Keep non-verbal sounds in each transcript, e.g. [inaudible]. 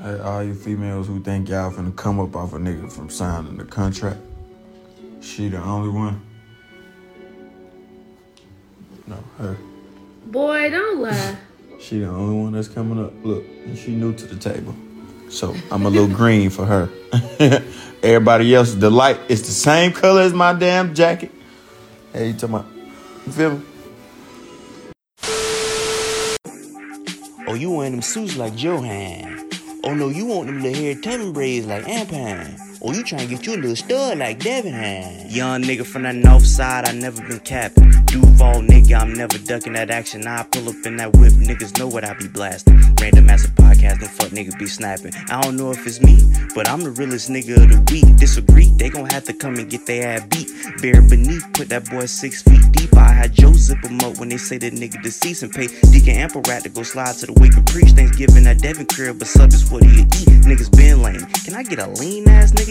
Hey, all you females who think y'all finna come up off a nigga from signing the contract, she the only one? No, her. Boy, don't lie. She the only one that's coming up. Look, and she new to the table. So I'm a little green for her. [laughs] Everybody else, the light is the same color as my damn jacket. Hey, you talking about, you feel me? Oh, you want them suits like Johan. Oh, no, you want them little hair tumbling braids like Ampine. Oh, you trying to get you a little stud like Devin had. Young nigga from the north side, I never been capping. Duval nigga, I'm never ducking that action. I pull up in that whip, niggas know what I be blasting. Random ass a podcast, no fuck nigga be snapping. I don't know if it's me, but I'm the realest nigga of the week. Disagree, they gon' have to come and get their ass beat. Bare beneath, put that boy six feet deep. I had Joe zip him up when they say that nigga deceased and pay Deacon Ample Rat to go slide to the wake and preach. Thanksgiving at Devin crib, but sub is what he eat. Niggas been lame. Can I get a lean ass nigga?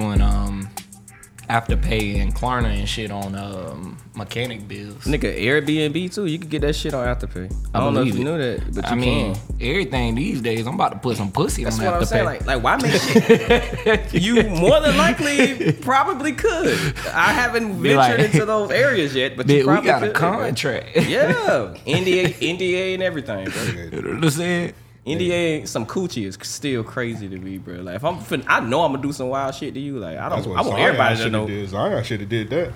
doing um afterpay and Klarna and shit on um mechanic bills. Nigga, Airbnb too. You can get that shit on Afterpay. I, don't know if believe you it. knew that, but you I mean, can. everything these days, I'm about to put some pussy That's on what I'm afterpay. saying. Like, like, why make [laughs] shit? you more than likely probably could. I haven't Be ventured like, [laughs] into those areas yet, but Bitch, you we probably got could. a contract. Yeah, NDA, NDA, and everything. Bro. [laughs] you know what I'm saying? NDA, some coochie is still crazy to me, bro. Like if I'm, fin- I know I'm gonna do some wild shit to you. Like I don't, That's what I want everybody to should know. have did. Zion should have did that.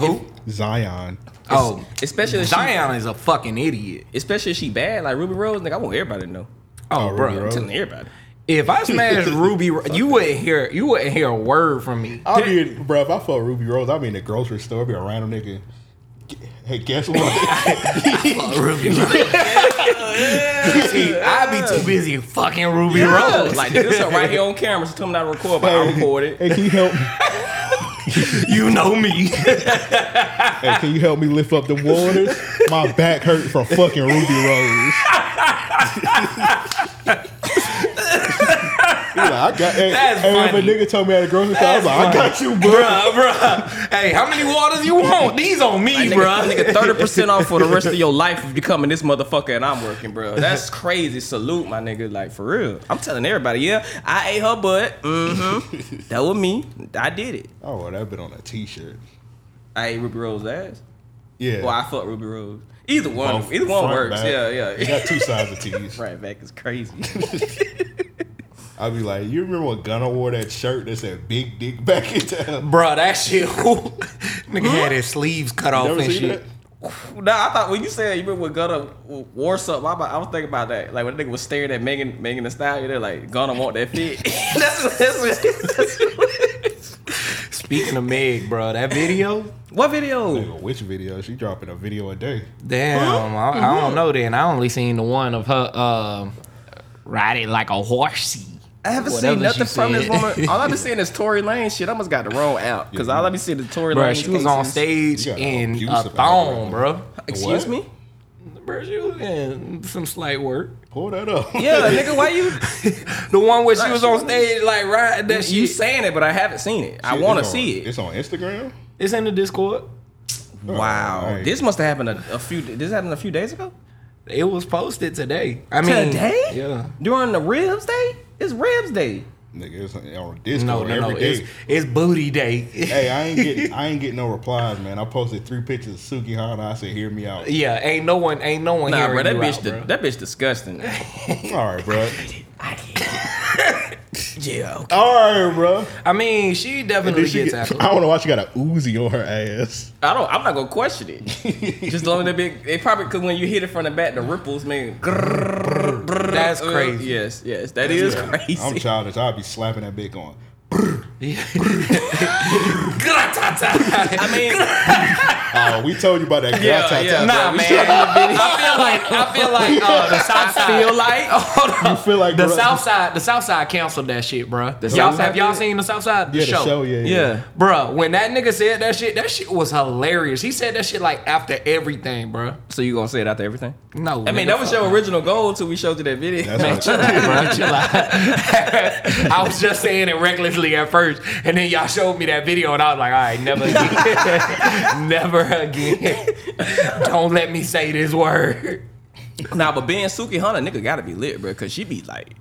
Who? Zion. Oh, especially if she- Zion is a fucking idiot. Especially if she bad, like Ruby Rose. Nigga, I want everybody to know. Oh, Ruby bro. I'm Rose. telling everybody. If I [laughs] smash Ruby, Ro- you wouldn't hear you wouldn't hear a word from me. I mean, bro, if I fuck Ruby Rose, I be in the grocery store, I be a random nigga. Hey, [laughs] guess what? [laughs] Ruby Rose. I'd be too busy fucking Ruby Rose. Like this is right here on camera. She told me not to record, but I recorded. hey, can you help? Me? you know me. Hey, can you help me lift up the waters? My back hurt from fucking Ruby Rose. He like, I got. Hey, That's hey, if a funny. nigga told me at the grocery store, I was like, I got you, bro. bruh, [laughs] bruh. Hey, how many waters you want? These on me, bruh. Nigga, thirty percent off for the rest of your life if you coming this motherfucker and I'm working, bro. That's crazy. Salute, my nigga. Like for real, I'm telling everybody. Yeah, I ate her butt. Mm-hmm. that was me. I did it. [laughs] Oh, well, that been on a t-shirt. I ate Ruby Rose's ass. Yeah. Well, I fucked Ruby Rose. Either one. Both either one front, works. back. Yeah, Oh, You yeah. got two sides of [laughs] tees. Right back is crazy. I'd be like, you remember when Gunna wore that shirt that said "Big Dick" back in town? [laughs] Bruh, that shit. [laughs] nigga had his sleeves cut off Never and seen shit. that? nah, I thought when you said you remember when Gunna wore something, I, about- I was thinking about that. Like when the nigga was staring at Megan, Megan Thee Stallion, they're like, Gunna want [laughs] that fit. [laughs] that's what. That's what. That's what Speaking of Meg, bruh, that [laughs] video. what video? Nigga, Which video? She dropping a video a day. Damn, I, I Mm-hmm. don't know. Then I only seen the one of her uh, riding like a horsey. I haven't Whatever seen nothing she from this said. [laughs] woman. All I've been seeing is Tory Lane shit. I must got the wrong app because all I've been seeing is Tory Lane. Bruh, she was on stage You got in abuse a about thong, it. bruh. Excuse What? me. Bruh, she was in some slight work. Pull that up. [laughs] Yeah, [laughs] nigga, why you The one where she Right, was she on was- stage like riding that Mm-hmm. you shit. saying it? But I haven't seen it. I It's want to on- see it. It's on Instagram. It's in the Discord. Wow, Alright. this must have happened a, a few. This happened a few days ago. It was posted today. I mean, Today? Yeah. Oh, During the ribs day. It's ribs day. nigga, it's on Discord No, no, no. every day. It's, it's booty day. [laughs] Hey, I ain't get I ain't get no replies, man. I posted three pictures of Suki Hana. I said, "Hear me out." Yeah, ain't no one, ain't no one Nah, hearing bro, that you bitch. out, di- bro. that bitch disgusting. All right, bro. yeah. okay. All right, bro. I mean, she definitely Did she gets get- after. I [laughs] don't know why she got a Uzi on her ass. I don't. I'm not gonna question [laughs] it. Just long as that big. It probably because when you hit it from the back, the ripples man. That's Uh, crazy. yes, yes, that is crazy. I'm [laughs] childish. I'll be slapping that bitch on. I [laughs] I mean, Oh, we told you about that. Yeah, guy. yeah. Nah, man. [laughs] I feel like I feel like uh, [laughs] the South Side. feel like Hold on. You feel like the bro- South Side. The South Side canceled that shit, bro. Y'all have y'all seen the South Side? Yeah, the show, yeah, yeah. Bro, when that nigga said that shit, that shit was hilarious. He said that shit like after everything, bro. So you gonna say it after everything? No, I mean, that was your original goal till we showed you that video. That's [laughs] what- bro. Chill out. I was just saying it recklessly at first, and then y'all showed me that video, and I was like, all right, never again. [laughs] never again. [laughs] Don't let me say this word. Nah, but being Suki Hunter, nigga gotta be lit, bro, cause she be like,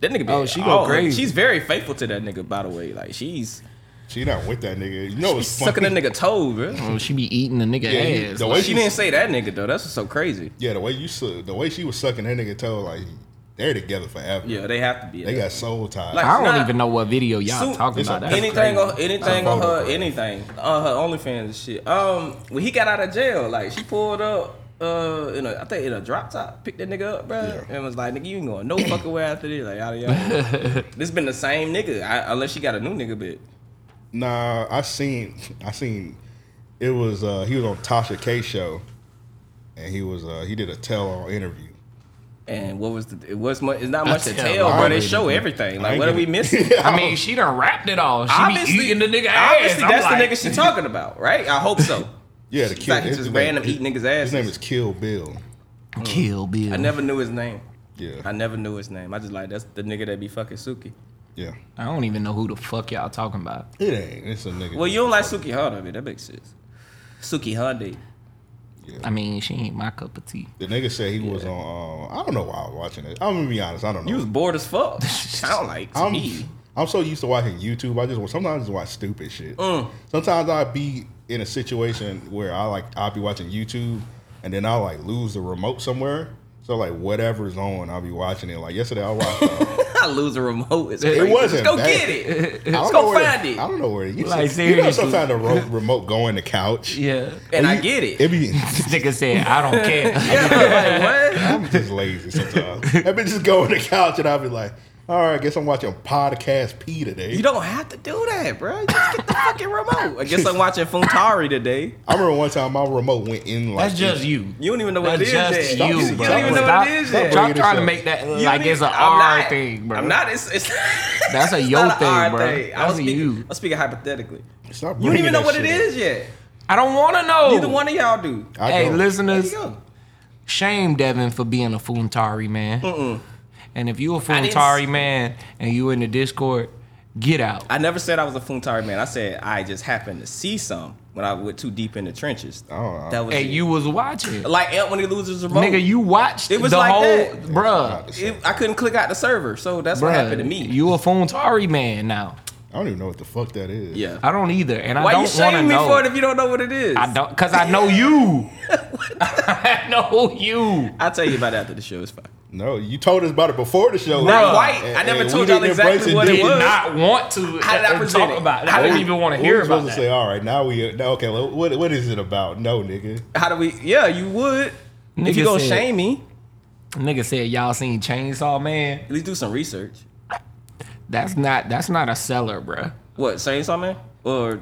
that nigga be. Oh, she go all- crazy. She's very faithful to that nigga, by the way. Like she's she not with that nigga. You know she's it's funny. sucking that nigga toe, bro. Oh, she be eating the nigga Yeah, he- the way She didn't say that nigga though. That's what's so crazy. Yeah, the way you su- the way she was sucking that nigga toe, like they're together forever. Yeah, they have to be. They got soul tied. Like- I don't Nah. even know what video y'all Soon- talking it's about. a- That's anything crazy. on anything on her, Unfoldable. anything on her OnlyFans and shit. Um, when he got out of jail, like she pulled up. Uh, in a, I think in a drop top, picked that nigga up, bro, Yeah. and was like, "Nigga, you ain't going no fucking way after this." Like, out of y'all, [laughs] this been the same nigga, I, unless she got a new nigga, bit. nah, I seen I seen it was uh he was on Tasha K show and he was uh he did a tell [laughs] all interview. And what was the? It was much. It's not much to That's tell, hell. bro. I They ain't show even- everything. I Like, ain't what are we even- missing? I mean, [laughs] she done wrapped it all. She be eating the nigga ass. obviously I'm that's like, the nigga she talking about, right? I [laughs] hope so. [laughs] Yeah, the It's kid like he his just name- random eat niggas' His asses. name is Kill Bill. Kill Bill. I never knew his name. Yeah. I never knew his name. I just like that's the nigga that be fucking Suki. Yeah. I don't even know who the fuck y'all talking about. It ain't. It's a nigga. Well, you don't like Suki Honda, man. That makes sense. Suki Honda. I mean, she ain't my cup of [laughs] tea. The nigga said he was on. Uh, I don't know why I was watching it. I'm gonna be honest. I don't know. You was bored as [laughs] fuck. Sound like to I'm, me. I'm so used to watching YouTube. I just sometimes I just watch stupid shit. Mm. Sometimes I be in a situation where I like I'll be watching YouTube and then I'll like lose the remote somewhere. So like whatever's on, I'll be watching it. Like yesterday, I watched. Uh, I lose a remote. It's It crazy. wasn't Let's go bad. get it. I [laughs] Let's don't know go where the- find it. I don't know where you, Like, you know seriomes. sometimes [laughs] the ro- remote go in the couch. Yeah. And Or I you- get it. It be [laughs] This nigga said, I don't [laughs] care. Yeah, like, what? I'm just lazy [laughs] sometimes. I be just go on the couch and I'll be like, all right, I guess I'm watching podcast P today. You don't have to do that, bro. You Just get the fucking remote. I guess I'm watching Funtari today. I remember one time my remote went in like That's just you. You don't even know what That's it is. just yet. you, you bro. don't even know Stop- what it is. yet. stop bringing Y'all this trying to up. make that You like need- it's an I'm R not- thing, bro. I'm not. It's, it's [laughs] That's a it's yo not a thing, R bro. I was That's a speaking, you. I'm speaking hypothetically. Stop You don't even bringing know that what it shit is yet. I don't want to know. Neither one of y'all do. up. I hey, don't. There listeners, you go. shame Devin for being a Funtari man. And if you a didn't Funtari s- man and you in the Discord, get out. I never said I was a Funtari man. I said I just happened to see some when I went too deep in the trenches. don't know. That was and it. you was watching. like Ant when he loses a remote. Oh, Nigga, you watched It was the like whole, that. bruh. It- I couldn't click out the server, so that's bruh, what happened to me. You a Funtari man now. I don't even know what the fuck that is. yeah. I don't either, and I Why you don't want to shaming me know. for it if you don't know what it is? I don't, cause I know [laughs] you. [laughs] I know you. I'll tell you about it after the show. It's fine. No, you told us about it before the show. Not And- white. I never told we y'all didn't exactly embrace what it Did was. not want to How did I uh, present talk it? about it. How I did didn't we- even want to We hear were about supposed to say, that. all right, now we now okay. well, What what is it about? No, nigga. How do we? Yeah, you would. if you Nigga gonna said- shame me, Nigga said y'all seen Chainsaw Man. at least do some research. That's not that's not a seller, bruh. What saying something or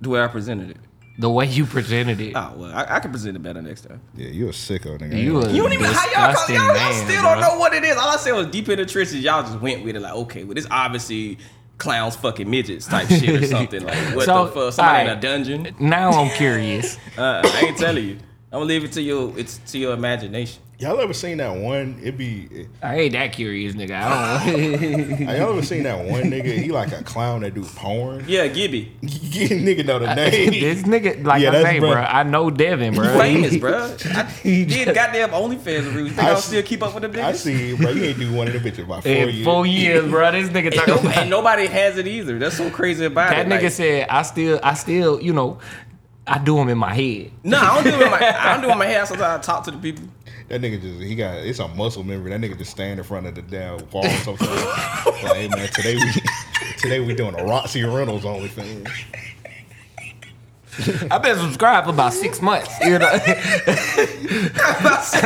the way I presented it? The way you presented it, Oh well, I, I can present it better next time. Yeah, you a sicko, nigga. you a You don't even how y'all call disgusting y'all, y'all man, still bruh. don't know what it is. All I said was deep in the trenches. Y'all just went with it like, okay, well this obviously clowns fucking midgets type [laughs] shit or something. Like what So, the fuck? Somebody in a alright. dungeon? Now I'm curious. [laughs] Uh, I ain't telling you. I'm gonna leave it to your it's to your imagination. Y'all ever seen that one? It [laughs] be I ain't that curious, nigga. I don't. [laughs] y'all ever seen that one nigga? He like a clown that do porn. [laughs] Yeah, Gibby, Get nigga [laughs] know the name. this nigga, like Yeah, I that's say, bruh. bruh, I know Devin, bruh. famous, bro. [laughs] I did goddamn OnlyFans reviews. Think I I'll s- still keep up with the I niggas? see, bro. You ain't do one of them bitches by four In years. four years, bruh. This nigga And, [laughs] talking no- about and nobody has it either. That's so crazy about That it. nigga like- said, I still, I still, you know, I do them in my head. No, I don't do it in my I don't do it in my hair. Sometimes I talk to the people. That nigga just he got it's a muscle memory. That nigga just stand in front of the damn wall sometimes. like, hey [laughs] man, today we today we doing a Roxy Reynolds only thing. I've been subscribed for about six months. You [laughs] know, and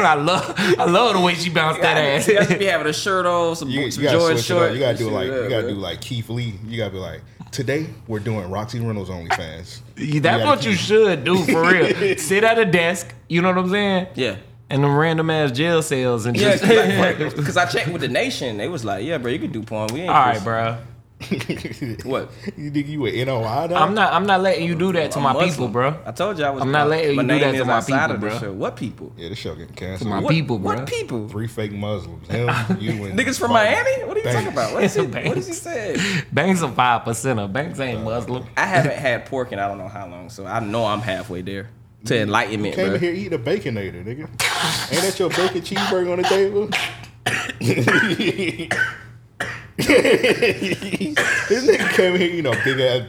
I love, I love the way she bounced that ass. You have to be having a shirt on, some, You, some you gotta Jordan switch it shorts. up. You gotta do like Yeah, you gotta bro. do like Keith Lee. You gotta be like, today we're doing Roxy Reynolds only fans. That's what [laughs] you should do for real. Sit at a desk. You know what I'm saying? Yeah. And them random ass jail cells and Yeah, just. because I checked with the nation. They was like, yeah, bro, you can do porn. We ain't. All right, bro. [laughs] What? You think you an NOI though? I'm not. I'm not letting you do that to my Muslim. people, bro. I told you I was. I'm not letting my you do name that to is my outside people, of the bro. show. What people? Yeah, this show getting canceled. My What people, bro. What people? Three fake Muslims. Him, you [laughs] and Niggas from Biden. Miami? What are you Bang. talking about? What is he? What is he Bang. saying? Banks a five percenter. Banks ain't Muslim. I haven't had pork in I don't know how long, so I know I'm halfway there to enlightenment, Came bro. in here eating a baconator, nigga. Ain't that your bacon cheeseburger on the table? this nigga came in here eating a big ass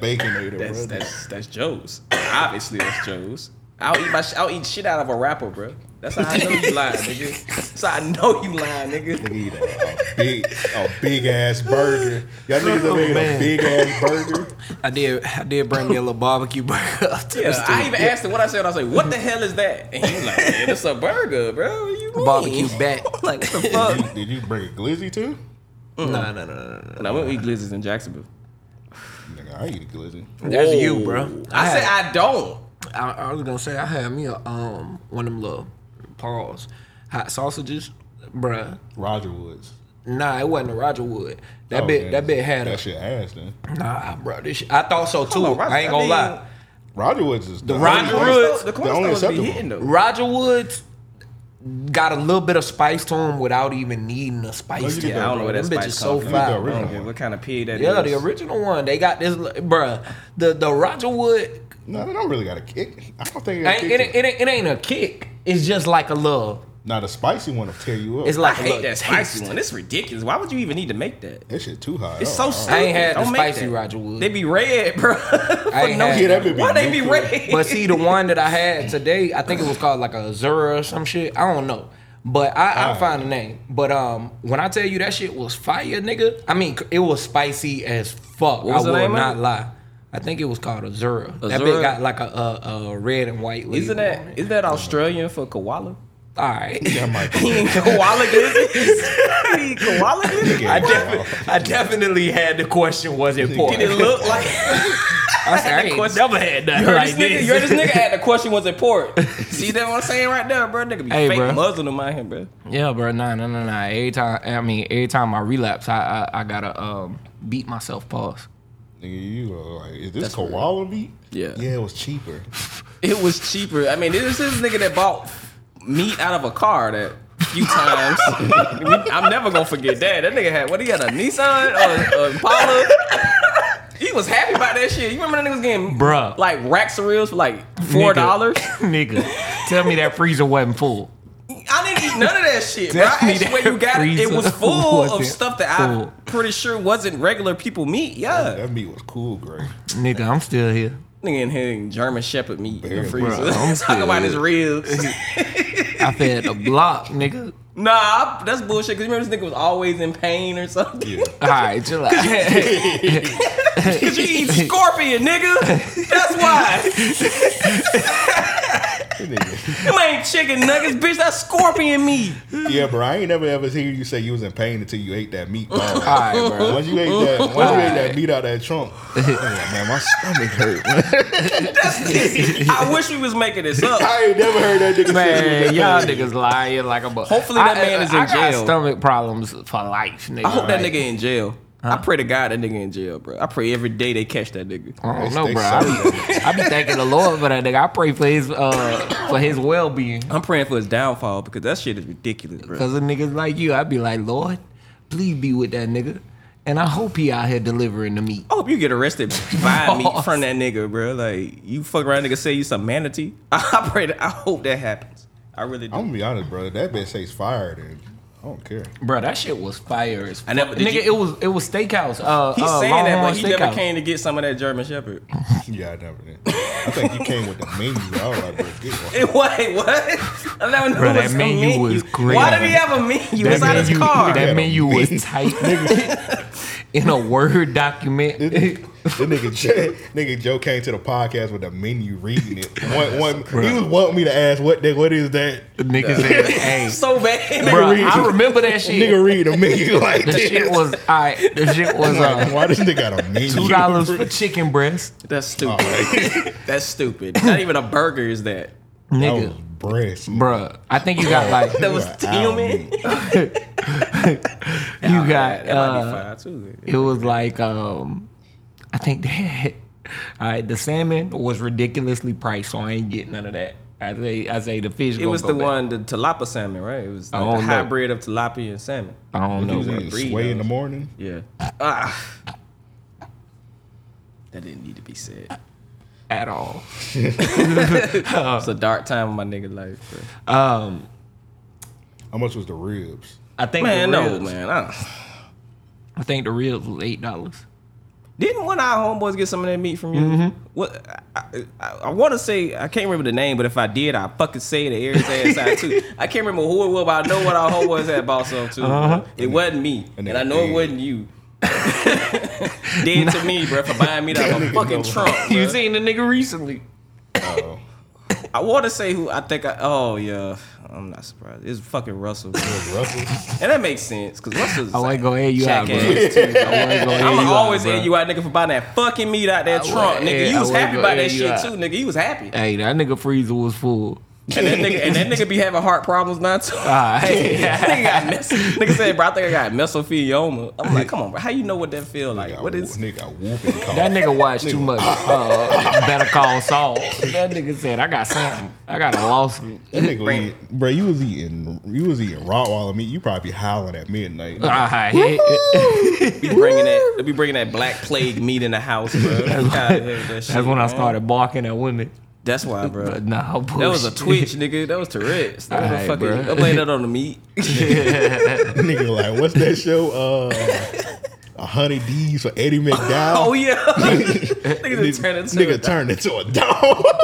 [laughs] baconator, That's bro. that's that's Joe's. Obviously, that's Joe's. I'll eat my sh- I'll eat shit out of a rapper, bro. That's how I know you lying, nigga. That's how I know you lying, nigga. Eat a, a big, a big ass burger. Y'all Oh, niggas up there eating a big ass burger. I did. I did bring me a little barbecue burger up to Yeah, I even asked him what I said. I was like, "What the hell is that?" And he was like, "Man, "It's a burger, bro. What you mean?" barbecue back. [laughs] Like what the Did fuck? you, did you bring a glizzy too? No, no, no, no, no. and I went to eat glizzies in Jacksonville. Nigga, I eat a glizzy. That's you, bro. I, said I don't. I, I was gonna say I had me a um one of them little paws, hot sausages, bruh. Roger Woods. Nah, it wasn't a Roger Wood. That Oh, bit, man. that bit had that a shit ass then. nah, bro. This shit, I thought so too. on, Roger- I ain't gonna I mean- lie. Roger Woods is the, Roger only- Woods. The The only corn stars be acceptable. hitting though. Roger Woods got a little bit of spice to him without even needing a Oh, spice. you to get it, Yeah, I don't know bro. where that Them bitches spice so comes from. I the fire. original don't care one. what kind of pig that is. Yeah, the original one. They got this, li- bruh. The the Roger Wood No, they don't really got a kick. I don't think it, got ain't, kick it, to ain't- it, ain't- it ain't a kick. It's just like a little. Now the spicy one will tear you up. It's I like a hate little that spicy taste. one. It's ridiculous. Why would you even need to make that? that shit too hot. It's Oh, so oh. stupid. I ain't had the Don't make spicy that. Roger Wood. They be red, bro. [laughs] I ain't had Yeah, that bit be Why they be nuclear. red? But see, the one that I had today, I think it was called like a Azura or some shit. I don't know. But I, I'll Ah. find the name. But um, when I tell you that shit was fire, nigga, I mean, it was spicy as fuck. What was I the will name of not it? lie. I think it was called Azura. That Azura? bitch got like a, a, a red and white label. on isn't that it. is that Australian for koala? All [laughs] right. [laughs] That might be- [laughs] koala glizzy? He eat [laughs] koala glizzy? I, Wow. defi- I definitely had the question, was it pork? Did [laughs] it look like? I, said, I the ain't question- never had nothing You heard, like this nigga, this. you heard this nigga had the question was [laughs] it pork? See that what I'm saying right there, bro? Nigga be Hey, fake bro. Muslim out here, bro. Yeah, bro. Nah, nah, nah, nah. Every time, I mean, every time I relapse, I, I, I gotta um, beat myself. Pause. Nigga, you were like, is this koala meat? Yeah. Yeah, it was [laughs] cheaper. It was cheaper. I mean, this is this nigga that bought meat out of a car that few times. [laughs] We- I'm never gonna forget that. That nigga had what he had a Nissan or a Impala. He was happy about that shit. You remember that nigga was getting Bruh. like racks of reels for like four [laughs] dollars. Nigga, tell me that freezer wasn't full. I didn't eat none of that shit. Bro. Tell I me asked you where that [laughs] you got it. It was freezer full of wasn't stuff that full. I'm pretty sure wasn't regular people meat. Yeah, That meat was cool, great. Nigga, I'm still here. nigga in here eating German Shepherd meat in the Bruh, freezer. I'm [laughs] Talk about his serious. [laughs] ribs. I fed a block, nigga. Nah, that's bullshit. Cause you remember this nigga was always in pain or something. Yeah. [laughs] All right, chill out. [laughs] Cause you eat scorpion, nigga. That's why. Nigga. Them ain't chicken nuggets, bitch. That's scorpion meat. [laughs] yeah, bro. I ain't never ever hear you say you was in pain until you ate that [laughs] meat. All right, bro. Once you ate that, once you ate that meat out of that trunk, I'm like, [laughs] man, my stomach hurt. I wish we was making this up. [laughs] I ain't never heard that nigga say he was Man, in y'all pain. niggas lying like a bu- Hopefully that man is in I got jail. stomach problems for life, nigga. I hope that Right. nigga in jail. I pray to God that nigga in jail, bro. I pray every day they catch that nigga. I don't They- know, they bro. I suck be, I be thanking the Lord for that nigga. I pray for his uh for his well being. I'm praying for his downfall because that shit is ridiculous, bro. Cause of niggas like you, I'd be like, Lord, please be with that nigga. And I hope he out here delivering the meat. I hope you get arrested [laughs] buying meat from that nigga, bro. Like you fuck around, nigga, say you some manatee. [laughs] I pray. That, I hope that happens. I really I'm do. gonna be honest, bro. If That bitch tastes fire, then I don't care. [laughs] Bro, that shit was fire as fuck. I never- did nigga, you- it was it was steakhouse. Uh, He's uh, saying that, Longhorn but he never Steakhouse. came to get some of that German Shepherd. [laughs] Yeah, I never did. I think you came with the menu. I was like, bro, [laughs] get one. Wait, what? I never knew Bro, it was that a menu menu. was great. Why did he have a menu? That It's out his [laughs] menu- car. That menu was tight. [laughs] in a Word document. This nigga, Joe, nigga Joe came to the podcast with the menu reading it. One, one, he was wanting me to ask what the, what is that? Niggas [laughs] said, hey. so bad. Bro, read- I remember that shit. Nigga read [laughs] the menu like the this. shit was, all right, the shit was [laughs] Like, uh, why this nigga got a menu? $2 for chicken breast. That's stupid. [laughs] That's stupid. Not even a burger is that. That Nigga, was breast. bruh, I think you got like, [laughs] That was Bruh, I don't human. you got, [laughs] That might be uh, fine too. it was like, um, I think [laughs] that, all right, the salmon was ridiculously priced, so I ain't getting none of that. I say, I say the fish It gonna was go the back. Oh, one, the tilapia salmon, right? It was I like the don't know. hybrid of tilapia and salmon. I don't know. He was bruh. eating breed sway in those. the morning. Yeah. Ah. That didn't need to be said. Uh. at all. It's a dark time in my nigga life, bro. Um, How much was the ribs? I think Man, the no, ribs, man. I don't- I think the ribs was eight dollars. Didn't one of our homeboys get some of that meat from you? Mm-hmm. What I, I, I want to say, I can't remember the name, but if I did, I fucking say the air's ass [laughs] out too. I can't remember who it was, but I know one of our homeboys had bought some too. bro. It wasn't me, And and, Uh-huh. that I know dead. it wasn't [laughs] you. dead to me, bro, for buying [laughs] meat out of a fucking trunk. You bruh. seen the nigga recently? Oh, I want to say who I think I. Oh yeah, I'm not surprised. It's fucking Russell, bro. [laughs] Russell. and that makes sense because Russell's. I like, ain't gonna air you out, bro. Jackass. I'm [laughs] I'ma always air you out, nigga, for buying that fucking meat out that I trunk, would- nigga. yeah, You I was would happy go about air that you shit out. too, nigga. He [laughs] was happy, and Hey, that nigga freezer was full. that nigga and that nigga be having heart problems now too. [laughs] Ah, [laughs] hey. [laughs] nigga got mes- nigga said, bro, I think I got mesothelioma. I'm like, come on, bro. How you know what that feel like? Got What is? whoop- nigga whooping cough. That nigga watched too [laughs] much. Uh, Better call Saul. That nigga said, "I got something. I got a lawsuit." That nigga eat, bro, you was eating, you was eating Rottweiler meat. You probably be howling at midnight. Ah, hey. Be bringing that? They be bringing that black plague meat in the [laughs] house, bro. That's That's when I started barking at women. That's why, bro. [laughs] But nah, That was a bullshit. twitch, nigga. That was Tourette's. That was Aight, a fucking. bruh. I blamed that on the meat. nigga, like, what's that show? Uh, a hundred D's for [laughs] Eddie McDowell. Oh yeah, [laughs] nigga [laughs] Nigga, just turned into nigga a- turned into a dog. [laughs]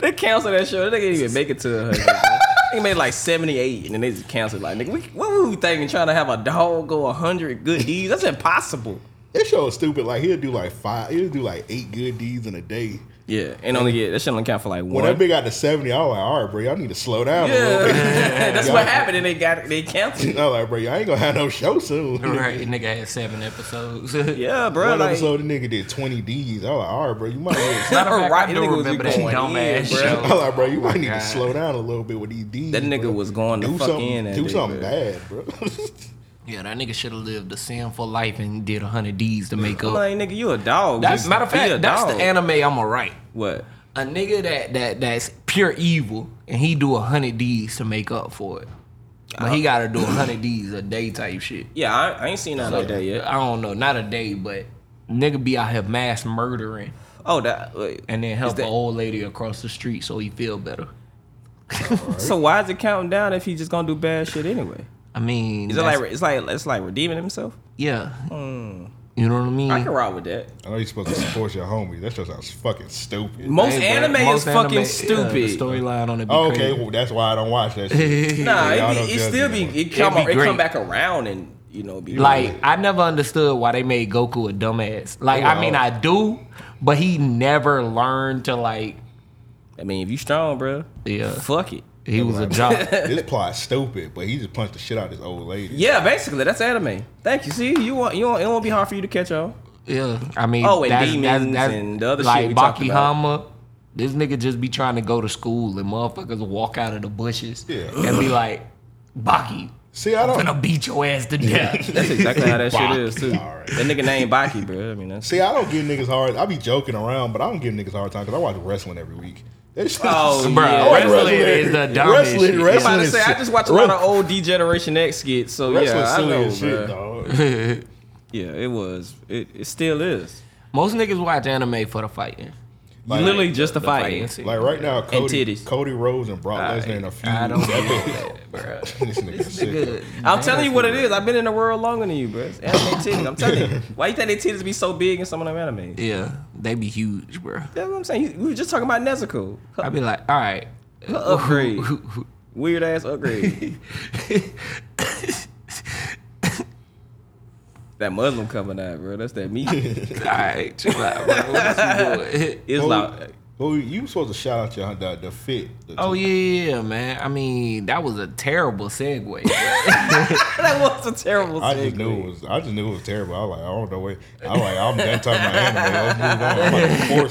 They canceled that show. That nigga didn't even make it to a hundred. bruh. They made like seventy eight, and then they just canceled. Like nigga, we, what were we thinking? Trying to have a dog go hundred good deeds? That's impossible. that show is stupid. Like he'll do like five, he'll do like eight good deeds in a day. Yeah, and only yeah, that shit only count for like one. When that big got to seventy, I was like, all right, bro, y'all need to slow down a little bit. yeah, that's what happened, and they got they canceled. [laughs] I was like, bro, y'all ain't gonna have no show soon. [laughs] Right, nigga had seven episodes. [laughs] Yeah, bro. [laughs] One like, episode, the nigga did twenty D's. I was like, all right, bro, you might. Need [laughs] Matter of to [laughs] Matter of fact, fact, that I do nigga was remember that going in, dumbass bruh. I was show. like, bro, Oh you might need God. to slow down a little bit with these D's. That nigga bro. was going the do fuck something, in that do day, something bro. bad, bro. [laughs] Yeah, that nigga should have lived a sinful life and did a hundred D's to make I'm up. like, nigga, you a dog. That's Just matter of be a fact, that's dog. the anime I'ma write. What? A nigga that that that's pure evil and he do a hundred D's to make up for it. But Oh. he gotta do a hundred D's a day type shit. Yeah, I, I ain't seen nothing like that yet. I don't know, not a day, but nigga be out here mass murdering Oh, that. Wait. and then help that- an old lady across the street so he feel better. So why is it counting down if he's just gonna do bad shit anyway? I mean, Is it that's- like it's like it's like redeeming himself? yeah, you know what I mean? I can rock with that. I know you're supposed to support your homies. That just sounds fucking stupid. Most Hey, bruh, anime most is fucking anime- yeah, the stupid. Storyline on it. Be Oh, okay, crazy. well, that's why I don't watch that [laughs] shit. nah, Y'all it, don't be, it judge still me no be more. it come be it come great. back around and you know be Like I never understood why they made Goku a dumbass. Like I mean, I do, but he never learned to like. I mean if you strong, bro, Yeah. fuck it. He was a jock. [laughs] This plot's stupid, but he just punched the shit out of this old lady. Yeah, basically that's anime. Thank you. See, you want you want it won't be hard for you to catch on. Yeah, I mean, Oh, and demons and the other shit like we talked about. Bakihama, This nigga just be trying to go to school and motherfuckers walk out of the bushes Yeah. and be like, "Baki, See, I I'm don't gonna beat your ass to death." [laughs] That's exactly how that shit Baki, is too. alright. That nigga named Baki, bro. I mean that's see, I don't give niggas hard. I be joking around, but I don't give niggas hard time because I watch wrestling every week. That shit- Oh, Bro, yeah. I watch wrestling is the dumbest Wrestling, shit. I'm about wrestling to is say, I shit. just watch a lot of old D Generation X skits, so Wrestling yeah, I silly know, as shit, bro. [laughs] dog. Yeah, it was. It, it still is. Most niggas watch anime for the fighting. Like, Literally just the Fighting. fighting. scene. like right now, Cody, titties. Cody Rose and Brock Lesnar in a few. I don't know that, bro. [laughs] this nigga sick. Good. I'm telling you what it is. I've been in the world longer than you, bro. It's anime titties. I'm telling [laughs] you. Why you think they titties be so big in some of them anime? Yeah, they be huge, bro. That's what I'm saying. You- We were just talking about Nezuko. Her, I be like, all [laughs] right, her upgrade. Weird [laughs] ass upgrade. That Muslim coming out, bro. That's that [laughs] meat. All right, chill out, bro. What you [laughs] doing? Oh. Islam. Well, you were supposed to shout out your the, the fit. The Oh yeah, man. I mean, that was a terrible segue. that was a terrible I just knew it was. I just knew it was terrible. I was like, I don't know where. I'm like, I'm that type of anime. Let's move on. I'm like,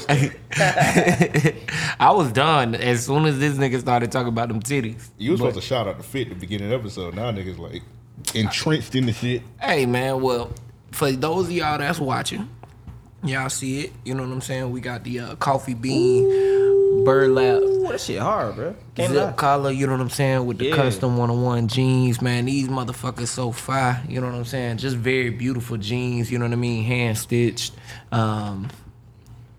[laughs] forced. I was done as soon as this nigga started talking about them titties. You was supposed to shout out the fit at the beginning of the episode. Now niggas like entrenched in the shit. Hey man, well, for those of y'all that's watching, y'all see it. You know what I'm saying? We got the uh, coffee bean burlap Ooh, that shit hard, bro. Can't lie. zip collar. You know what I'm saying? With the Yeah. custom 101 jeans, man. These motherfuckers so fire. You know what I'm saying? Just very beautiful jeans. You know what I mean? Hand stitched. Um,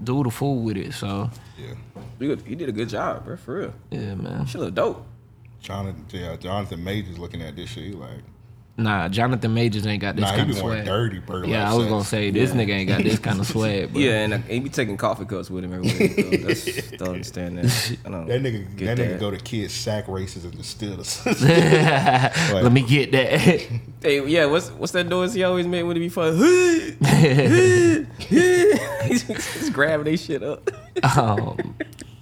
do the fool with it. So Yeah, You, good- you did a good job, bro. For real. yeah, man. She look dope. Jonathan. Yeah, Jonathan Majors looking at this shit. He like, Nah, Jonathan Majors ain't got this nah, he kind of be wearing swag. dirty burlap. Yeah, I was gonna sets. say this nigga ain't got [laughs] this kind of swag. But Yeah, and uh, he be taking coffee cups with him everywhere. he go. That's, don't understand that. I don't [laughs] That nigga, get that, nigga that. go to kids sack races and just [laughs] steal [laughs] us. Let me get that. [laughs] Hey, yeah, what's what's that noise he always made when it be fun? [laughs] he's, he's grabbing they shit up. um,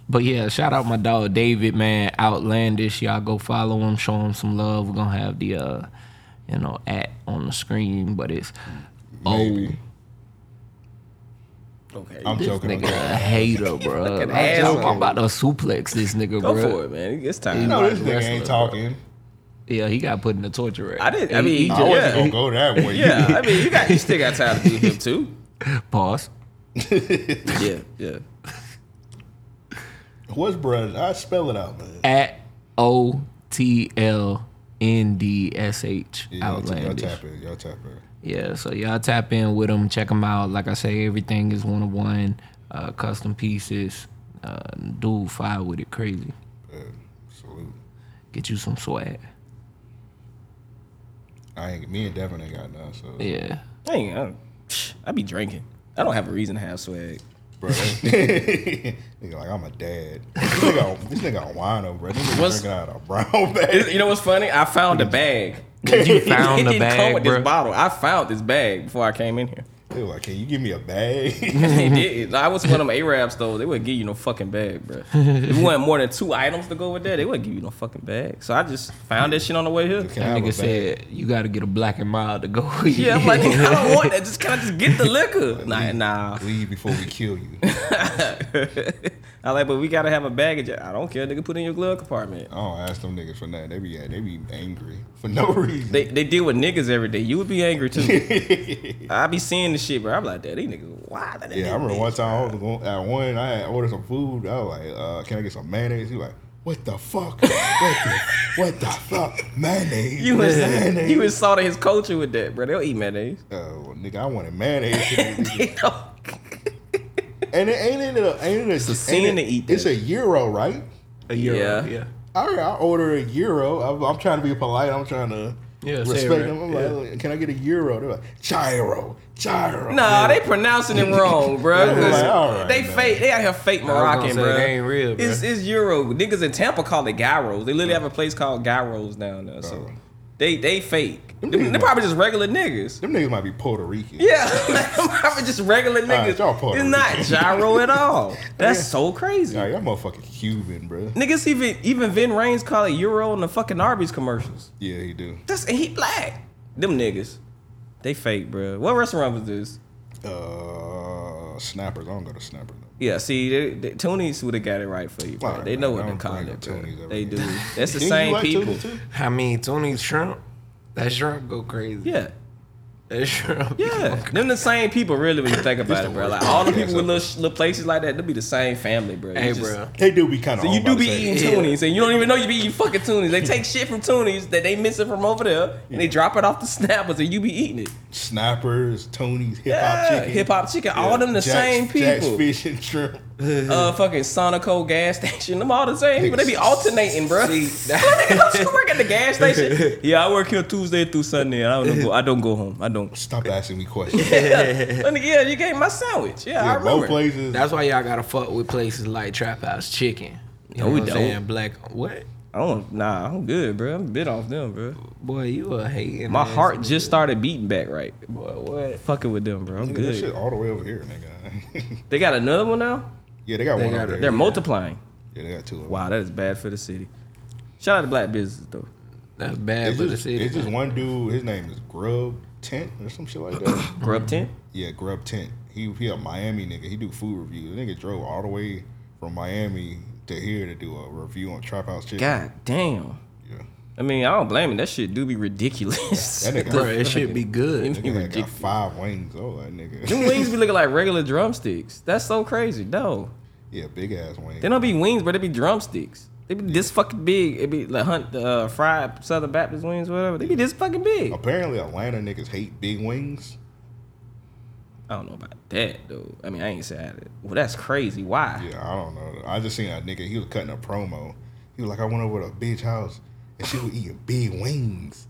but yeah, shout out my dog David, man. Outlandish. Y'all go follow him, show him some love. We're gonna have the uh, you know, at on the screen, but it's Maybe. Okay, oh I'm this joking. I'm nigga joking. a hater, bro. [laughs] Fucking I'm, joking. asshole. I'm about to suplex this nigga, go bro. for it, man. It's time. You know this Wrestler, nigga ain't bro. talking. Yeah, he got put in the torture rack. I didn't. I mean, He- he he- I wasn't yeah, gonna go that way. yeah. I mean, you got you still got time to do him too. [laughs] Pause. Yeah, yeah. What's bruh? I spell it out, man. At O T L N D S H. Yeah, y'all- Y'all Outlandish. tap in. Y'all tap in. Yeah, so y'all tap in with them, check them out. Like I say, everything is one of one, uh, custom pieces. Uh, dude, fire with it, crazy. Uh, salute. Get you some swag. I ain't. Me and Devin ain't got none. So Yeah, I ain't. I, don't- I be drinking. I don't have a reason to have swag. bro. [laughs] nigga [laughs] like I'm a dad. This nigga, this nigga a wino, bro. This nigga What's- drinking out of a brown [laughs] It's- bag. you know what's funny? I found the bag. you found [laughs] it the didn't come bag, with bro. this bottle. I found this bag before I came in here. They were like, can you give me [laughs] a bag? They did. I was one of them Arabs though. They wouldn't give you no fucking bag, bro. If you wanted more than two items to go with that, they wouldn't give you no fucking bag. So I just found that shit on the way here. Can That I have a nigga bag? said you got to get a black and mild to go. with Yeah, I'm it." [laughs] like, I don't want that. Just can I just get the liquor? [laughs] Nah, nah. Leave before we [laughs] kill you. I like, but we gotta have a baggage. I don't care, nigga. Put it in your glove compartment. I don't ask them niggas for nothing. They be they be angry for no reason. They, they deal with niggas every day. You would be angry [laughs] too. I be seeing this shit, bro. I'm like, that these niggas wild. [laughs] yeah, I remember one time I was going at one. I had ordered some food. I was like, uh, "Can I get some mayonnaise?" He like, "What the fuck? what, the, what the fuck? Mayonnaise? [laughs] You was mayonnaise? you insulted his culture with that, bro. They'll eat mayonnaise. [laughs] oh, nigga, I wanted mayonnaise." They don't- [laughs] and it ain't it a ain't it a, it's a sin to eat It's that. a euro, right? a euro. Yeah. yeah. All right, I order a euro. I'm, I'm trying to be polite. I'm trying to Yeah, say it respect right. them. I'm like, can I get a euro? They're like, gyro, gyro. Nah, they pronouncing it [laughs] wrong, bro. Yeah, like, all right, they man. fake. They out here fake gonna Moroccan, say, bro. they ain't real, bruh. It's, it's Euro. Niggas in Tampa call it gyros. They literally have a place called gyros down there. So they they fake. Them, Oh. niggas they probably just regular niggas. Them niggas might be Puerto Rican. [laughs] Yeah, [laughs] they probably just regular right, niggas. y'all Puerto it's not Rican. gyro at [laughs] all. That's so crazy. All right, y'all motherfucking Cuban, bro. Niggas even even Vin Raines call it Euro in the fucking Arby's commercials. Yeah, he do. That's and he black. Them niggas, they fake, bro. What restaurant was this? Uh, snappers. I don't go to snappers. though. Yeah, see, they, they, Toonies would have got it right for you. Bro. Alright, they know man, what I to don't call bring it. no Bro. Toonies over They here. do. [laughs] That's the Didn't you same like people. Tootie, too? I mean, Tony's shrimp. That shrimp go crazy. Yeah, That shrimp. yeah. Them the same people, really, when you think about it, bro. Like all the people with little, little places like that, they'll be the same family, bro. You Hey, just- bro. They do be kind of. So you do be eating Toonies, and you don't even know you be eating fucking Toonies. They take shit from Toonies that they missing from over there, and they drop it off the snappers, and you be eating [laughs] it. snappers, Tony's, hip hop Yeah, chicken, hip hop chicken. All them the Jack's- same Jack's people. fish and shrimp. uh, fucking Sonico gas [laughs] station. Them all the same people. [laughs] They be alternating, bro. [laughs] See, work at the gas [laughs] station. Yeah, I work here Tuesday through Sunday. I don't go. I don't go home. I don't. Stop asking [laughs] me questions. And yeah, you gave my sandwich. Yeah, I yeah, both remember. places. That's why y'all gotta fuck with places like Trap House Chicken. You No, know we what I'm don't. saying? Black what? I don't. Nah, I'm good, bro. I'm bit off them, bro. Boy, you a hating. My ass. heart just started beating back right. Boy, what? Fucking with them, bro. I'm Nigga, that shit good. all the way over here, nigga. [laughs] They got another one now. yeah, they got They one got it. over They're there. multiplying. Yeah, they got two. Over Wow, that is bad for the city. Shout out to black business though. That's there. bad It's for the just, city. it's just one dude. His name is Grub Tent or some shit like that. [clears throat] Grub tent. Yeah, Grub Tent. He he a Miami nigga. He do food reviews. The nigga drove all the way from Miami to here to do a review on Trap House Chicken. God damn. Yeah. I mean, I don't blame him. That shit do be ridiculous. [laughs] [laughs] [laughs] That nigga, Bro, it should be Them good. that [laughs] nigga had got ridiculous. five wings. Oh, that nigga. wings be looking like regular drumsticks. That's so crazy. No, [laughs] yeah, big ass wings. they don't be wings, but they be drumsticks. They be this fucking big. It be like hunt uh, fried Southern Baptist wings, whatever. They be this fucking big. Apparently, Atlanta niggas hate big wings. I don't know about that though. I mean, I ain't sad. Well, that's crazy. Why? Yeah, I don't know. I just seen a nigga. He was cutting a promo. He was like, I went over to a bitch house and she was eating big wings.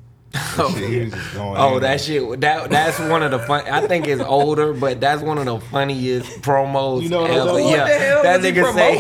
Oh, shit, he was just going Oh, in. that shit. That that's one of the fun. I think it's older, but that's one of the funniest promos You know what I'm ever. saying? yeah, What the hell that was he nigga say,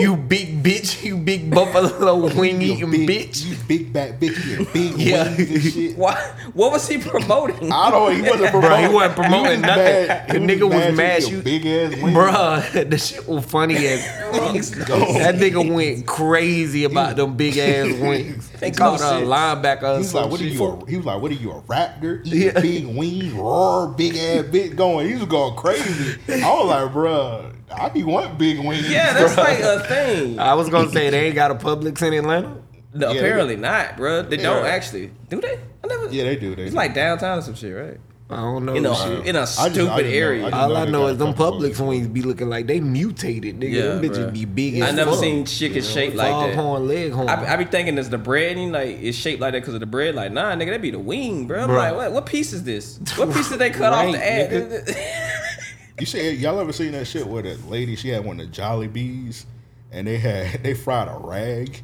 [laughs] "You big bitch, you big buffalo wing [laughs] You eating big, bitch." You big back bitch eating big Yeah. [laughs] wings and shit. Why? What was he promoting? [laughs] [laughs] I don't. He wasn't promoting. Bro, he wasn't promoting nothing. mad- The he nigga was mad you you- [laughs] big ass wings. Bruh, the shit was funny as [laughs] Oh, that nigga went crazy about them big [laughs] ass wings. They Makes called no her a sense. linebacker. or He's like, some what are shit. you? A, he was like, what are you a raptor? Eating big wings, roar, big ass bitch going. He was going crazy. I was like, bruh, I be want big wings. yeah, that's like a thing. I was gonna say they ain't got a Publix in Atlanta. No, Yeah, apparently not, bro. They don't Yeah. actually. Do they? I never, Yeah, they do. They It's do. like downtown or some shit, right? I don't know. You know, shit. in a just- stupid I just know- area. I just All I they know got is them fucking Publix wings be looking like they mutated, nigga. them bitches bruh. be big as I never fuck. seen chicken shaped like that. Foghorn, leghorn. I, be- I be thinking it's the bread and like it's shaped like that because of the bread. Like, nah, nigga, that be the wing, bro. I'm Bruh. like, what? What piece is this? What piece did they cut off Right, the ad? You see, y'all ever seen that shit where that lady she had one of the Jolly Bees, and they had [laughs] they fried a rag.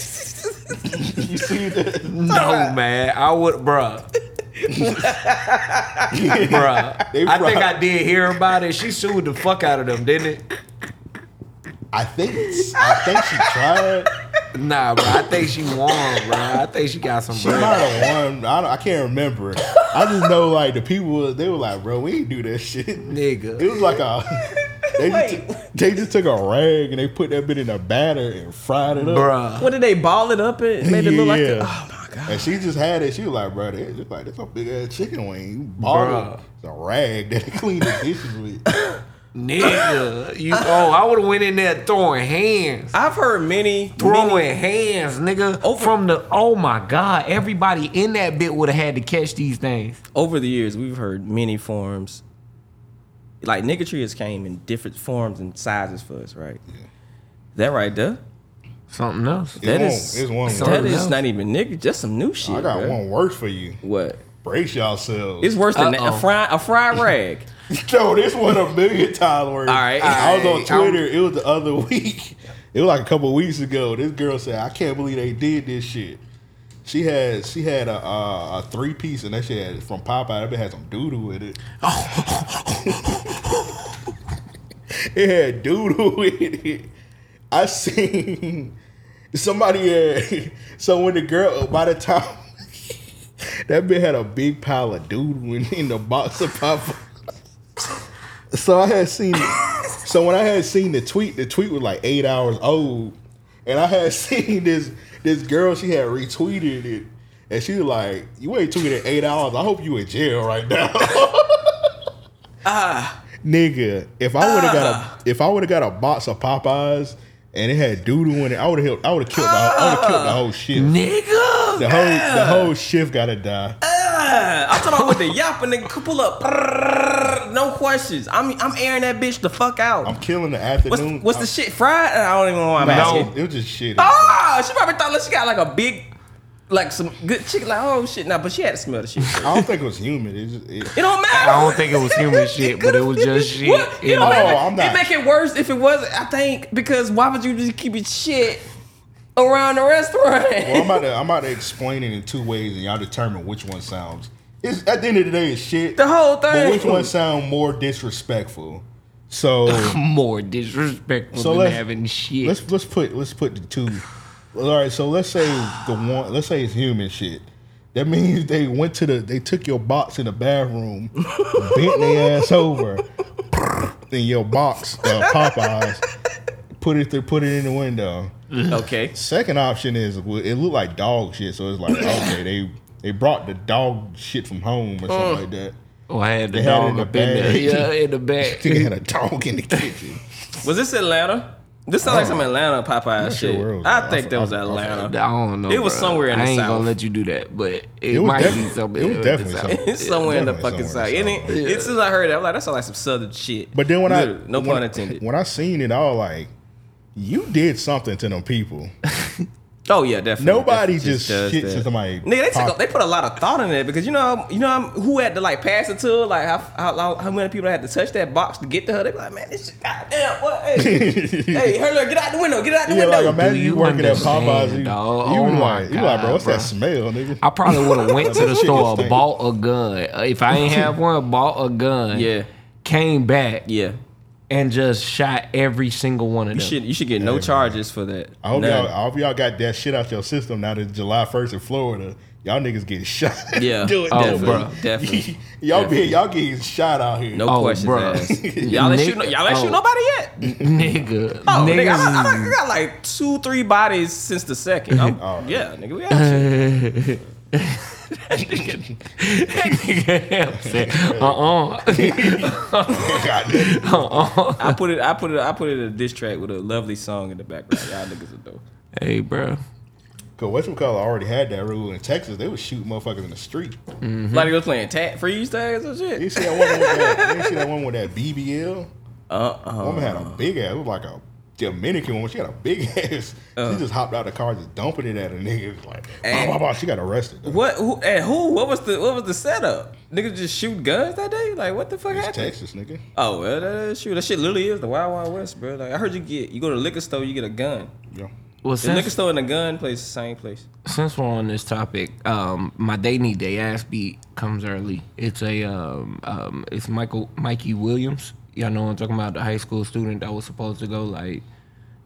you see that? no, man. I would, [laughs] bruh. [laughs] They bruh. I think fried- I did hear about it. She sued the fuck out of them, didn't it? I think I think she tried. Nah, bro. I think she won, bro. I think she got some She might bread. have won. I, don't, I can't remember. I just know like the people they were like, bro, we ain't do that shit. It Nigga. was like a. [laughs] They just, Wait. they just took a rag and they put that bit in a batter and fried it up. Bruh. [laughs] what did they ball it up and made it look like? Yeah. The, oh my god! And she just had it. She was like, bro, that's like that's a big ass chicken wing. You bought Bruh. it. It's a rag that they [laughs] clean the dishes with. Nigga. You, oh, I would have went in there throwing hands. I've heard many Throwing many- hands, nigga. Over- From the, oh my God. Everybody in that bit would have had to catch these things. over the years, we've heard many forms. Like niggatry has came in different forms and sizes for us, right? That right there. Something else. It's That one, is- it's one it's That word. already- is not even nigga, just some new shit. I got bruh. one word for you. What? Brace yourselves. It's worse than that. Uh-oh. A fry, [laughs] a fry rag. [laughs] Yo, this one a million time word. All right. I was on All right. Twitter. It was the other [laughs] week. It was like a couple weeks ago. This girl said, "I can't believe they did this shit." She had she had a a, a three piece and that shit had, from Popeye. That bitch had some doodle [laughs] in it. it had doodle [laughs] in it. I seen somebody had [laughs] so when the girl by the time that bitch had a big pile of doodle [laughs] in, in the box of Popeye. So I had seen so when I had seen the tweet, the tweet was like eight hours old. And I had [laughs] seen this this girl, she had retweeted it. And she was like, You ain't tweeted eight hours. I hope you in jail right now. Nigga, if I would have got a if I would have got a box of Popeyes and it had doodle in it, I would have I would have killed the I would have killed the whole shift. Nigga. The whole the whole shift gotta die. Ah, I'm talking about with the yap and then pull up. Brrrr, No questions. I'm I'm airing that bitch the fuck out. I'm killing the what's afternoon. what's the shit? Fried? I don't even know why I'm asking. No, it was just shit. Ah, she probably thought like, she got like a big, like some good chicken. Like oh shit, nah, but she had to smell the shit. It I don't think it was human. It just, it, don't matter. I don't think it was [laughs] human shit, but it was just shit. What? It in don't Oh, the- matter. I'm not- It make it worse if it wasn't. I think because why would you just keep it shit around the restaurant? [laughs] Well, I'm about to I'm about to explain it in two ways, and y'all determine which one sounds. It's at the end of the day, it's shit. the whole But thing. which one sound more disrespectful? So [laughs] More disrespectful So than let's- having shit. let's let's put let's put the two. All right, so let's say the one. Let's say it's human shit. That means they went to the. They took your box in the bathroom, [laughs] bent their ass over, in your box uh, Popeyes, put it through, put it in the window. Okay. Second option is well, it looked like dog shit, so [coughs] it's like okay, they they brought the dog shit from home or something like that. oh, I had the They had it dog in the up in there. bag. [laughs] Yeah, in the [laughs] back. They had a dog in the kitchen. Was this Atlanta? This sounds like Oh. some Atlanta Popeye sure shit. where it was I at. think that was I- I- Atlanta. I don't know. It was bruh. somewhere in the I ain't South. gonna let you do that, but it, was might be definitely- something. uh, it was in the definitely South. [laughs] something. It's somewhere in the Definitely fucking somewhere south. in And the it, as soon as I heard that, I'm like, that sounds like some southern shit. But then when Literally, I no when, pun intended. when I seen it, I was like, you did something to them people. oh yeah, definitely. [laughs] Nobody Definitely just shits does to that. somebody. Nigga, they, took, pop- a- [laughs] they put a lot of thought in it because you know you know who had to like pass it to like how, how, how, how many people had to touch that box to get to her. They be like, man, this shit, goddamn, what? [laughs] Hey, hey, hurry up, get out the window, get out the yeah, window. like imagine you, you working at understand, Popeyes. You, you dawg? Oh be my like, you like, bro, God, what's bro. that smell, nigga? I probably would have [laughs] went to the Shit store, stink. bought a gun. Uh, If I ain't have one, bought a gun. Yeah. Came back yeah, and just shot every single one of you them. should you should get no charges for that. I hope None. y'all, I hope y'all got that shit out your system now that July first in Florida, y'all niggas getting [laughs] shot. Yeah, Do it, definitely, bro. definitely. [laughs] y'all be y'all getting shot out here. No Oh, questions bruh. asked. Y'all ain't Nigga- shoot, no- y'all ain't oh. shoot nobody [laughs] yet. Nigga. Oh, nigga, niggas I, I, [laughs] is- I got like two, three bodies since the second. I'm, Oh. Yeah, nigga, we out here. [laughs] Nigga said, uh-uh. [laughs] God, I put it, I put it, I put it in a diss track with a lovely song in the background. Y'all niggas are dope. hey, bro. Cause what's color already had that rule in Texas. They would shoot motherfuckers in the street. Like they was playing tag, freeze tags or You shit. see that one with that? You see that one with that BBL? Uh Uh-uh. uh Woman had a big ass. It was like a Dominican woman. She had a big [laughs] ass. She just hopped out of the car, just dumping it at a nigga. It was like, bah, Uh. And- bah, bah. she got arrested. though. What? Who? And who? What was the? What was the setup? Niggas just shoot guns that day? Like what the fuck It's happened? Texas, nigga. Oh well, that, that shit, that shit literally is the wild wild west, bro. Like I heard you get, you go to the liquor store, you get a gun. Yeah. Well, The liquor since, store and the gun place the same place. since we're on this topic, um, my day need day ass beat comes early. It's a um, um, it's Michael Mikey Williams. Y'all know what I'm talking about the high school student that was supposed to go like,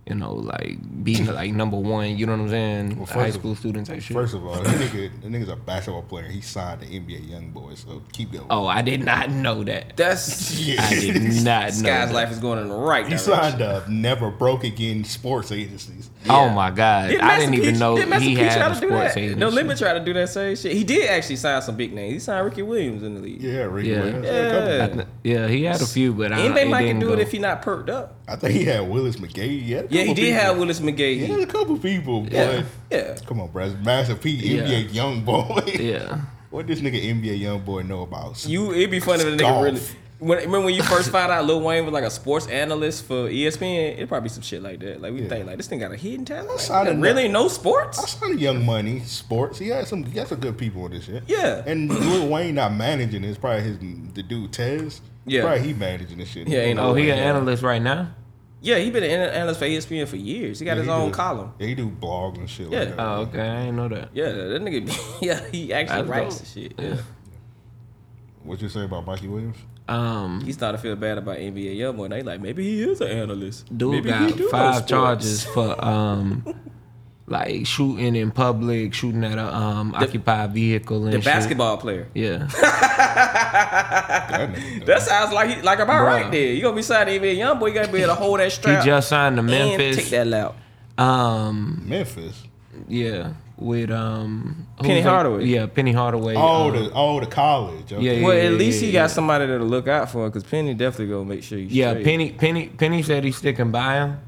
you know, like being like number one. You know what I'm saying? Well, high first of- school students type shit. First of all, that nigga, that nigga's a basketball player. He signed the NBA young boy, so keep that. oh, I did not know [laughs] that. That's I [laughs] yeah. did not this know. guy's that. life is going in the right He direction. signed up, never broke again sports agencies. Oh my god! Didn't I Master didn't P- even know didn't Master he P try had a to do sports that? agent. No limit tried to do that same shit. He did actually sign some big names. He signed Ricky Williams in the league. Yeah, Ricky Yeah. Williams. had a couple Yeah. of them. N- Yeah, he had a few, but I, Anybody it might can didn't do it go. if he not perked up. I think he had Willis McGay. He had a Yeah, he did couple people. have Willis McGahee. He had a couple people, boy. Yeah. yeah. Come on, Brad. Master P, NBA young boy. [laughs] Yeah. What this nigga NBA young boy know about? You it'd be funny if the nigga Golf. really when, remember when you first found out Lil Wayne was like a sports analyst for E ESPN, it'd probably be some shit like that. Like we think like this thing got a hidden talent. Like, Outside of nigga really that- no I sports? signed Young Money, sports. He had some, he had some good people in this shit. Yeah. And Lil Wayne not managing is probably his the dude Tez. Yeah. Probably he managing this shit. Yeah, ain't Oh, he Yeah. an analyst right now. Yeah, he been an ana- analyst for E ESPN for years. He got Yeah, his he own do- column. Yeah, he do blogs and shit. Yeah. Like that. Oh, okay, I didn't know that. Yeah, that nigga. be- [laughs] Yeah, he actually That's writes dope. the shit. Yeah. What you say about Mikey Williams? Um, He started to feel bad about NBA Youngboy. Now he like, maybe he is an analyst. dude maybe got do know five sports. charges for um, [laughs] like shooting in public, shooting at a um occupied vehicle and The shit. basketball player. [laughs] Yeah, That nigga That sounds like he, like about Bruh. right there. You gonna be signing NBA Youngboy? You gotta be able to hold that he strap. just signed to and take Memphis. that loud. does Um, Memphis. yeah, with um who's Penny the- Hardaway. Yeah, Penny Hardaway. Oh, um, the oh the college. Okay. yeah, yeah, Well, yeah, at least yeah, he yeah. got somebody that'll look out for him because Penny definitely gonna make sure you. Yeah, straight. Penny, Penny, Penny said he's sticking by him,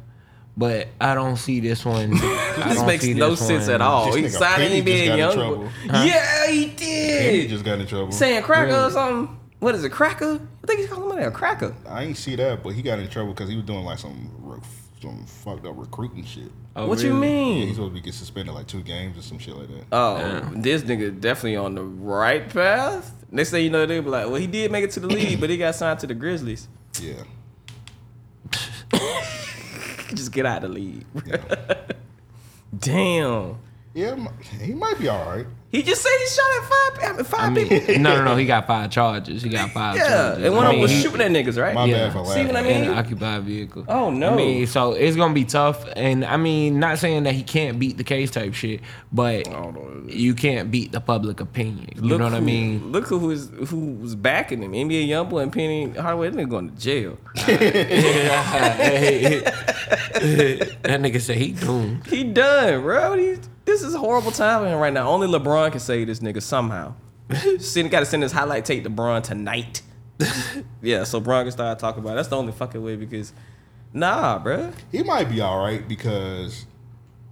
but I don't see this one. I [laughs] This don't makes see no this sense one. at all. This He nigga signed Penny just NBA got in Youngboy. trouble. Yeah, he And he did. just got in trouble. Saying cracker or Really? something. What is it, cracker? I think he's calling somebody a cracker. I ain't see that, but he got in trouble because he was doing like some re- some fucked up recruiting shit. Oh, what you really? Yeah, he's mean? supposed to get suspended like two games or some shit like that. Oh, this nigga definitely on the right path. Next thing you know, they be like, well, he did make it to the league, but he got signed to the Grizzlies. [laughs] yeah. Just get out of the league. Yeah. [laughs] Damn. Yeah, m- he might be all right. He just said he shot at five, I mean, five I mean, [laughs] people. no, no, no. He got five charges. He got five Yeah, charges. and one I of them was mean, he- shooting at niggas, right? My yeah. bad for See laughing. what I in an mean? occupied vehicle. Oh, no. I mean, so it's gonna be tough, and I mean, not saying that he can't beat the case type shit, but you can't beat the public opinion. You know what I who- [laughs] mean? Look who was who was backing him. NBA YoungBoy and Penny Hardaway. That nigga going to jail. that [laughs] nigga said he doomed. He done, bro. He, this is a horrible time for him right now. Only LeBron can save this nigga somehow. [laughs] send, gotta send this highlight tape to [laughs] LeBron tonight. yeah, so LeBron can start talking about. It. That's the only fucking way because, nah, bro. He might be all right because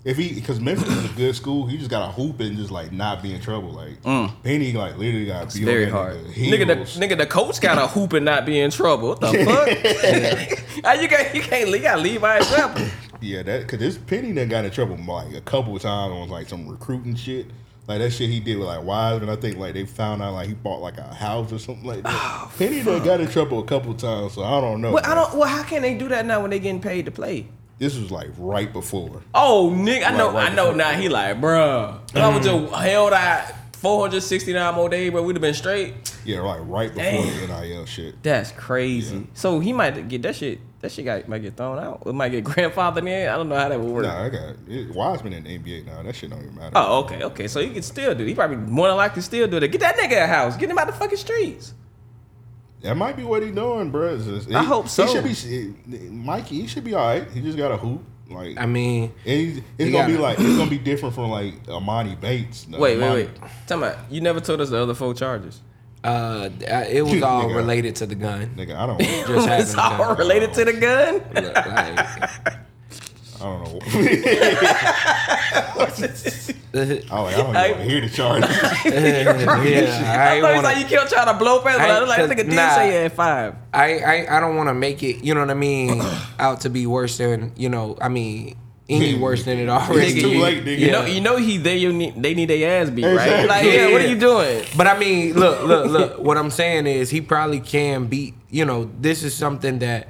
if he because Memphis is a good school, he just got to hoop and just like not be in trouble. Like Penny, like literally got beat Mm. Very on that hard. Nigga, Nigga, the, Heels. nigga, the coach got a hoop and not be in trouble. [laughs] What the fuck? [laughs] Ah, you can't, you can't, you gotta lead [coughs] by example. yeah, that because this Penny done got in trouble like a couple of times on like some recruiting shit. Like that shit he did with like Wiseman, I think like they found out like he bought like a house or something like that. Penny done got in trouble a couple of times, so I don't know. Oh, Well, I man. don't. Well, how can they do that now when they getting paid to play? This was like right before. Oh, nigga, I know, right I know. Now he like, Mm. bruh, if I would just held out 469 more days, bro, we'd have been straight. Yeah, like right before Damn. the NIL shit. That's crazy. So he might get that shit. That shit got, might get thrown out. It might get [laughs] grandfathered in. I don't know how that would work. Nah, I got it, Wiseman in the NBA now. That shit don't even matter. Oh, okay, okay. So he can still do. it. He probably more than likely still do it. Get that nigga a house. Get him out the fucking streets. That might be what he's doing, bro. It's just- I he- hope so. He should be, he- Mikey. He should be all right. He just got a hoop. Like, I mean, and he's, it's he gonna be gotta- like it's gonna be different from like Amani Bates. No, Wait, wait, Amani- wait. Tell me, you never told us the other four charges. uh, it was all related to the gun. Nigga, I don't. I Just happened [laughs] [laughs] it's to all go. related to the gun. Look, like, [laughs] don't know. [laughs] I, like, I don't even I- want to hear the charges. [laughs] yeah, I I thought wanna, it's like you kept trying to blow past, but I I- was like, this nigga did nah. say it at five. I, I, I don't want to make it, you know what I [clears throat] mean, out to be worse than, you know, I mean, [laughs] any worse than it already It's too is. late, nigga. You know, you know he they you need they need their ass beat, right? Exactly. Like, yeah, Yeah. what are you doing? But I mean, look, look, look. What I'm saying is he probably can beat, you know, this is something that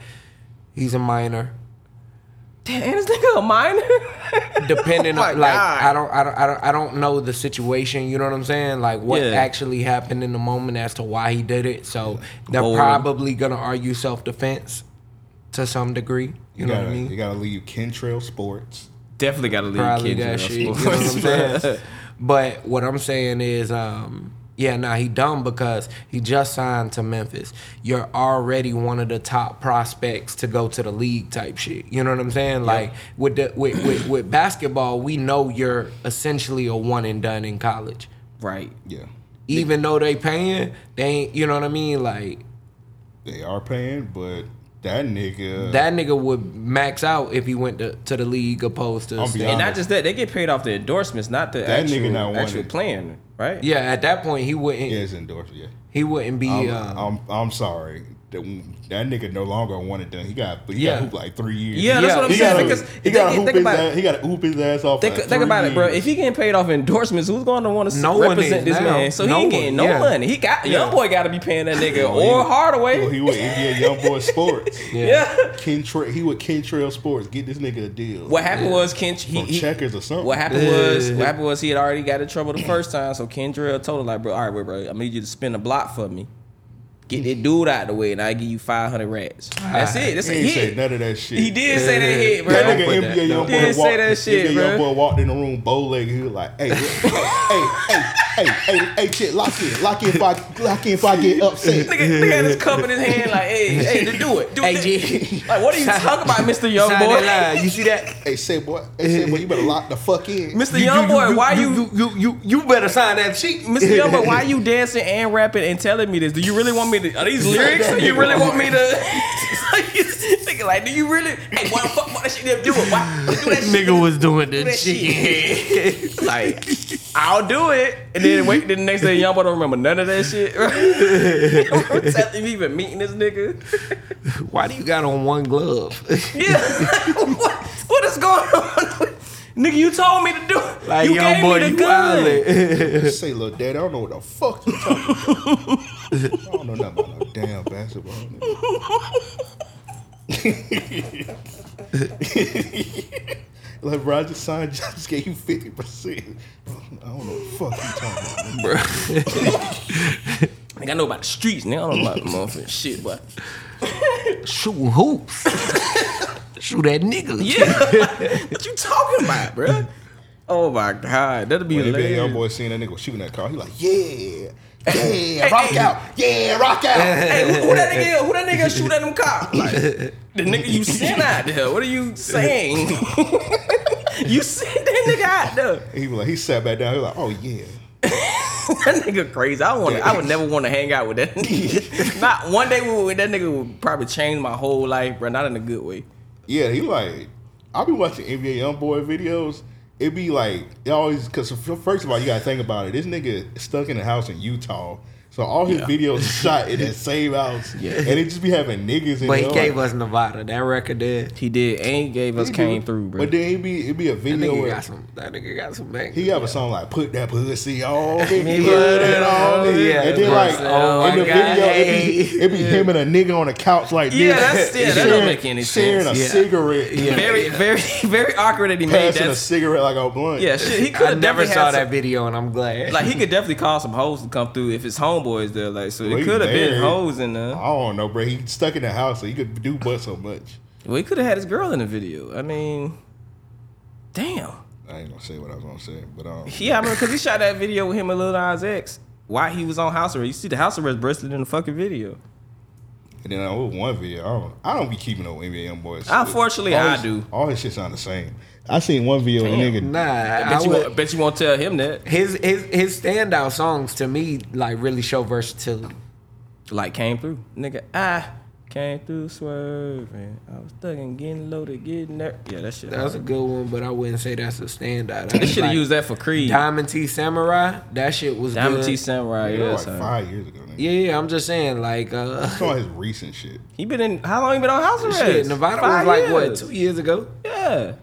he's a minor. Damn, this nigga a minor. [laughs] Depending Oh my on like God. I don't I don't I don't I don't know the situation, you know what I'm saying? Like what Yeah. actually happened in the moment as to why he did it. So they're Bold. probably gonna argue self defense to some degree. You You know what I gotta, mean? you gotta leave Kentrail Sports. Definitely got to leave probably kids that in shit. You know school. what [laughs] I'm saying? but what I'm saying is, um, yeah, nah, he dumb because he just signed to Memphis. You're already one of the top prospects to go to the league type shit. You know what I'm saying? Like with the with, with with basketball, we know you're essentially a one and done in college. Right. Yeah, Even though they paying, they ain't. You know what I mean? Like they are paying, but that nigga. that nigga would max out if he went to, to the league opposed to. I'll be staying. And not just that, they get paid off the endorsements, not the That actual, nigga not want actual it. plan, right? yeah, at that point he wouldn't. yeah, it's endorsed. Yeah. He wouldn't be. I'm, uh, I'm, I'm sorry. That, that nigga no longer wanted done. He got he Yeah. got hooped like three years. Yeah, that's Yeah. what I'm he saying. got because to he think- got think hoop his about it. ass. He got to hoop his ass off. Think, for like think three about it, bro. If years. he getting paid off endorsements, who's going to want to No one represent is this now. man? So No he ain't getting one, no yeah. money. He got Yeah. young boy got to be paying that nigga he- or Hardaway. Well, he with NBA YoungBoy Sports. yeah. [laughs] Kentra- he with Kentrail Sports. Get this nigga a deal. What happened was Ken. He, From he- checkers or something. what happened was what happened was he had already got in trouble the first time. So Kendra told him like, bro, all right, wait, bro, I need you to spin a block for me. Get that dude out the way, and I give you five hundred rats. That's it. That's Ah, He a ain't say hit. none of that shit. He did say that hit, bro. That nigga Don't put NBA that- YoungBoy don't- Didn't say walked. that shit, NBA bro. YoungBoy walked in the room bow legged. He was like, "Hey, hey, hey, hey, hey, hey, shit, lock in, lock in, if I lock in if I get upset." Nigga, nigga had his cup in his hand, like, hey, hey, do it, do Hey, it. G. Like, what are you talking about, Mister [laughs] Young Sign Boy? that line. You see that? Hey, say boy, hey, say boy, you better lock the fuck [laughs] in. Mr. Youngboy, why you, you you you better sign that sheet. Mr. Youngboy, why you dancing and rapping and telling me this? Do you really want me to? Are these lyrics? Or you really want me to? [laughs] Nigga, like, do you really? Hey, why the fuck? Why that shit them do it? Why do that shit? Nigga was doing the [laughs] that shit. [laughs] like, I'll do it, and then wait. Then the next day, Youngboy don't remember none of that shit. [laughs] I'm telling you, even meeting this nigga. [laughs] Why do you got on one [laughs] glove? Yeah. [laughs] what, what is going on? Nigga, you told me to do it. you gave me the gun. Say, little daddy, I don't know what the fuck you talking [laughs] about. I don't know nothing about no damn basketball. nigga. [laughs] Like, bro, I just signed, [laughs] just gave you 50%. I don't know what the fuck you talking about. bro. Nigga, I know about the streets, nigga. I don't know about the motherfucking shit, but Shooting hoops. [laughs] Shoot that nigga. yeah, [laughs] what you talking about, bro? Oh my god, that'll be When that big young hilarious. boy seen that nigga was shooting that car, he like, yeah, yeah, rock out, yeah, rock out. [laughs] Hey, who, who that nigga? is? Who that [laughs] nigga shoot at them cops? Like, the nigga you sent out there. What are you saying? [laughs] you sent that nigga out there. He was like, he sat back down. He was like, oh yeah. That nigga crazy. I want. I would never want to hang out with that. [laughs] nigga. Not one day would that nigga would probably change my whole life, bro. Not in a good way. Yeah, he like I be watching NBA YoungBoy videos. It be like it always because first of all, you gotta think about it. This nigga stuck in the house in Utah, so all his Yeah. videos shot [laughs] in that same house, Yeah. and it just be having niggas in But there. he gave like, us Nevada. That record there. He did. Ain't gave us he came do- through, bro. But then it be it be a That video nigga where got some. That nigga got some bangers. he have a song like "Put [laughs] That Pussy On," put it it on, on, yeah. and then like Oh, in the I got video, it be, it be him and a nigga on a couch like Yeah, this, that's- yeah, [laughs] that don't sharing- make any sharing sense. a Yeah. cigarette, [laughs] very, very, [laughs] very awkward that he made passing a that. cigarette like a blunt. Yeah, shit. He could I have never never saw had that that. video, and I'm glad. Like he could definitely call some hoes to come through if his homeboys there. Like so, Well, it he could have been married. hoes in there. I don't know, bro. He stuck in the house, so he could do but so much. Well, he could have had his girl in the video. I mean, damn. I ain't gonna say what I was gonna say, but um, Yeah, I remember because he shot that video with him and Lil Nas X. Why he was on house arrest? You see the house arrest bracelet in the fucking video. and then I was one video. I don't, I don't be keeping no NBA young boys. Unfortunately, all I his, do. All his shit sound the same. I seen one video, of a nigga. nah, I Bet you, would- won't, bet you won't tell him that. his his his standout songs to me like really show versatility. Like came through, nigga. I came through swerving. I was stuck and getting loaded, getting there. Yeah, that shit. That's a good one, but I wouldn't say that's a standout. They should have Like, used that for Creed. Diamond T Samurai. That shit was Diamond good. T Samurai. That Yeah, was son. like five years ago. Nigga. yeah, yeah, I'm just saying like uh [laughs] That's all his recent shit. He been in how long? He been on house arrest? shit. Nevada Five was like what years. two years ago. Yeah,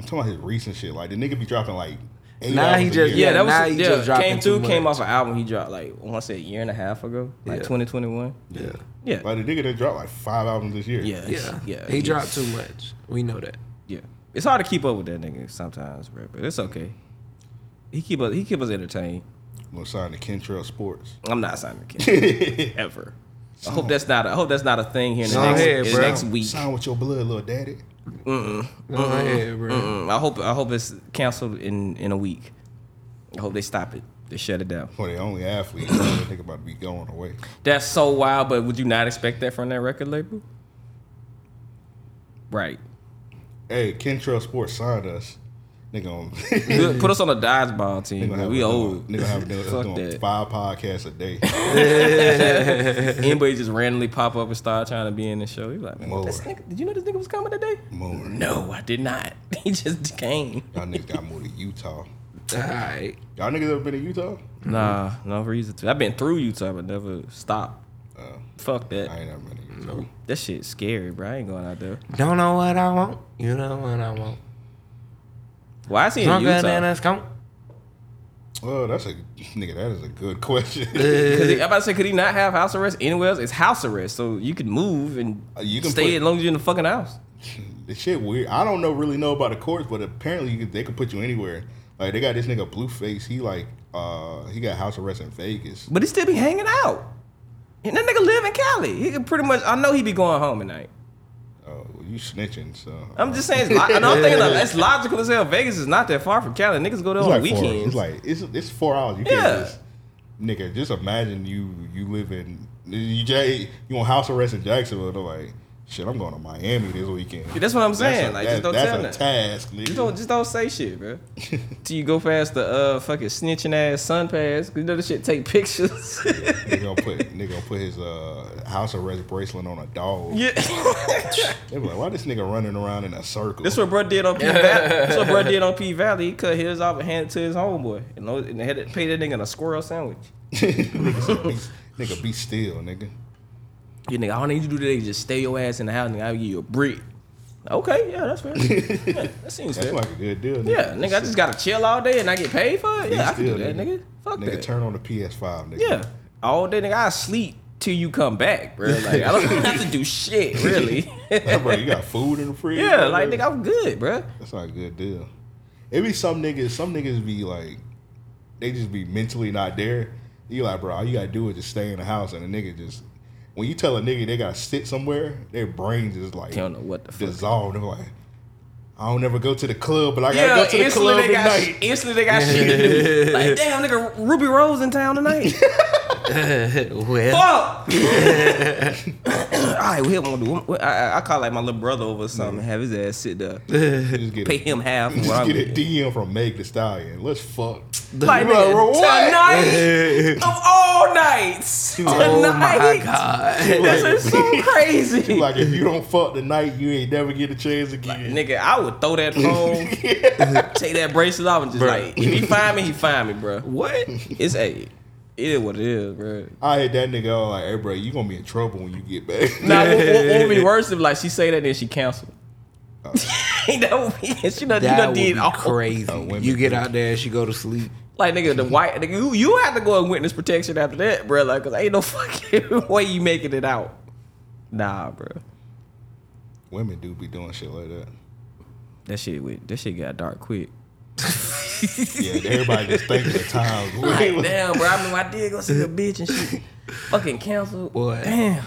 I'm talking about his recent shit. Like the nigga be dropping like. Eight Nah, he albums a just- yeah. year. that was now he yeah. just dropping came through. too Came much. off an album he dropped like I want to say a year and a half ago, like Yeah. 2021. Yeah, yeah, Like the nigga that dropped like five albums this year. yeah, Yeah, yeah. He dropped too much. We know that. Yeah, it's hard to keep up with that nigga sometimes, bro. But it's okay. He keep us. He keep us entertained. I'm gonna sign to Kentrell Sports. I'm not signing [laughs] [laughs] Kendrick ever. I hope that's not. A, I hope that's not a thing here in the, Sign next, ahead, in the bro. next week. Sign with your blood, little daddy. Oh, yeah, bro. Mm, I hope. I hope it's canceled in in a week. I hope they stop it. They shut it down. For the only athlete, that nigga about to be going away. That's so wild, but would you not expect that from that record label? Right. Hey, Kentrell Sports signed us. [laughs] Nigga, on, Put put us on a dodgeball team. Nigga man. have We another- old. Nigga have another- Fuck doing that. five podcasts [laughs] a day. Anybody just randomly pop up and start trying to be in the show. You're like, man, Lord. this nigga, did you know this nigga was coming today? More. No, I did not. [laughs] He just came. Y'all niggas got moved to Utah. All right. Y'all niggas ever been to Utah? Nah, no reason to. I've been through Utah, but never stopped. Uh, Fuck I that. ain't ever been to Utah. That shit's scary, bro. I ain't going out there. Don't know what I want. You know what I want. Why is he in Drunker than Utah? us, come. Well, that's a nigga. That is a good [laughs] question. 'Cause he- I'm about to say, could he not have house arrest anywhere else? It's house arrest, so you can move and Uh, you can stay put- as long as you're in the fucking house. this shit weird. I don't know really know about the courts, but apparently you, could- they could put you anywhere. Like they got this nigga Blueface. He like uh he got house arrest in Vegas. But he still be hanging out. And that nigga live in Cali. He can pretty much. I know he be going home at night. Oh, you snitching? So I'm just saying. It's lo- and I'm thinking like, [laughs] it's logical as hell. Vegas is not that far from Cali. Niggas go there it's on like four. weekends. It's like it's it's four hours. You Yeah. can't just nigga. Just imagine you you live in you J you on house arrest in Jacksonville. They're like, shit, I'm going to Miami this weekend. That's what I'm saying. like, just don't that's tell a that. task, nigga. Just don't, just don't say shit, [laughs] bro. Till you go past the uh fucking snitching ass sun pass, 'cause you know this shit take pictures. [laughs] nigga gonna put nigga gonna put his uh house arrest bracelet on a dog. yeah, [laughs] They be like, why this nigga running around in a circle? that's what bro did on P Valley. That's what bro did on P Valley. He cut his off and handed it to his homeboy, and, lo- and they had to pay that nigga in a squirrel sandwich. nigga, said, be, nigga, be still, nigga. You nigga, I don't need you to do today. Just stay your ass in the house, nigga. I'll give you a brick. Okay, yeah, that's [laughs] fair. Yeah, that seems That's fair. like a good deal. Nigga. yeah, nigga, I just gotta chill all day and I get paid for it. Be Yeah, I can do still, that, nigga. Fuck nigga, that. turn on the PS5, nigga. Yeah, all day, nigga. I sleep till you come back, bro. Like I don't [laughs] have to do shit, [laughs] really. Like, bro, you got food in the fridge. [laughs] yeah, like bro? nigga, I'm good, bro. That's not a good deal. It be some niggas. Some niggas be like, they just be mentally not there. You like, bro, all you gotta do is just stay in the house, and the nigga just. When you tell a nigga they gotta sit somewhere, their brain just like Don't know what the fuck. dissolved. They're like, I don't ever go to the club, but I gotta Yeah, go to the instantly club they got tonight. shit. instantly [laughs] they got shit to do. Like damn, nigga, Ruby Rose in town [laughs] tonight. [laughs] Well, Fuck. All right, we have one. to do. What- I, I- I call like my little brother over or something. Have his ass sit there, You [laughs] just get pay a, him half. of you what just I'm get a getting. DM from Meg the Stallion. Let's fuck. Like Bro, nigga, bro, [laughs] what? tonight of all nights, tonight. [laughs] oh my [laughs] god. This is so crazy. Like if you don't fuck tonight, you ain't never get a chance again. Nigga, I would throw that [laughs] phone, take that bracelet off, and just like, if he find me, he find me, bro. What? It's a. It is what it is, bro. I hit that nigga. I was like, hey, bro, you gonna be in trouble when you get back. Nah, what, [laughs] what- what would [laughs] be worse if like she say that and she canceled? Oh. [laughs] that would be, she done, you That done would did be all. crazy. women you get out there, she go to sleep. Like nigga, the white nigga, you, you have to go in witness protection after that, bro. Like, cause ain't no [laughs] fucking way you making it out. Nah, bro. Women do be doing shit like that. That shit went. That shit got dark quick. Yeah, everybody just think the times. [laughs] Like, damn, bro. I mean, I did go see the bitch and she fucking canceled. Boy. Damn.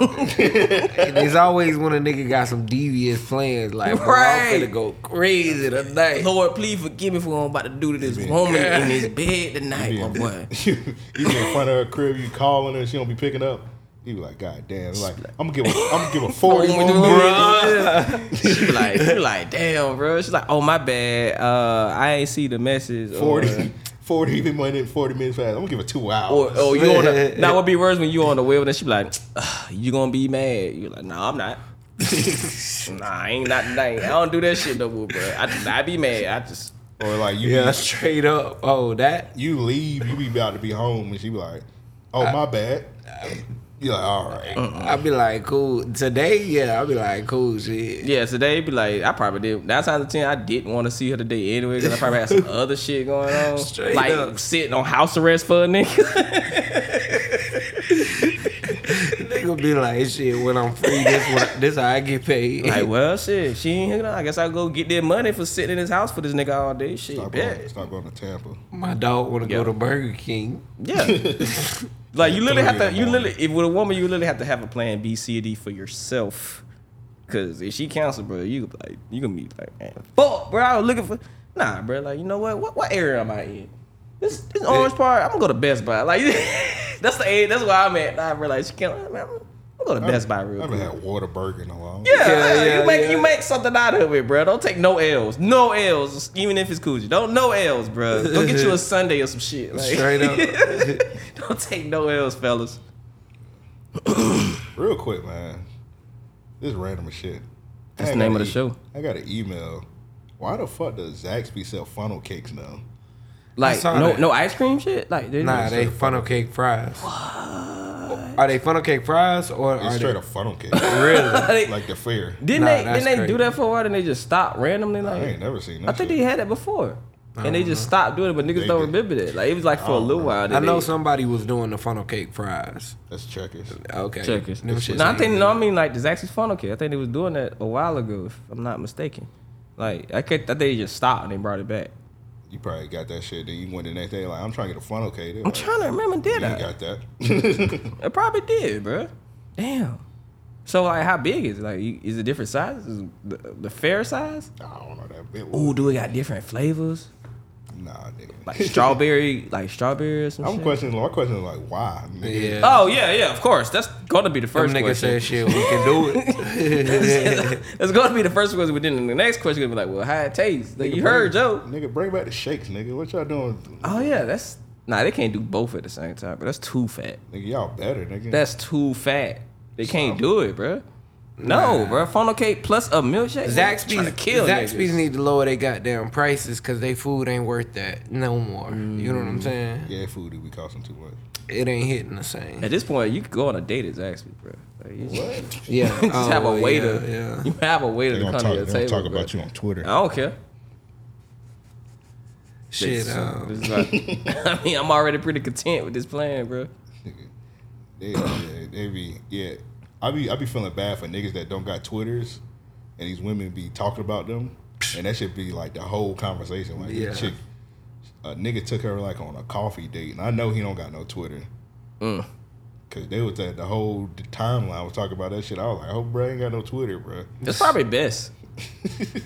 And there's always when a nigga got some devious plans, like bro, I'm Right. finna go crazy tonight. Lord, please forgive me for what I'm about to do to this woman in this bed tonight, my boy. [laughs] you be in front of her crib, you calling her, she don't be picking up. You be like, God damn, like I'm gonna give a, I'm gonna [laughs] give a forty What we more doing? minutes. She be like, she be like, damn, bro. She's like, oh my bad. Uh, I ain't see the message. [laughs] 40, 40 even minute, forty minutes fast. I'm gonna give it two hours. Or, or, or you on the that would be worse when you on the wheel and she be like, "Ugh, you gonna be mad. You like, nah, [laughs] I'm not. nah, I ain't not. I, ain't- I don't do that shit no more, bro. I, I be mad. I just Or, like you, Yeah, [laughs] straight up. Oh, that. you leave, you be about to be home, and she be like, Oh my bad. You're like, all right. I'd be like, cool. Today, yeah, I'd be like, cool shit. Yeah, so they be like, I probably did. Nine times out of ten, I didn't want to see her today anyway because I probably [laughs] had some other shit going on, Straight like up. sitting on house arrest for a nigga. [laughs] Nigga be like, shit, when I'm free, this what this how I get paid. like, well, shit, she ain't hooking up. I guess I go get that money for sitting in his house for this nigga all day. Shit, Stop going, bet. stop going to Tampa. [laughs] my dog wanna Yeah. go to Burger King. yeah. like you literally Three have in to. the You morning. literally, if with a woman, you literally have to have a plan B, C, D for yourself. Cause if she cancel, bro, you could be like you gonna be like, man, fuck, bro. I was looking for nah, bro. Like you know what? What what area am I in? This this orange part. I'm gonna go to Best Buy. Like [laughs] that's the area. That's where I'm at. Nah, bro. Like she can't. I'm gonna go to Best Buy I real haven't quick. had Whataburger in a long Yeah, Yeah, yeah, you make yeah. you make something out of it, bro. Don't take no L's, no L's, even if it's coochie. Don't no L's, bro. Go get you a Sunday or some shit. Like, Straight [laughs] up. don't take no L's, fellas. Real quick, man. This random as shit. That's I the name got of the a- show. I got an email. Why the fuck does Zaxby sell funnel cakes now? Like saw no that. no ice cream shit. Like they- Nah, they funnel cake fries. Are they funnel cake fries or It's are straight they up funnel [laughs] cake. really? They- like the fair. didn't Nah, they that's didn't they crazy. do that for a while? And they just stopped randomly. I Like ain't never seen [laughs] that. I think they shit. had that before, and they just stopped doing it. But niggas They don't did. remember that. Like it was like for a don't little know. while. I know some. somebody was doing the funnel cake fries. That's checkers. Okay. [laughs] Checkers. Them shits No, I ain't think good. no. I mean like the Zaxby's funnel cake. I think they was doing that a while ago, if I'm not mistaken. Like I could, I think they just stopped and they brought it back. You probably got that shit. Then you went the next day like, I'm trying to get a funnel cake. They're I'm like, trying to remember, did You ain't I? [laughs] got that. I probably did, bro. Damn. So like, how big is it? Like, you- is it different sizes? Is it the, the fair size? I don't know that bit. Ooh, do it got different flavors? Nah, nigga. [laughs] Like [laughs] strawberry, like strawberry or some I'm shit. questioning. My question is like, why? Nigga? Yeah. Oh yeah, yeah, of course. That's gonna be the Them first nigga question. said shit, we can do [laughs] it. That's gonna be the first question. But then the next question gonna be like, well, how it tastes? Like you heard, Joe. Nigga, bring back the shakes, nigga. What y'all doing? Oh yeah, that's nah. They can't do both at the same time, but that's too fat. Nigga, y'all better, nigga. That's too fat. They can't do it, bruh. No, bruh. bro. Funnel cake plus a milkshake. Trying Zaxby's, to kill Zaxby's niggas. need to lower their goddamn prices because they food ain't worth that no more. You know what I'm Mm. saying? yeah, food. We costing too much. It ain't hitting the same. At this point, you could go on a date at Zaxby's, bro. Like, you just, Yeah, [laughs] just have a Oh, waiter. Yeah, yeah. You have a waiter They to gonna come talk, to your they table. gonna talk bro. about you on Twitter. I don't care. Shit. So, um, it's like- I mean, I'm already pretty content with this plan, bro. They, yeah, they be yeah. I be I be feeling bad for niggas that don't got Twitters, and these women be talking about them, and that should be like the whole conversation. Like, Yeah. yeah. chick, a nigga took her like on a coffee date, and I know he don't got no Twitter, Mm. cause they was at the whole d- timeline was talking about that shit. I was like, oh, bro, I ain't got no Twitter, bro. That's probably [laughs] best.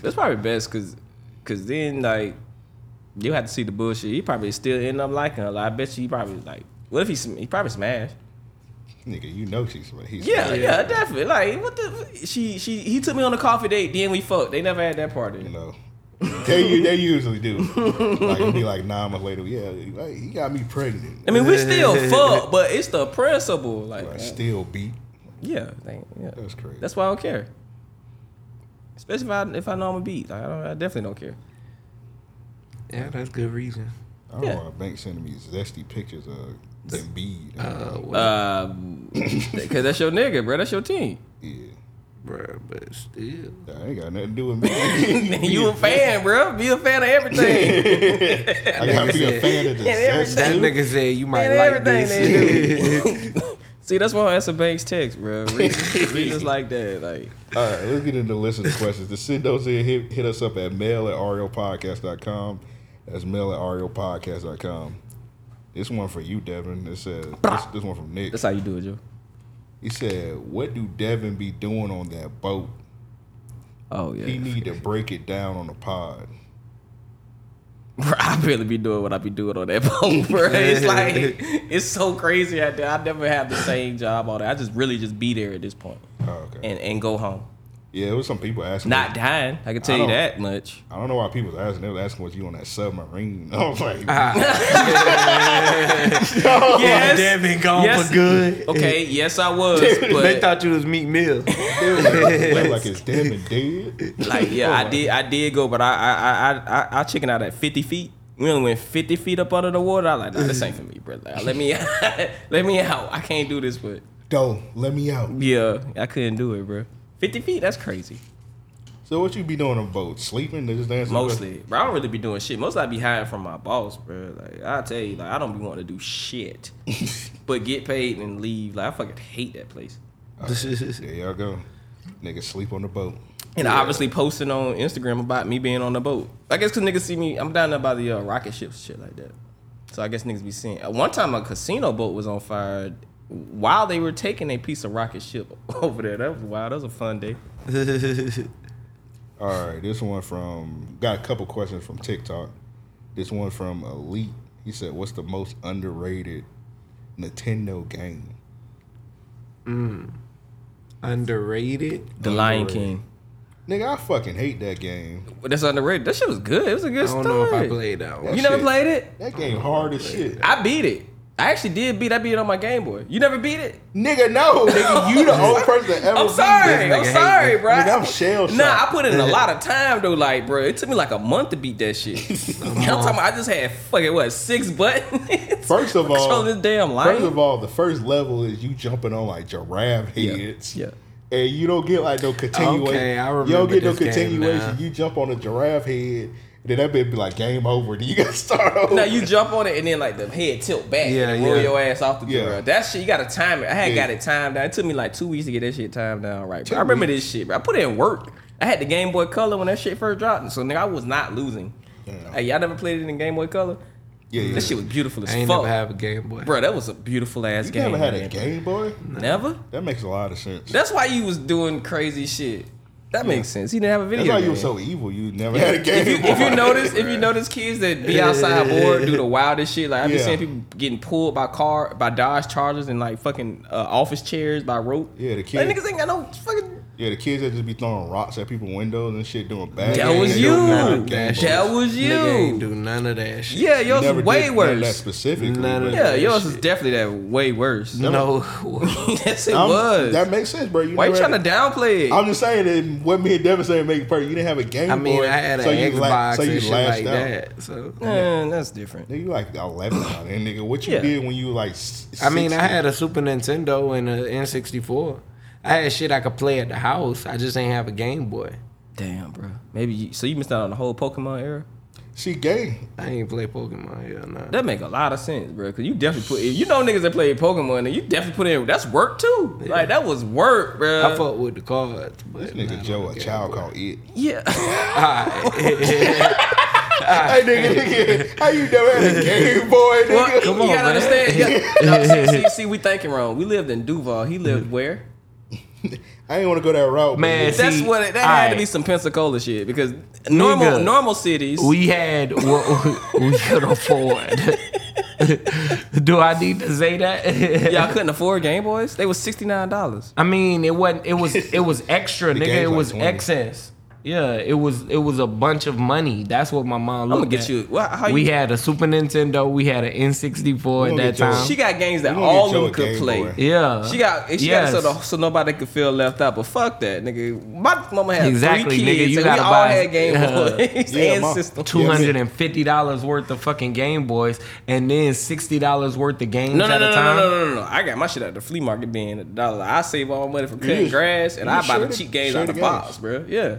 That's probably best because cause then, like, you have to see the bullshit. He probably still end up liking her. Like, I bet you he probably, like, what if he, sm- he probably smashed? Nigga, you know she's he's Yeah, yeah, definitely. Like, what the, she, she, he took me on a coffee date, then we fucked. They never had that you party. know. They, u- they [laughs] usually do. Like it'd be like nine months later, yeah, like, he got me pregnant. I mean, we still fuck, but it's the principle. Like, Like, still beat. yeah, they, yeah. That's crazy. That's why I don't care. Especially if I, if I know I'm a beat. Like, I, don't, I definitely don't care. yeah, that's good reason. I don't Yeah. want a bank sending me zesty pictures of Embiid. Uh, well, Um, because that's your nigga, bro. That's your team. yeah, bruh, but still. that ain't got nothing to do with [laughs] me. you a fan, bro. Be a fan of everything. I gotta be a [laughs] fan of the That zesty. nigga said you might Man, like [laughs] everything this. See, that's why I answer Banks text, bro. Reasons, reasons like that, like All right, let's get into listener questions. To send those in, hit, hit us up at mail at ariopodcast.com. That's mail at ariopodcast.com. This one for you, Devin. It says this, this one from Nick. that's how you do it, Joe. He said, "What do Devin be doing on that boat? Oh [laughs] He yeah, need to break it down on the pod." bro, I barely be doing what I be doing on that [laughs] phone, bro. It's like it's so crazy out there. I never have the same job all day. I just really just be there at this point Oh, okay. and and go home. Yeah, it was some people asking. Not dying, I can tell I you don't- that much. I don't know why people was asking. They was asking what you on that submarine. [laughs] I was like, Ah. Yes. Oh, Damn, been gone Yes. for good. [laughs] [laughs] Okay, yes I was, they but thought you was Meek [laughs] Mill. [laughs] like, like it's damn and dead. Like yeah, [laughs] I did I did go, but I I I I, I chicken out at fifty feet. We only went fifty feet up under the water. I like nah, this ain't for me, brother. let me [laughs] let me out. I can't do this, but [laughs] Don't let me out. yeah, I couldn't do it, bro. Fifty feet, that's crazy. So what you be doing on boat? Sleeping? They just dancing. Mostly, bro. I don't really be doing shit. Mostly, I be hiring from my boss, bro. Like I tell you, like I don't be wanting to do [laughs] shit, but get paid and leave. Like I fucking hate that place. There y'all go. Niggas sleep on the boat. And obviously posting on Instagram about me being on the boat. I guess 'cause niggas see me, I'm down there by the uh, rocket ships, shit like that. So I guess niggas be seeing. At one time, a casino boat was on fire while they were taking a piece of rocket ship [laughs] over there. That was wild. That was a fun day. All right, this one from got a couple questions from TikTok. This one from Elite. He said, "What's the most underrated Nintendo game?" Underrated. The Lion King. Nigga, I fucking hate that game. But that's underrated. That shit was good. It was a good I don't story. know if I played that one. you never shit. played it? That game hard as shit. I beat it. I actually did beat. I beat it on my Game Boy. You never beat it? Nigga, no, nigga, you [laughs] the only person that ever. I'm beat sorry. Oh, this nigga. I'm sorry, bro. Nigga, I'm shell shocked. Nah, I put in a lot of time though. Like, bro, it took me like a month to beat that [laughs] shit. [laughs] I'm talking about I just had fucking what six buttons. First of [laughs] all- control this damn First line. of all, the first level is you jumping on like giraffe heads. yeah. And you don't get like no continuation. Okay, I remember you don't get no this game now. continuation. You jump on a giraffe head, and then that bitch be like game over. Then you gotta [laughs] start over. Now you jump on it and then like the head tilt back Yeah, and roll yeah. your ass off the Yeah. yeah. That shit you gotta time it. I had Yeah. got it timed down. It took me like two weeks to get that shit timed down right. Bro. Two I remember this shit, bro. I put in work. I had the Game Boy Color when that shit first dropped, so nigga I was not losing. Hey, y'all never played it in Game Boy Color? yeah, yeah. That shit was beautiful as I ain't fuck. never have a Game Boy. Bro, that was a beautiful ass you game. never had a man. Game Boy? Never? That makes a lot of sense. That's why you was doing crazy shit. That makes sense. He didn't have a video. That's why you game. were so evil. You never had a Game if you, Boy. if you notice, if you notice, kids that be outside bored do the wildest shit. Like I be Yeah. seeing people getting pulled by car, by Dodge Chargers, and like fucking uh, office chairs by rope. Yeah, the Like, kids. niggas ain't got no fucking. Yeah, the kids that just be throwing rocks at people's windows and shit, doing bad. That shit. was They you. don't have a Game That Boy. That was Nigga ain't you. do none of that shit. Yeah, yours Never was way did none of That worse. specifically. None of but- Yeah, that yours shit. is definitely that way worse. No. [laughs] [laughs] yes, it I'm- was. That makes sense, bro. why you never had trying a- to downplay it? I'm just saying that what me and Devin saying make perfect. You didn't have a Game I mean, Boy, I had an so you Xbox la- so you and shit lashed like out. that. So Eh, that's different. Nigga, you like 11 out there, nigga. What you Yeah. did when you like? s- I mean, I 16? had a Super Nintendo and an N64. I had shit I could play at the house. I just ain't have a Game Boy. Damn, bro. Maybe you, so you missed out on the whole Pokemon era. She gay. I ain't play Pokemon. Yeah, nah. That make a lot of sense, bro. Cause you definitely put you know niggas that play Pokemon, and you definitely put in that's work too. Like that was work, bro. I fuck with the cards, but This nigga Joe, a child called it. [laughs] yeah. Ah. Hey nigga, nigga, [laughs] how you never had a Game Boy, Well, nigga? you on, gotta man. understand. You [laughs] got- no, see, see, see, we thinking wrong. We lived in Duval. He lived where? I ain't want to go that route, but Man, nigga, That's See, what. It, that had to aight. be some Pensacola shit because normal Nigga. normal cities. we had what we we could afford. [laughs] Do I need to say [laughs] that? y'all couldn't afford Game Boys. They was sixty nine dollars. [laughs] I mean, it wasn't. It was. It was [laughs] extra, nigga. game's It like was 20. excess. Yeah, it was. It was a bunch of money. That's what my mom. I'm Looked gonna get at. you. Wha how We you? had a Super Nintendo. We had an N64 at that gonna get you a- time. she got games that You gonna all get of your them could Game play. Boy. yeah. She got she Yes. got it so, the, so nobody could feel left out. But fuck that, nigga. My mama had Exactly, three nigga, kids, you and gotta we all buy- had Game Yeah. Boys Yeah, [laughs] and ma. system. Two hundred and fifty dollars worth of fucking Game Boys, and then sixty dollars worth of games No, no, at no, a no, no, time. no, no, no, no. I got my shit at the flea market being a dollar. I save all my money from cutting Yeah. grass, and You I buy share the the- cheap games share out the of the games. box, bro. Yeah,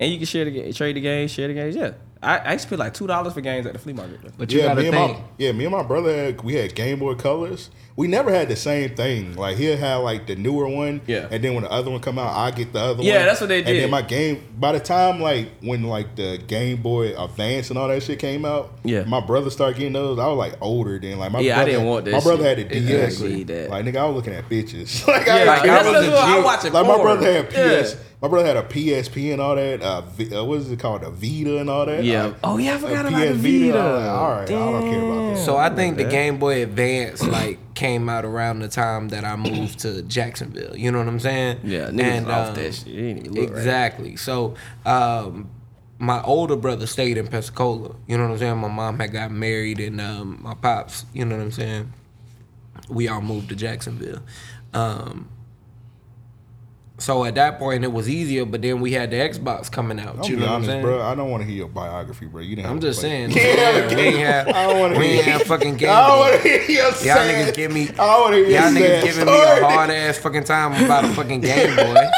and you can share the game, trade the games, share the games. Yeah, I, I used to pay like two dollars for games at the flea market. Bro. But you Yeah, gotta me and think. my yeah, me and my brother had, we had Game Boy Colors. We never had the same thing. Like he'll have like the newer one, Yeah. and then when the other one come out, I get the other one. Yeah, that's what they And did. then my game by the time like when like the Game Boy Advance and all that shit came out, Yeah. my brother started getting those. I was like older than like my Yeah, I brother, didn't want that My brother shit. had a DS. Exactly. Need that. Like nigga, I was looking at bitches. [laughs] like Yeah, I, like, I that's was what I was- I legit- watch it Like my porn. brother had PS. Yeah. My brother had a PSP and all that. Uh, v, uh, what is it called? A Vita and all that. Yeah. Like, oh yeah, I forgot a about the PS Vita. I'm like, all right, I don't care about that. So I think the Game Boy Advance like came out around the time that I moved to Jacksonville. You know what I'm saying? um, Yeah, niggas was off that shit. It didn't even look right. exactly. So um, my older brother stayed in Pensacola. You know what I'm saying? My mom had got married, and um, my pops. You know what I'm saying? We all moved to Jacksonville. Um, so at that point, it was easier. But then we had the Xbox coming out. I'll you be know what I'm honest, saying? bro. I don't want to hear your biography, bro. You didn't. I'm have to just play. saying. [laughs] Yeah, we ain't have, I don't want to we hear. ain't have fucking Game [laughs] I don't Boy. want to hear your Y'all sad- niggas give me [laughs] I don't want to hear y'all your niggas sad giving story. me a hard ass fucking time about a fucking Game [laughs] Boy.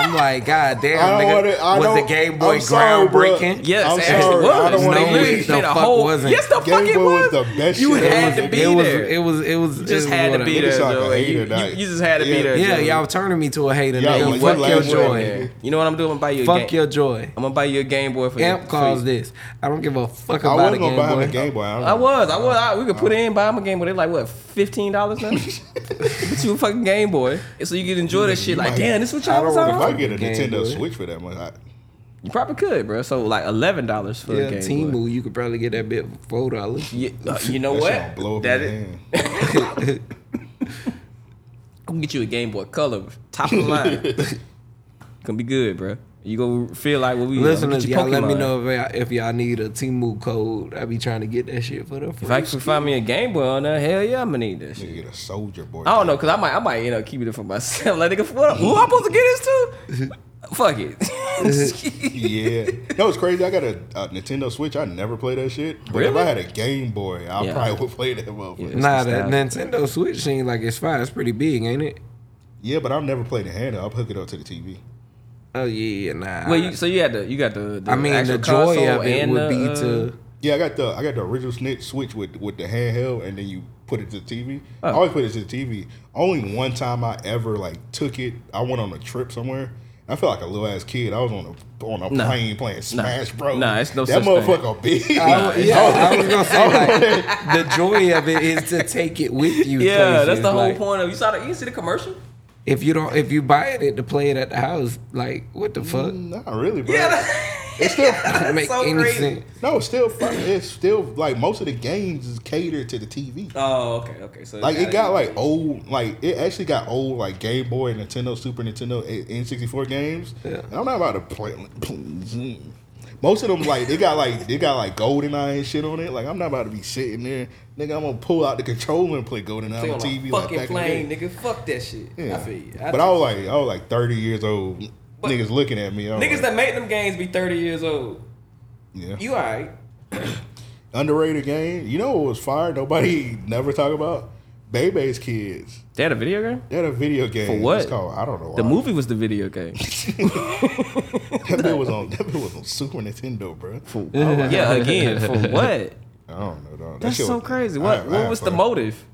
I'm like, God damn, I don't nigga, want to. I was don't, the Game Boy I'm sorry, bro. groundbreaking? Yes, I'm actually sorry. was. I don't want They No, to literally it hear. the played a fuck whole. wasn't. Yes, the Game fuck it Boy was was. the best you shit ever. had to be it was, there. it was, it was, just it had to was be whatever. there. Niggas like a though. You, hater, you- like- you just had to be Yeah. there. Yeah, Joe. y'all turning me to a hater, Y'all nigga. was Fuck your last one, joy. nigga. You know what I'm doing? I'm gonna buy you. A Fuck game. your joy. I'm gonna buy you a Game Boy for Amp for- caused this. I don't give a fuck I about a wasn't gonna Game buy him Boy. a Game Boy. don't I know. was, I was. I, we could Oh. put it in, buy him a Game Boy. They're like, what, fifteen dollars now? but you a fucking Game Boy, and so you can enjoy that shit. Like, damn, this what I y'all was don't on. know if I get a Game Nintendo Boy. Switch for that much. I- You probably could, bro. So like eleven dollars for Yeah, a Game Boy. Timu, you could probably get that bit for four dollars. Yeah, uh, you know That shit what? don't blow up That in your [laughs] is- hand. I'm gonna get you a Game Boy Color, top of the line. [laughs] gonna be good, bro. You gonna feel like what we I'm gonna Listeners, get you y'all let me Pokemon. know if y'all, if y'all need a Timu code. I be trying to get that shit for the If I can find me a Game Boy on there, hell yeah, I'm gonna need that shit. You get a Soldier Boy. I don't know, cause I might, I might, you know, keep it for myself. [laughs] Like, nigga, what, who am I supposed to [laughs] get this to? Fuck it. [laughs] [laughs] Yeah, that was crazy. I got a, a Nintendo Switch. I never play that shit. But if Really? I had a Game Boy, I Yeah. probably would play that motherfucker. Yeah. Yeah. Nah, It's that nostalgic. Nintendo Switch seems like it's fine. It's pretty big, ain't it? but I've never played the handheld. I'll hook it up to the TV. Oh yeah, nah. Well, you, so you had the, you got the. the I mean, actual the joy console of it and would the, be uh, to Yeah, I got the I got the original Sni- Switch with with the handheld, and then you put it to the TV. Oh. I always put it to the TV. Only one time I ever like took it. I went on a trip somewhere. I felt like a little ass kid. I was on a on a Nah. plane playing Smash Bros. Nah, it's no that such thing. motherfucker [laughs] big. yeah, I was gonna say like the joy of it is to take it with you. Yeah, that's places, the whole like, point of. You saw the, you see the commercial? If you don't, if you buy it to play it at the house, like what the fuck? [laughs] [laughs] Not really, bro. Yeah, that- it's still Don't make so any crazy. sense. no, it's still fun. It's still like most of the games is catered to the TV. [laughs] oh, okay, okay. So Like it got like old, like it actually got old, like Game Boy, Nintendo, Super Nintendo, N sixty four games. Yeah. And I'm not about to play. [laughs] Most of them like they got like they got like Golden Eye and shit on it. Like I'm not about to be sitting there, nigga. I'm gonna pull out the controller and play Golden Eye Play on on TV a like fucking back in the plane, day. nigga. Fuck that shit. Yeah. I feel you. but I was like I was like 30 years old. But- niggas looking at me. I was niggas like, that made them games be thirty years old. yeah. You alright? underrated game. You know what was fire? Nobody [laughs] never talk about Bebe's kids. They had a video game. They had a video game. For what? It's called I don't know. The why. movie was the video game. that bit was on. That bit was on Super Nintendo, bro. yeah, again, [laughs] for what? I don't know. Dog. That That's shit so was- crazy. I- What I what had was the fun. motive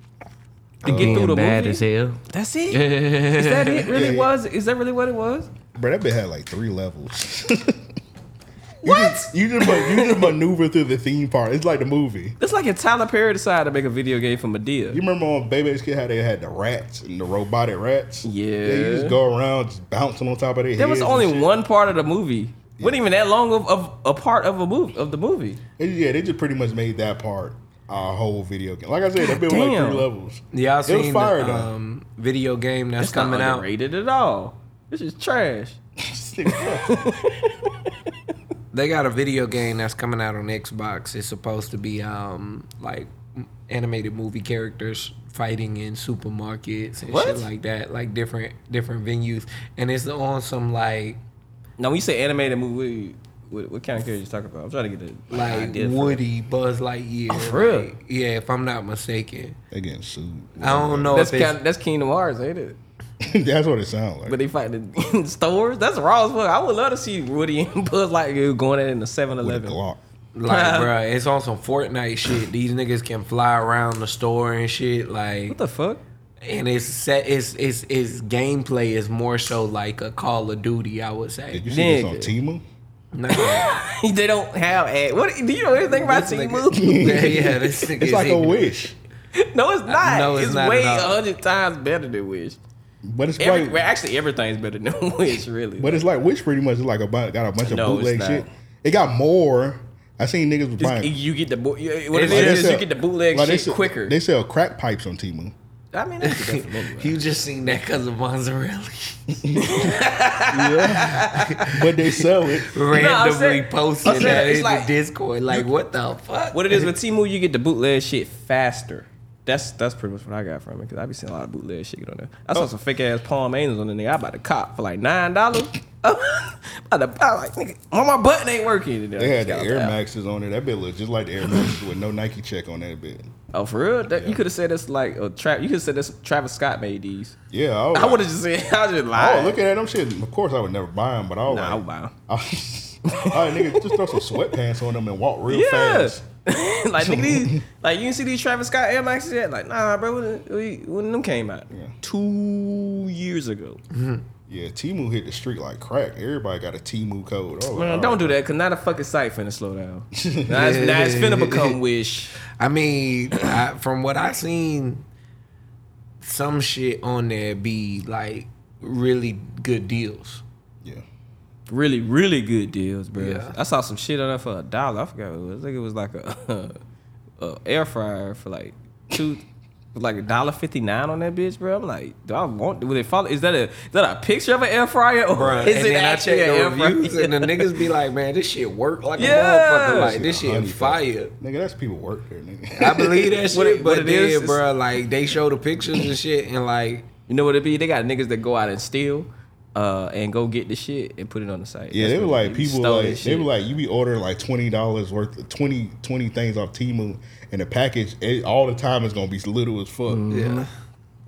to get through the bad movie? as hell. That's it. Is that it? Really Yeah, yeah. was? Is that really what it was? Bro, that bit had like three levels. [laughs] what? You just, you just ma- you just maneuver through the theme park. It's like the movie. It's like if Tyler Perry decided to make a video game for Medea. You remember on Baby's Kid how they had the rats and the robotic rats? Yeah. you just go around just bouncing on top of their There was heads and only shit. one part of the movie. Wasn't even that long of, of a part of a movie of the movie. They- yeah, they just pretty much made that part a whole video game. Like I said, that bit was like Damn. three levels. Y'all it was seen fire the [laughs] though. um, video game that's, It's coming not out? rated at all. This is trash. They got a video game that's coming out on Xbox. It's supposed to be um like animated movie characters fighting in supermarkets and What? shit like that, like different different venues, and it's on some like Now when you say animated movie, what, what kind of character you talking about? I'm trying to get a like idea for- Oh, Woody, Buzz Lightyear. for real? like- yeah, if I'm not mistaken. They getting sued. I don't know That's if it's, kind that's Kingdom Hearts, ain't it? [laughs] That's what it sounds like. But they fighting in [laughs] stores. That's raw as fuck. I would love to see Woody and [laughs] Buzz Lightyear going in the 7-Eleven. Glock. [laughs] like, bruh, it's on some Fortnite shit. These niggas can fly around the store and shit. Like, What the fuck? and it's set it's it's it's gameplay is more so like a call of duty i would Did say you see this on Nigga. Teemu? [laughs] Nah. [laughs] they don't have ad. What do you know anything about This nigga- [laughs] Timu? yeah, yeah this nigga It's is like a ignorant. wish. [laughs] No, it's not. No, it's it's not way a at all. hundred times better than Wish. But it's Every, like well, actually, everything's better than [laughs] Wish, really. But it's like Wish pretty much is like a bunch, got a bunch of No, it's bootleg not. shit. It got more. I seen niggas was It's- buying. you get the bo- you- what Like, it they is, is you sell- get the bootleg like, they shit sell- quicker. They sell crack pipes on Timu. I [laughs] mean, that's the definition. you just seen that because of [laughs] mozzarella but they sell [laughs] it. randomly saying- I'm posted saying that it's in the like- discord like what the fuck What it is with Timu, you get the bootleg shit faster. That's that's pretty much what I got from it because I be seeing a lot of bootleg shit on there. I Oh. saw some fake ass palm angels on the nigga. I bought a cop for like nine dollars. [laughs] About to buy like nigga, my, my button ain't working. They had the Air Maxes on it. That bit looked just like the [laughs] Air Maxes with no Nike check on that bit. Oh, for real? That, You could have said that's like a trap. You could have said that's Travis Scott made these. Yeah, I was. I would have just said [laughs] I was just I lied. was looking at them shit. Of course, I would never buy them, but I was Nah, I would [laughs] like, buy 'em. I was- all right, nigga, just throw some sweatpants on them and walk real Yeah. fast. [laughs] like nigga, [laughs] these, like you see these Travis Scott Air Maxes yet? Like nah, bro. When, we- when them came out two years ago. Yeah, Timu hit the street like crack. Everybody got a Timu code. Oh, Uh, Man, don't do that because now the fucking site finna [laughs] slow down. Now it's, now it's finna become Wish. i mean I, from what i seen some shit on there be like really good deals Yeah, Really, really good deals, bro. Yeah. I saw some shit on there for a dollar. I forgot what it was. I think it was like a, [laughs] a air fryer for like two, like a dollar fifty nine on that bitch, bro. I'm like, do I want? Will they follow? Is that a is that a picture of an air fryer or Bruh, is and it then I actually check an the air reviews, [laughs] fryer? and the niggas be like, "Man, this shit work like Yeah. a motherfucker. Like this shit Honey, fire." nigga, that's people work there, nigga. [laughs] I believe [laughs] that shit, What it- what but it then, is, bro, like they show the pictures and shit, and like You know what it be? They got niggas that go out and steal. Uh, and go get the shit and put it on the site. Yeah, That's they were what it like be. people Stole like this they shit. were like you be ordering like twenty dollars worth of 20, 20 things off Timu and the package it, all the time is gonna be little as fuck. Mm-hmm.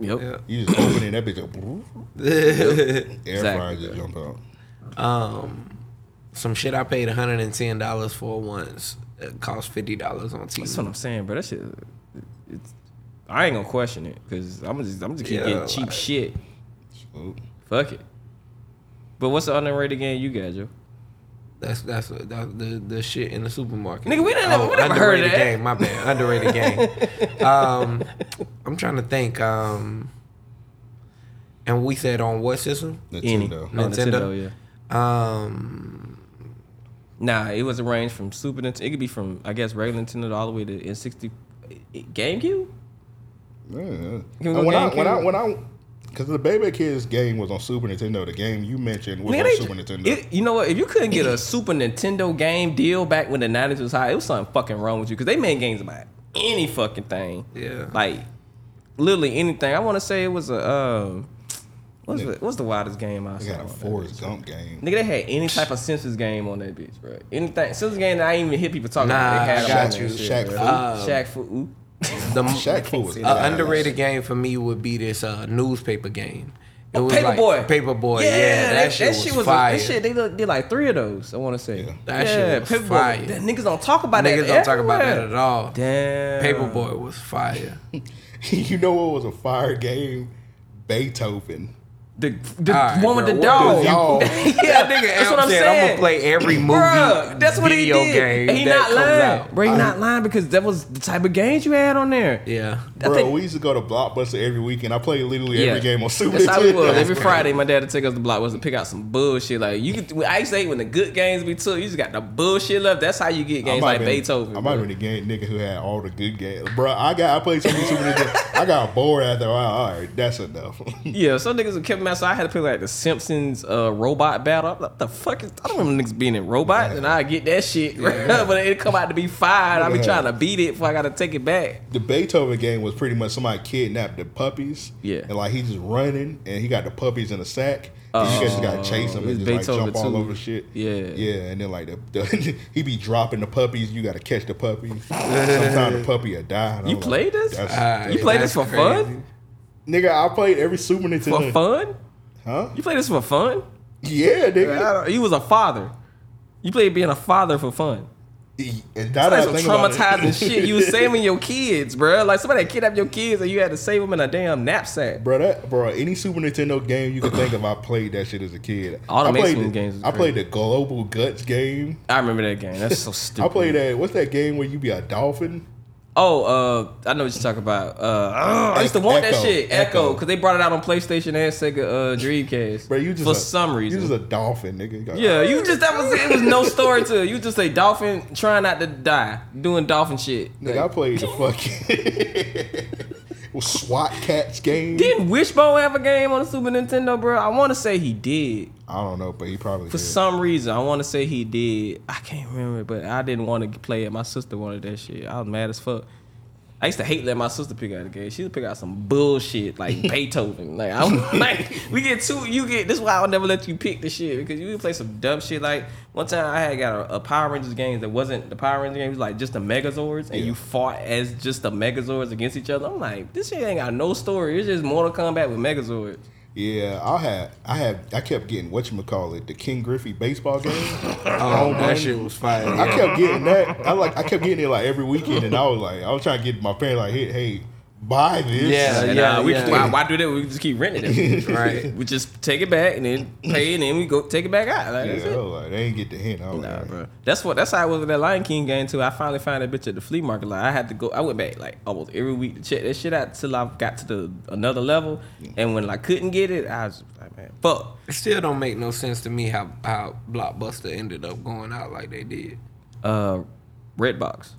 yeah. yep. Yeah. You just open it, that bitch [laughs] go [laughs] air fryer Exactly. just jump out. um, some shit I paid one hundred and ten dollars for once. It cost fifty dollars on TV. That's what I'm saying, bro. That shit, it's, I ain't gonna question it because I'm just, I'm just keep Yeah, getting cheap like- shit. So, Fuck it. But what's the underrated game you got, Joe? That's that's, that's the the shit in the supermarket. Oh, Nigga, we didn't- we never heard of underrated that. game. My bad, underrated game. [laughs] Um, I'm trying to think. Um, and we said on what system? Nintendo. Oh, Nintendo. Nintendo? yeah. Um, Nah, it was a range from Super Nintendo. It could be from, I guess, regular Nintendo all the way to N60, GameCube. Yeah. we And go when I GameCube? when I when I because the Baby Kids game was on Super Nintendo, the game you mentioned was Man, on they- Super Nintendo. it- you know what? If you couldn't get a Super Nintendo game deal back when the 90s was high, it was something fucking wrong with you because they made games about any fucking thing. Yeah. Like, literally anything. I want to say it was a. Um, what's, the, what's the wildest game I they saw? got a on that Forrest Gump [laughs] game. [laughs] Nigga, they had any type of Simpsons game on that bitch, bro. Anything Simpsons game that I ain't even hear people talking Nah, Um, about. They had I them on got that you. shit, Shaq bro. Fu. Shaq Fu. ooh. The m- Shaq food was a underrated game for me would be this uh, newspaper game. Oh, It was like Paperboy. Paperboy. Yeah, that, shit was, a- fire. That shit, they done- did like three of those, I want to say. Yeah. That shit was Paperboy. fire. That niggas don't talk about that. Niggas don't talk about that everywhere. at all. Damn. Paperboy was fire. you know what was a fire game? Beethoven. The, the All right, one with bro, the what the dog. [laughs] dog? yeah, That nigga that's Amp what I'm said, saying. I'm gonna play every movie. Bruh, that's what video he did. game. and he that not comes lying. out. Bro, he not lying because that was the type of games you had on there. Yeah. I Bro, think- we used to go to Blockbuster every weekend. I played literally Yeah. every game on Super That's how we was. Every [laughs] Nintendo. Friday, my dad would take us to block was to pick out some bullshit. Like you, could, I used to hate when the good games we took. You just got the bullshit left. That's how you get I games might like have been- Beethoven. I might have bro. been the game nigga who had all the good games. Bro, I got I played so many Super Nintendo. I got bored after a while. All right, that's enough. [laughs] Yeah, some niggas would kept me out. So I had to play like the Simpsons uh, robot battle. I'm like, what the fuck is? I don't remember niggas being in robots, and I get that shit, bro. [laughs] but it come out to be fine. I be Yeah. trying to beat it before I gotta take it back. the Beethoven game was pretty much somebody kidnapped the puppies. Yeah. And like he just running and he got the puppies in a sack. And you guys just gotta chase them it and was just Oh, Beethoven like jump all too. over shit. Yeah. Yeah. And then like the, the [laughs] he be dropping the puppies, you gotta catch [laughs] the puppy. Sometimes the puppy will die. and You I'm played this? that's- you play this for that's fun? Nigga, I played every Super For Nintendo. [laughs] fun? Huh? You play this for fun? Yeah, I nigga. don't- You was a father. You played being a father for fun. And that That's I like think some about it. [laughs] traumatizing shit. You was saving your kids, bro. Like somebody had kidnapped your kids and you had to save them in a damn knapsack. Bro, that bro, any Super Nintendo game you can think of, I played that shit as a kid. All the I played Mexican the- games was I played the Global Guts game. I remember that game. That's so stupid. I played that. What's that game where you be a dolphin? Oh, uh, I know what you're talking about. Uh, uh, I used to want that Echo. shit, Echo, Echo. because they brought it out on PlayStation and Sega uh, Dreamcast. Bro, you just for a- some reason. You just a dolphin, nigga. You got- yeah, you just that was it was no story to it. You just a dolphin trying not to die, doing dolphin shit. Nigga, I played the fucking [laughs] well, SWAT cats game. Didn't Wishbone have a game on the Super Nintendo, bro? I want to say he did. I don't know, but he probably For did. some reason, I want to say he did. I can't remember, but I didn't want to play it. My sister wanted that shit. I was mad as fuck. I used to hate letting my sister pick out the game. She would pick out some bullshit like Beethoven. Like I'm [laughs] like, we get two. You get this. Is why I'll never let you pick the shit because you would play some dumb shit. Like one time I had got a, a Power Rangers game that wasn't the Power Rangers game. It was like just the Megazords, and you fought as just the Megazords against each other. I'm like, this shit ain't got no story. It's just Mortal Kombat with Megazords. Yeah, I had, I had, I kept getting what you call it, the King Griffey baseball [laughs] game. oh, Um, That shit was fire. I kept getting that. I like, I kept getting it like every weekend, and I was like, I was trying to get my parents like, hey, hey, buy this. Yeah, And, yeah, uh, we yeah. just- why, why do that? We just keep renting [laughs] it. Right. We just take it back and then pay, and then we go take it back out. Like, Yeah, that's I it. was like, they ain't get the hint. I was Nah, like, bro. That's what. That's how I was with that Lion King game too. I finally found that bitch at the flea market. Like I had to go. I went back like almost every week to check that shit out till I got to the another level. And when I couldn't get it, I was like, man, fuck. It still don't make no sense to me how how Blockbuster ended up going out like they did. Uh, Redbox.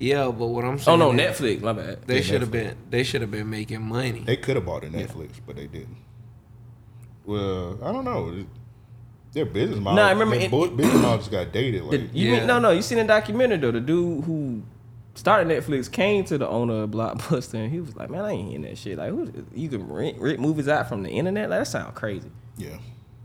Yeah, but what I'm Oh saying no, is Netflix. My bad. they Yeah, should have Netflix. been they should have been making money. They could have bought a Netflix, but they didn't. Well, I don't know. Their business model. No, I remember their it- bu- business model just got dated. Like, The- you Yeah. mean, no, no. You seen the documentary though. The dude who started Netflix came to the owner of Blockbuster and he was like, "Man, I ain't hearing that shit. Like, who, you can rent, rent movies out from the internet? Like, that sound crazy. yeah.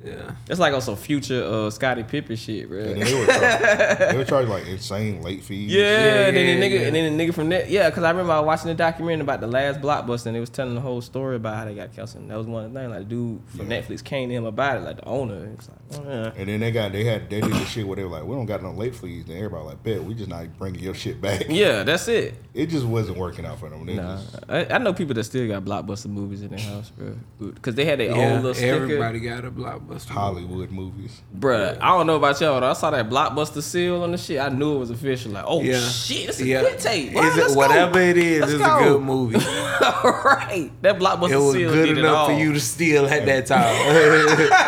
Yeah. That's like on some future uh, Scotty Pippen shit, bro." And Yeah, then they were [laughs] charging, they were charging like insane late fees. Yeah, and then yeah, the nigga, yeah. and then the nigga from that, yeah, because I remember I was watching the documentary about the last blockbuster, and it was telling the whole story about how they got canceled. And that was one of the things, like, the dude from Yeah. Netflix came to him about it, like the owner. It's like, "Oh, yeah." And then they got they had they did the shit where they were like, we don't got no late fees. And everybody like, bet we just not bringing your shit back. yeah, that's it. It just wasn't working out for them. They Nah, just- I, I know people that still got blockbuster movies in their house, bro. Because they had their Yeah, own little sticker. everybody got a Blockbuster. Hollywood movies. Bruh, I don't know about y'all, but I saw that blockbuster seal on the shit. I knew it was official. Like, oh Yeah. shit, it's a Yeah. good tape. Well, Is it- let's go. whatever it is, Let's it's go. a good movie. [laughs] right. That blockbuster it was seal good did enough for it all. [laughs] you to steal at that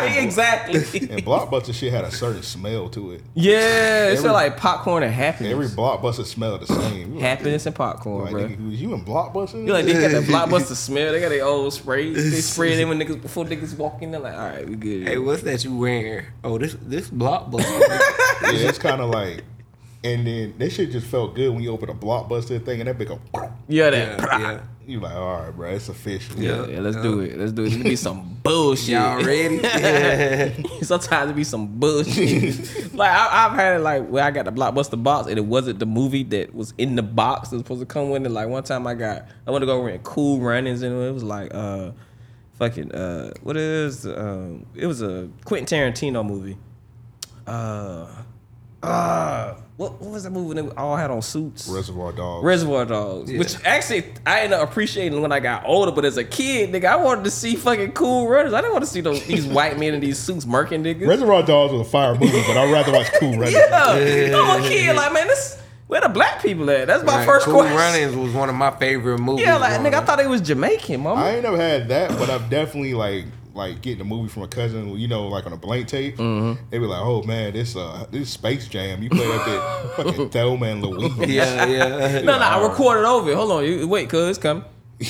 [laughs] time. [laughs] exactly. And blockbuster shit had a certain smell to it. yeah, it Every- smelled like popcorn and happiness. Every blockbuster smelled the same. You was like, happiness and popcorn, like, bruh. nigga, was you in blockbuster? You like [laughs] they got that blockbuster smell. They got their old spray. They spray them when niggas before niggas walk in. They're like, all right, we good. hey, what's that you wearing? Oh, this this Blockbuster. [laughs] Yeah, it's kind of like, and then that shit just felt good when you open a blockbuster thing and that big go. yeah, that. yeah, yeah. You like, all right, bro, it's official. Yeah, yeah, let's do it. Letlet's do it. It be some bullshit. Y'all ready? [laughs] Sometimes it be some bullshit. like I, I've had it like where I got the blockbuster box and it wasn't the movie that was in the box that was supposed to come with it. Like one time I got I went to go rent Cool Runnings and it was like uh fucking uh what is um it was a Quentin Tarantino movie. Uh uh what, what was that movie when they all had on suits? Reservoir Dogs. Reservoir Dogs, which actually I ended up appreciating when I got older. But as a kid, nigga, I wanted to see fucking cool runners. I didn't want to see those these white men in these suits murking niggas. Reservoir Dogs was a fire movie, but I'd rather watch Cool Runnings. yeah, I'm a kid. Like, man, this where the black people at? That's my Like, first cool question. Runnings was one of my favorite movies. Yeah, like growing nigga, I up. thought they was Jamaican, mama. I ain't never had that, but I've definitely like like getting a movie from a cousin, you know, like on a blank tape. Mm-hmm. They be like, "Oh man, this uh this Space Jam, you play that [laughs] bit fucking Thelma and Louise." Yeah, yeah. no, no, I recorded over. it. Hold on, you wait, cuz come. [laughs] like,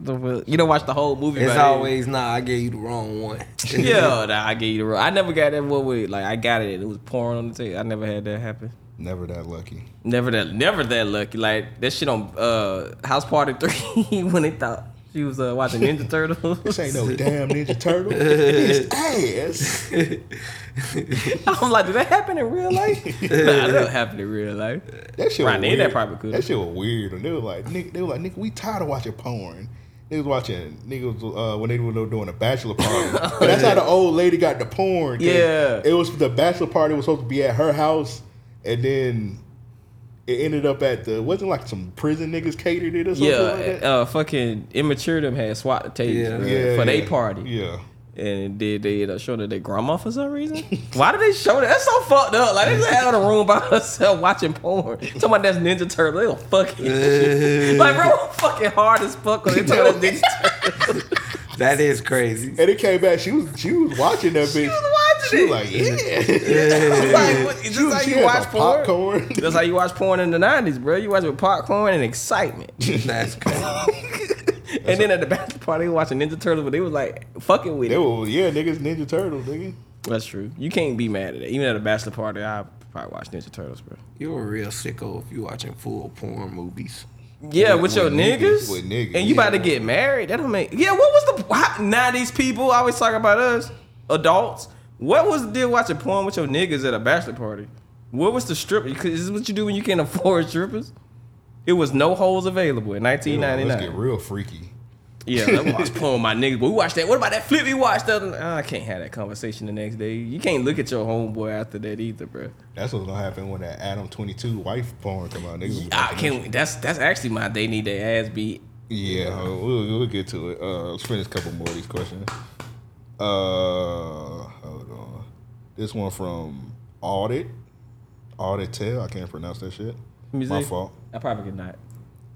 the real- you don't watch the whole movie. It's by then. always nah. I gave you the wrong one. [laughs] yeah. Nah, I get you the wrong. I never got that one with like I got it. and It was pouring on the tape. I never had that happen. Never [laughs] that lucky. Never that, never that lucky. Like that shit on uh House Party Three [laughs] when they thought she was uh, watching [laughs] Ninja Turtles. This ain't no damn Ninja Turtle. It's ass. [laughs] I'm like, did that happen in real [laughs] life? nah, that don't happen in real life. That shit. Right, was they- weird. that probably could. That shit was weird, and they were like, "Nigga, they were like, nigga, we tired of watching porn." They was watching niggas uh, when they were doing a bachelor party. [laughs] But that's how the old lady got the porn. 'cause Yeah. it was the bachelor party was supposed to be at her house, and then it ended up at the wasn't like some prison niggas catered it or something Yeah, like that. uh, fucking immature them had swat the tapes Yeah. bruh, yeah, for their yeah. party, Yeah, and did they end up showing it to their grandma for some reason? [laughs] Why did they show that? That's so fucked up. Like they just had her in a room by herself watching porn. [laughs] Somebody that's Ninja Turtle, they don't fucking [laughs] like bro, fucking hard as fuck. When they talking about Ninja [laughs] Turtle. [laughs] That is crazy. and it came back. She was she was watching that bitch. was watching she it. was like, yeah. like, what- it's She [laughs] was- just how she you had watch some porn. popcorn. That's how you watch porn in the nineties, bro. You watch with popcorn and excitement. [laughs] That's crazy. [laughs] and then at the bachelor party, they were watching Ninja Turtles, but they was like fucking with [laughs] They it. were, yeah, niggas Ninja Turtles, nigga. That's true. You can't be mad at it. Even at a bachelor party, I probably watch Ninja Turtles, bro. You're a real sicko if you watching full porn movies. Yeah, with, With- your with niggas, niggas, with niggas, and you about to yeah. get married. That don't make. Yeah, what was the why- now? These people always talk about us adults. What was the deal watching porn with your niggas at a bachelor party? What was the strip? Because this is what you do when you can't [laughs] afford strippers. It was no holes available in Let's get 1999. real freaky. Yeah, that was porn with my niggas. But we watched that. What about that flip we watched? The other, I can't have that conversation the next day. You can't look at your homeboy after that either, bro. That's what's gonna happen when that Adam Twenty Two wife porn come out, niggas. Ah, I can't. That's that's actually my. They need their ass beat. Yeah, uh, we'll, we'll get to it. Uh, let's finish a couple more of these questions. Uh, hold on. This one from Audit. Audit Tell. I can't pronounce that shit. Let me My see. fault. I probably could not.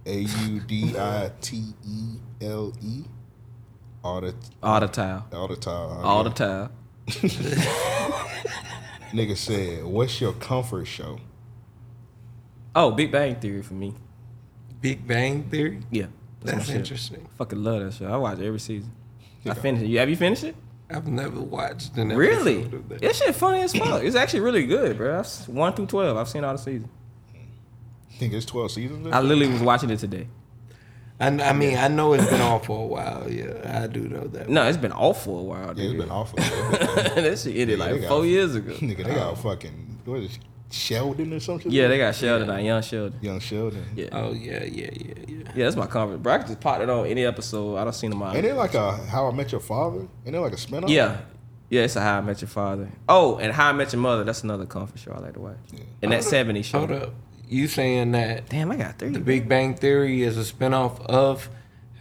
A U D I T E L E. Audit. All the time. Audit Tell. All the time. Nigga said, "What's your comfort show?" Oh, Big Bang Theory for me. Big Bang Theory. Yeah. my That's shit. interesting. Fucking love that shit. I watch every season. I finished it. You have you finished it? I've never watched an Really? episode of that. That shit funny as fuck. It's actually really good, bro. I've s- one through twelve. I've seen all the seasons. Think it's twelve seasons. I literally was watching it today. I, I mean, I know it's been on for a while. Yeah, I do know that. No, it's been off for a while, yeah, it's dude. been awful. [laughs] nigga, that shit ended Yeah, like they four got- years ago. [laughs] they got fucking what is it, Sheldon or something? Yeah, they got Sheldon, yeah. young Sheldon. young Sheldon. Yeah. Oh yeah, yeah, yeah, yeah. Yeah, that's my comfort. Bro, I could just pop it on any episode. I don't see them all. Ain't it like a How I Met Your Father? Ain't it like a spinoff? Yeah. Yeah, it's a How I Met Your Father. Oh, and How I Met Your Mother. That's another comfort show I like to watch. And that 70s show. Hold up, you saying that Damn, I got three. the Big Bang Theory is a spinoff of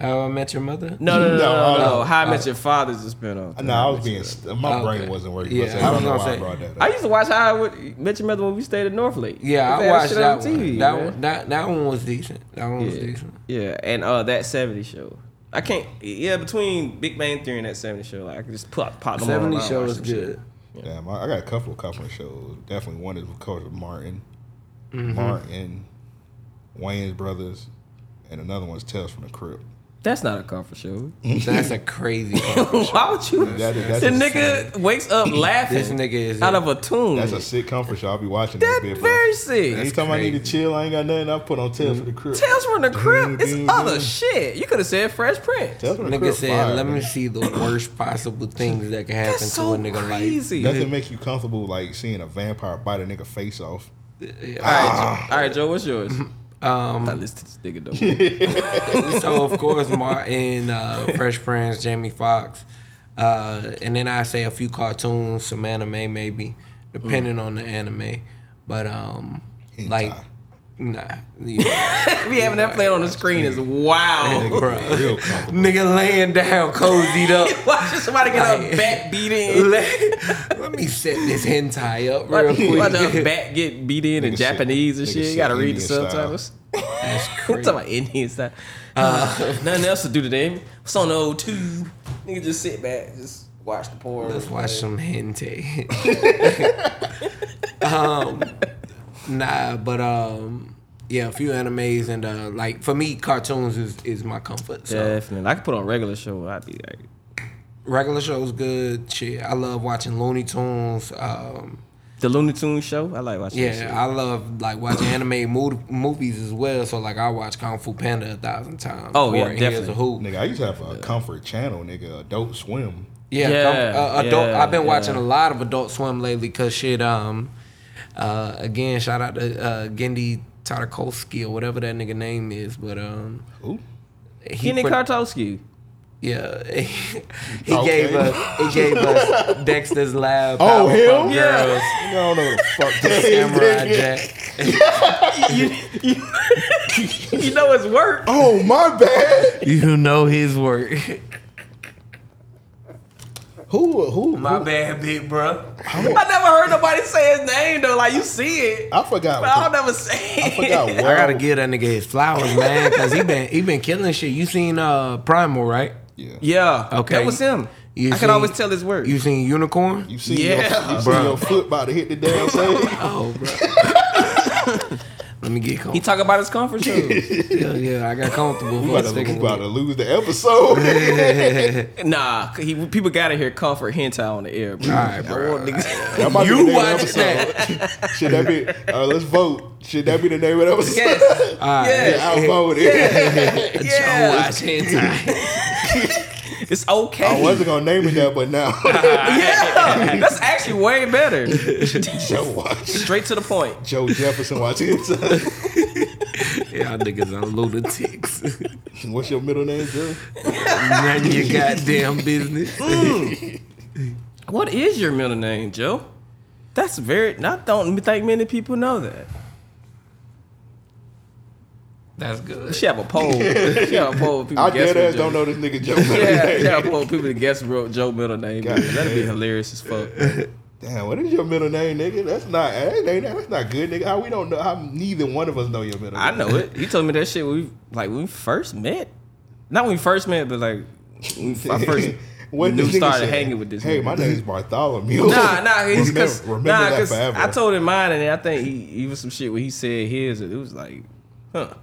How I Met Your Mother? No, no, no, no, no, [laughs] No, no. no. How I Met Your Father's a spinoff. No, I was being. st- My Oh, brain okay. wasn't working. Yeah, Yeah, I I was don't gonna know why say- I brought that I up. used to watch How I Would- Met Your Mother when we stayed at Northlake. Yeah, They I had watched shit that on one. TV, that man. one, that that one was decent. That one was Yeah. decent. Yeah, and uh, that 70s show. I can't. Yeah, between Big Bang Theory and that 70s show, like, I could just pop, pop them on. and Seventy I'll show watch is them shit. good. Damn, I, I got a couple of couple of shows. Definitely one is with Coach Martin, Mm-hmm. Martin, Wayne's Brothers, and another one's Tales from the Crypt. That's not a [laughs] comfort show. [laughs] That's a [laughs] crazy. Why would you? That is- that's the insane. nigga wakes up laughing. This nigga is- out of a tune. That's a sick comfort show. I'll be watching That that bit, bro. very sick. Anytime I need to chill, I ain't got nothing. I put on Tales Mm-hmm. for the Crib. Tales from the Crib. It's Dude, other dude. shit. You could have said Fresh Prince. [laughs] Tales from the Nigga Crib. said, fire, "Let man. me see the worst possible things that can happen That's so to a nigga crazy. Nothing makes you comfortable like seeing a vampire bite a nigga face off. All right, Joe. all right, Joe. What's [laughs] yours? Um, I listen to this nigga though. life." [laughs] So of course, Martin, uh, Fresh Prince, Jamie Foxx, uh, and then I say a few cartoons, some anime maybe, depending Mm. on the anime. But um, like, nah, yeah, [laughs] we having that playing on the screen is [laughs] wow. Nigga, real [laughs] [laughs] comfortable. nigga laying down, cozied up. [laughs] Watch somebody get a back beat in. [laughs] Let, let me set this hentai up real Watch a quick. bat get beat in in Nigga said- Japanese and nigga shit. You said gotta read the Indian style. subtitles. That's [laughs] I'm crazy. talking about Indian style. [laughs] Uh, nothing else to do today. What's on the old tube? Nigga, just sit back, just watch the porn. Let's watch some hentai. um, nah, but um, yeah, a few animes and uh, like for me, cartoons is is my comfort. So Definitely. I could put on regular show. I'd be like, regular shows good. Shit, I love watching Looney Tunes. Um, the Looney Tunes show. I like watching. that shit. yeah, I love like watching anime mo- movies as well. So like I watch Kung Fu Panda a thousand times. Oh, yeah, Or Here's definitely. a Hoop. Nigga, I used to have a comfort channel, nigga, Adult Swim. Yeah, Yeah, com- uh, adult. yeah, I've been watching yeah. a lot of Adult Swim lately because shit. Um, uh, again, shout out to uh, Gendy Tartakovsky or whatever that nigga name is, but um, Ooh. he Kenny put- Kartowski. yeah, [laughs] he Okay. gave us he gave [laughs] us Dexter's Lab. Oh, Powerpuff him? Yeah. [laughs] Girls, Nigga, I don't know what the [laughs] fuck that is. Samurai nigga. Jack. you know it's work. Oh, my bad. You know his work. [laughs] Who? Who? My who- bad, big bro. I never heard nobody say his name though. Like you see it, I forgot. but I don't never say. I [laughs] forgot it. what. I gotta give that nigga his flowers, man, because he been he been killing shit. You seen uh Primal, right? Yeah. Yeah. Okay. That was him. You I seen- can always tell his work. You seen Unicorn? You see, Yeah. your, you see your foot about to hit the damn stage. Oh, bro. [laughs] Let me get he comfortable. talk about his comfort [laughs] shoes. yeah, yeah, I got comfortable We for a about, to, we second. about to lose the episode. [laughs] nah, he, people gotta hear comfort hentai on the air, bro. All right, bro. [laughs] That might be You the name of the watch episode. Should that be? Uh, let's vote. Should that be the name of the episode? [laughs] Yes. Yeah, yes. I'll vote it. Yeah. Watch [laughs] hentai. It's okay. I wasn't gonna name it that, [laughs] but now [laughs] yeah. That's actually way better. Joe watch Straight to the point. Joe Jefferson watch [laughs] it. Y'all niggas on lunatics. [laughs] What's your middle name, Joe? None of [laughs] your goddamn business. What is your middle name, Joe? That's very. I don't think many people know that. That's good. She have a poll. She have a poll. of People I guess dead ass what Joe- don't know this nigga Joe. [laughs] [laughs] Yeah, yeah, well, people to guess real Joe middle name. God That'd be damn. hilarious as fuck. Damn, what is your middle name, nigga? That's not that ain't- that's not good, nigga. How we don't know? How neither one of us know your middle? I name? know it. You told me that shit when we like when we first met. Not when we first met, but like when I [laughs] first What knew this nigga started said, hanging with this. Hey, nigga. [laughs] my name's Bartholomew. Nah, nah, [laughs] he's remember, cause, remember nah, that 'cause forever. I told him mine, and then I think he, he was some shit when he said his, and it was like, huh.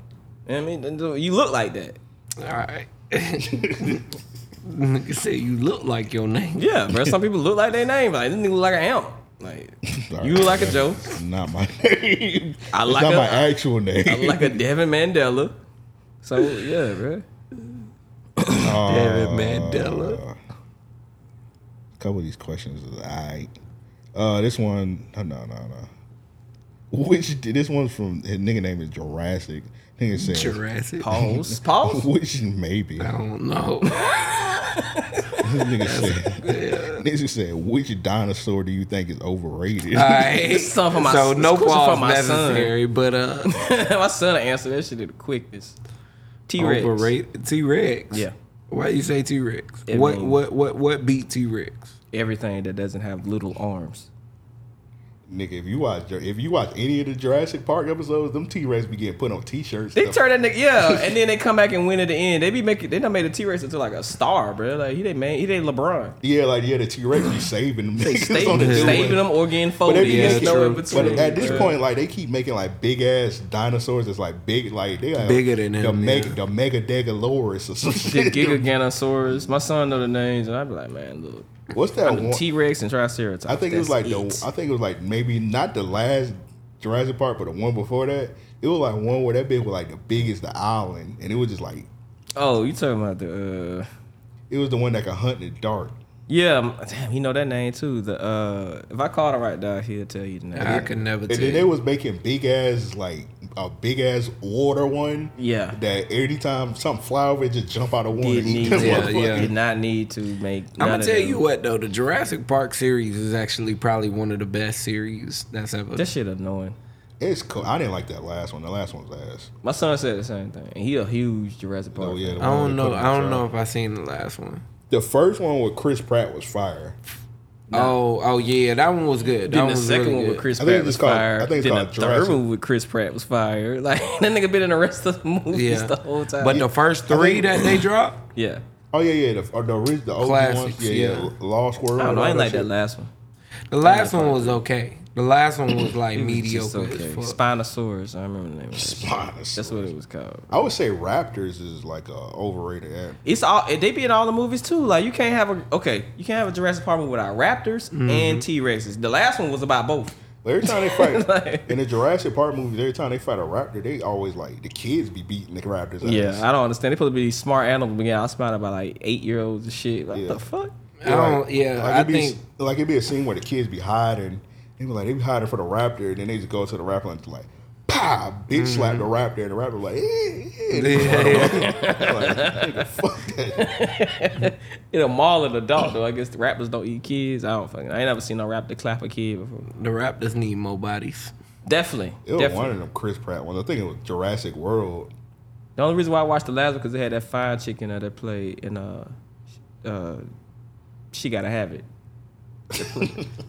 I mean, you look like that. All right. [laughs] Nigga said you look like your name. Yeah, bro. Some people look like their name. Like this nigga look like an elm. Like [laughs] you look like a Joe. Not my [laughs] name. I It's like not a- my actual name. [laughs] I look like a Devin Mandela. So yeah, bro. David Mandela. couple of these questions is I. Uh, this one, no, no, no. no. Which this one's from his nigga name is Jurassic. Nigga says Jurassic. [laughs] Pause. Pause. [laughs] which maybe I this don't know. [laughs] nigga said. Nigga said which dinosaur do you think is overrated? All right. This is something for my- so no this question pause for my son. necessary, but [laughs] uh, my son answered that shit the quickest. T Rex. overrated T Rex. Yeah. Why you say T Rex? It What means- what what what beat T Rex? Everything that doesn't have little arms. [laughs] Nigga, if you watch if you watch any of the Jurassic Park episodes, them T Rex be getting put on T shirts. They turn that nigga, yeah, and then they come back and win at the end. They be making, they done made a T Rex into like a star, bro. Like he they made, he they LeBron. Yeah, like yeah, the T Rex be saving them. They niggas stay, on the new saving one. them or getting But, folded. they be There's making- no in but between, at this bro. point, like they keep making like big ass dinosaurs that's like big, like they like, Bigger than the him, mega yeah. the mega degaloris or [laughs] some the shit. Gigaganosaurus. My son know the names, and I be like, man, look, [laughs] What's that one? T Rex and Triceratops. I think it was like that's the it. I think it was like maybe not the last Jurassic Park, but the one before that. It was like one where that bitch was like the biggest the island, and it was just like Oh, you talking about the? uh it was the one that could hunt in the dark. Yeah, m- damn, you know that name too. The uh if I called him right now, he'll tell you the name. I could never And tell. then they you. was making big ass like a big ass water one. Yeah. That every time something fly over, it just jump out of one. Did and eat need them to, Yeah, motherfuckers. yeah. did not need to make. I'm none gonna of tell them. you what though, the Jurassic Park series is actually probably one of the best series that's ever. That shit annoying. It's cool. I didn't like that last one. The last one was ass. My son said the same thing. and He a huge Jurassic Park. Oh yeah. the I one don't where they put know. I them in don't the know trap. if I seen the last one. The first one with Chris Pratt was fire. Oh, oh yeah, that one was good. That Then one the was second really one good. with Chris I think Pratt it's was called- I fired. think it's Then the called third Jurassic- one with Chris Pratt was fired. [laughs] Like that nigga been in the rest of the movies [laughs] Yeah. the whole time. But the first three think- that they dropped, yeah, Oh yeah, yeah. The or the, orig- the old ones. Classics, Yeah, yeah. yeah. Lost World. I don't and know. I all ain't like shit. that last one. the last one was okay. The last one was like It's just mediocre okay. as fuck. [laughs] Spinosaurus. I remember the name. Of that. Spinosaurus. That's what it was called. I would say Raptors is like a overrated app. It's all they be in all the movies too. Like you can't have a okay, you can't have a Jurassic Park movie without raptors Mm-hmm. and T Rexes. The last one was about both. Every time they [laughs] fight Like- in the Jurassic Park movies, every time they fight a raptor, they always like the kids be beating the raptors. ass. Yeah, I don't understand. They supposed to be smart animals, but yeah, I was about by like eight year olds and shit. Like, Yeah. What the fuck? [laughs] I don't. Yeah, like I it'd be, think like it'd be a scene where the kids be hiding. They be like they be hiding for the raptor, and then they just go to the raptor and like, pow, bitch slap Mm-hmm. the raptor, and the raptor like, eh, eh, and they run away. [laughs] like, nigga, fuck that. [laughs] It'll maul an adult though. I guess the raptors don't eat kids. I don't fucking. I ain't never seen no raptor clap a kid before. the Raptors need more bodies. Definitely, It was one definitely. of them Chris Pratt ones. I think it was Jurassic World. The only reason why I watched the last one because they had that fine chicken uh, that played and uh, uh, she gotta have [laughs] it.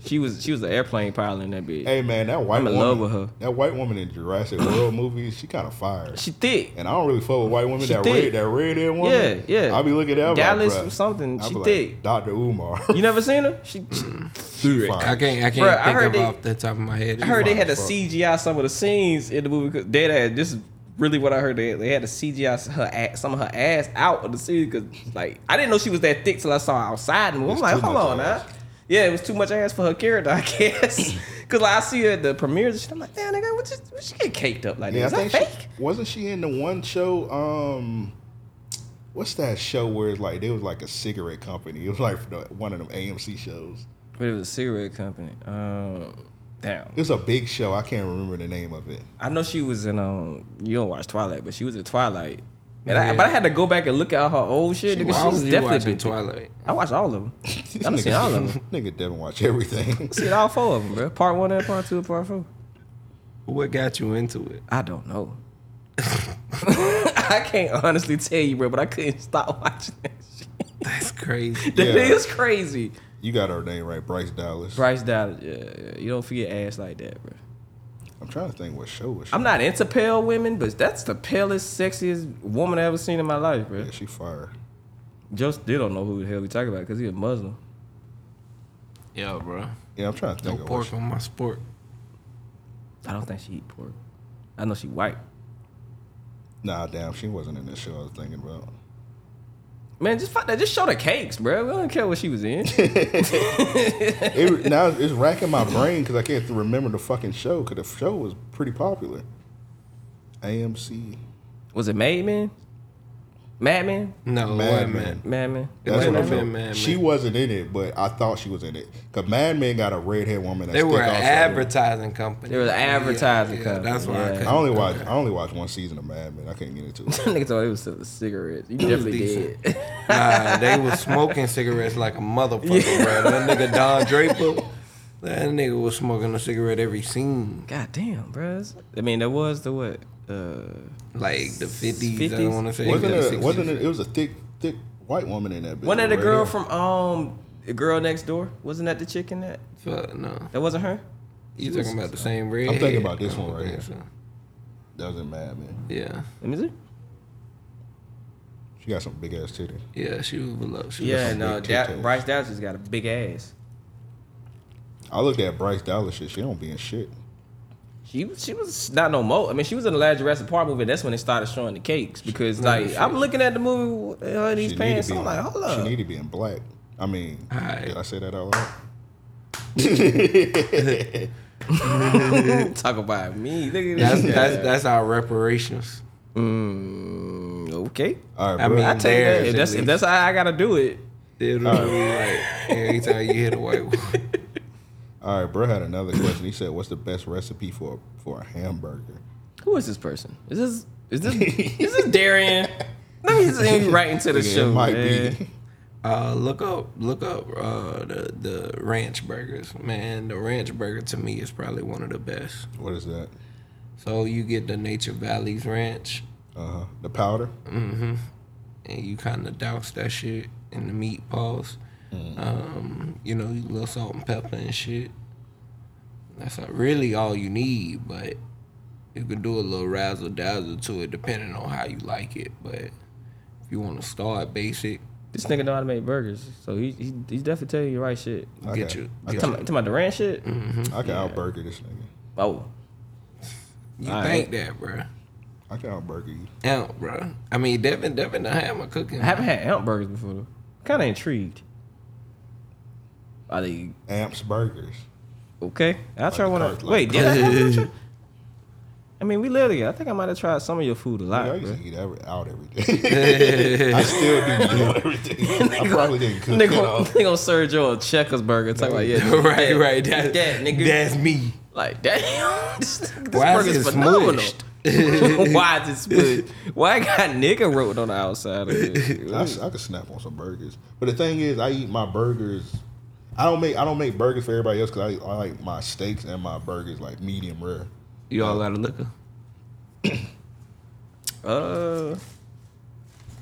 she was she was an airplane pilot in that bitch. Hey man, that white I'm in woman, love with her. that white woman in Jurassic World movies, she kind of fire. She thick. And I don't really fuck with white women. She that thick. red, that red head woman. Yeah, yeah. I be looking at her I'm Dallas like, bruh. or something. I She be like, thick. Dr. Umar. [laughs] You never seen her? She, she She fire. I can't. I can't Bruh, I think heard of they- off the top of my head. I heard they fine had to as fuck. CGI some of the scenes in the movie. 'cause They had this is really what I heard. They, they had to CGI her ass, some of her ass out of the scene because like I didn't know she was that thick till I saw her outside. And I'm It's like, too hold much on, ass. now. Yeah, it was too much ass for her character, I [laughs] guess. Cause like I see her at the premieres and shit. I'm like, damn, nigga, what, you, what she get caked up like Yeah, I that? Is think that she, fake? wasn't she in the one show? Um, what's that show where it's like they was like a cigarette company? [laughs] It was like the, one of them AMC shows. But it was a cigarette company. Um, damn. It was a big show. I can't remember the name of it. [laughs] I know she was in um you don't watch Twilight, but she was in Twilight. And I, but I had to go back and look at her old shit. She, nigga, Why she was was you definitely watching been Twilight. Twilight? I watched all of them. I done seen all of them. [laughs] Nigga didn't watch everything. [laughs] Seen all four of them, bro. Part one and part two and part four. What got you into it? I don't know. [laughs] I can't honestly tell you, bro, but I couldn't stop watching that shit. [laughs] That's crazy. That Yeah. is crazy. you got her name right, Bryce Dallas. Bryce Dallas, yeah, yeah, you don't forget ass like that, bro. I'm trying to think what show was. She? I'm not into pale women, but that's the palest, sexiest woman I ever seen in my life, bro. Yeah, she fire. Just they don't know who the hell we talking about because he's a Muslim. Yo, bro. Yeah, I'm trying to No think. of what pork she, on my sport. I don't think she eat pork. I know she white. nah, damn, she wasn't in that show. I was thinking about. Man, just fuck that. Just show the cakes, bro. We don't care what she was [laughs] in. It, now it's racking my brain because I can't remember the fucking show because the show was pretty popular. AMC. was it Mad Men? Mad Men? No, Mad Mad Men. Man. Mad Men? That's what Mad I Men, felt. Mad Men. She wasn't in it, but I thought she was in it. Cause Mad Men got a redhead woman. That's They were thick an also. advertising company. They were an advertising company, That's why yeah. I I couldn't. I only watched. I only watched one season of Mad Men. I couldn't get into [laughs] [laughs] it. Nigga told it was still a cigarette. You definitely decent. did. [laughs] Nah, they was smoking cigarettes like a motherfucker, bro. That [laughs] nigga Don Draper, that nigga was smoking a cigarette every scene. God damn, bro. I mean, there was the what? Uh, Like the 50s, I 50s? want to say. wasn't the it? 60s. Wasn't it? It was a thick, thick white woman in that. bitch wasn't that the with girl red hair. from um, the girl next door? Wasn't that the chicken that? Fuck, no. That wasn't her. You talking about the same red? I'm thinking about this one right here. So. Doesn't matter, man. Yeah, Let me see. She got some big ass titty. yeah, she was below. She was Yeah, some no, big that, titties. Bryce Dallas has got a big ass. I looked at Bryce Dallas shit. She don't be in shit. She was- she was not no more. I mean, she was in the last Jurassic Park movie. That's when they started showing the cakes because like I'm looking at the movie with uh, her these she pants. need to be. I'm like, hold up. She need to be in black. I mean, Aight. did I say that out loud? [laughs] Talk about me. Nigga. That's [laughs] that's that's our reparations. Mm, okay. All right, I bro. mean, I take that. Theirs, If at that's if least. that's how I gotta do it. It'll be like anytime you hit a white woman. All right, bro had another question. He said, "What's the best recipe for for a hamburger?" Who is this person? Is this is this is this [laughs] Darian? Let me see you right into the Yeah, show. it might man. be. Uh, look up, look up uh, the the ranch burgers. Man, the ranch burger to me is probably one of the best. [laughs] What is that? So you get the Nature Valleys Ranch, Uh huh. The powder. and you kind of douse that shit in the meatballs. Mm. Um, you know, you little salt and pepper and shit. That's not really all you need, but you could do a little razzle dazzle to it, depending on how you like it. But if you want to start basic, This nigga know how to make burgers, so he, he he's definitely telling you the right shit. I get got- you. I Get Talking got Mm. about- talking about the ranch shit. I can outburger this nigga. Oh, You All think that, bruh? I can outburger you. Hell, bruh. I mean, Devin, Devin, the hammer cooking. [laughs] I haven't had elk burgers before. though. Kind of intrigued. Are they Amps burgers. okay? I'll try the one. cart, Of, like- wait, did I? have one? I mean, we live together. I think I might have tried some of your food a lot. Nigga, I used bro. to eat every, out every [laughs] day. [laughs] I still do do everything. I probably didn't cook Nigga, at gonna- all. nigga gonna serve you a checkers burger. Talk about yeah, [laughs] right, yeah, right. yeah, That, yeah, nigga. That's me. Like damn, this, [laughs] this Why is burger's it phenomenal. smushed? [laughs] Why is it split? Why I got nigga wrote on the outside [laughs] of it? I, s- I could snap on some burgers. But the thing is, I eat my burgers. I don't make I don't make burgers for everybody else because I, I like my steaks and my burgers like medium rare. You all out of liquor? Uh,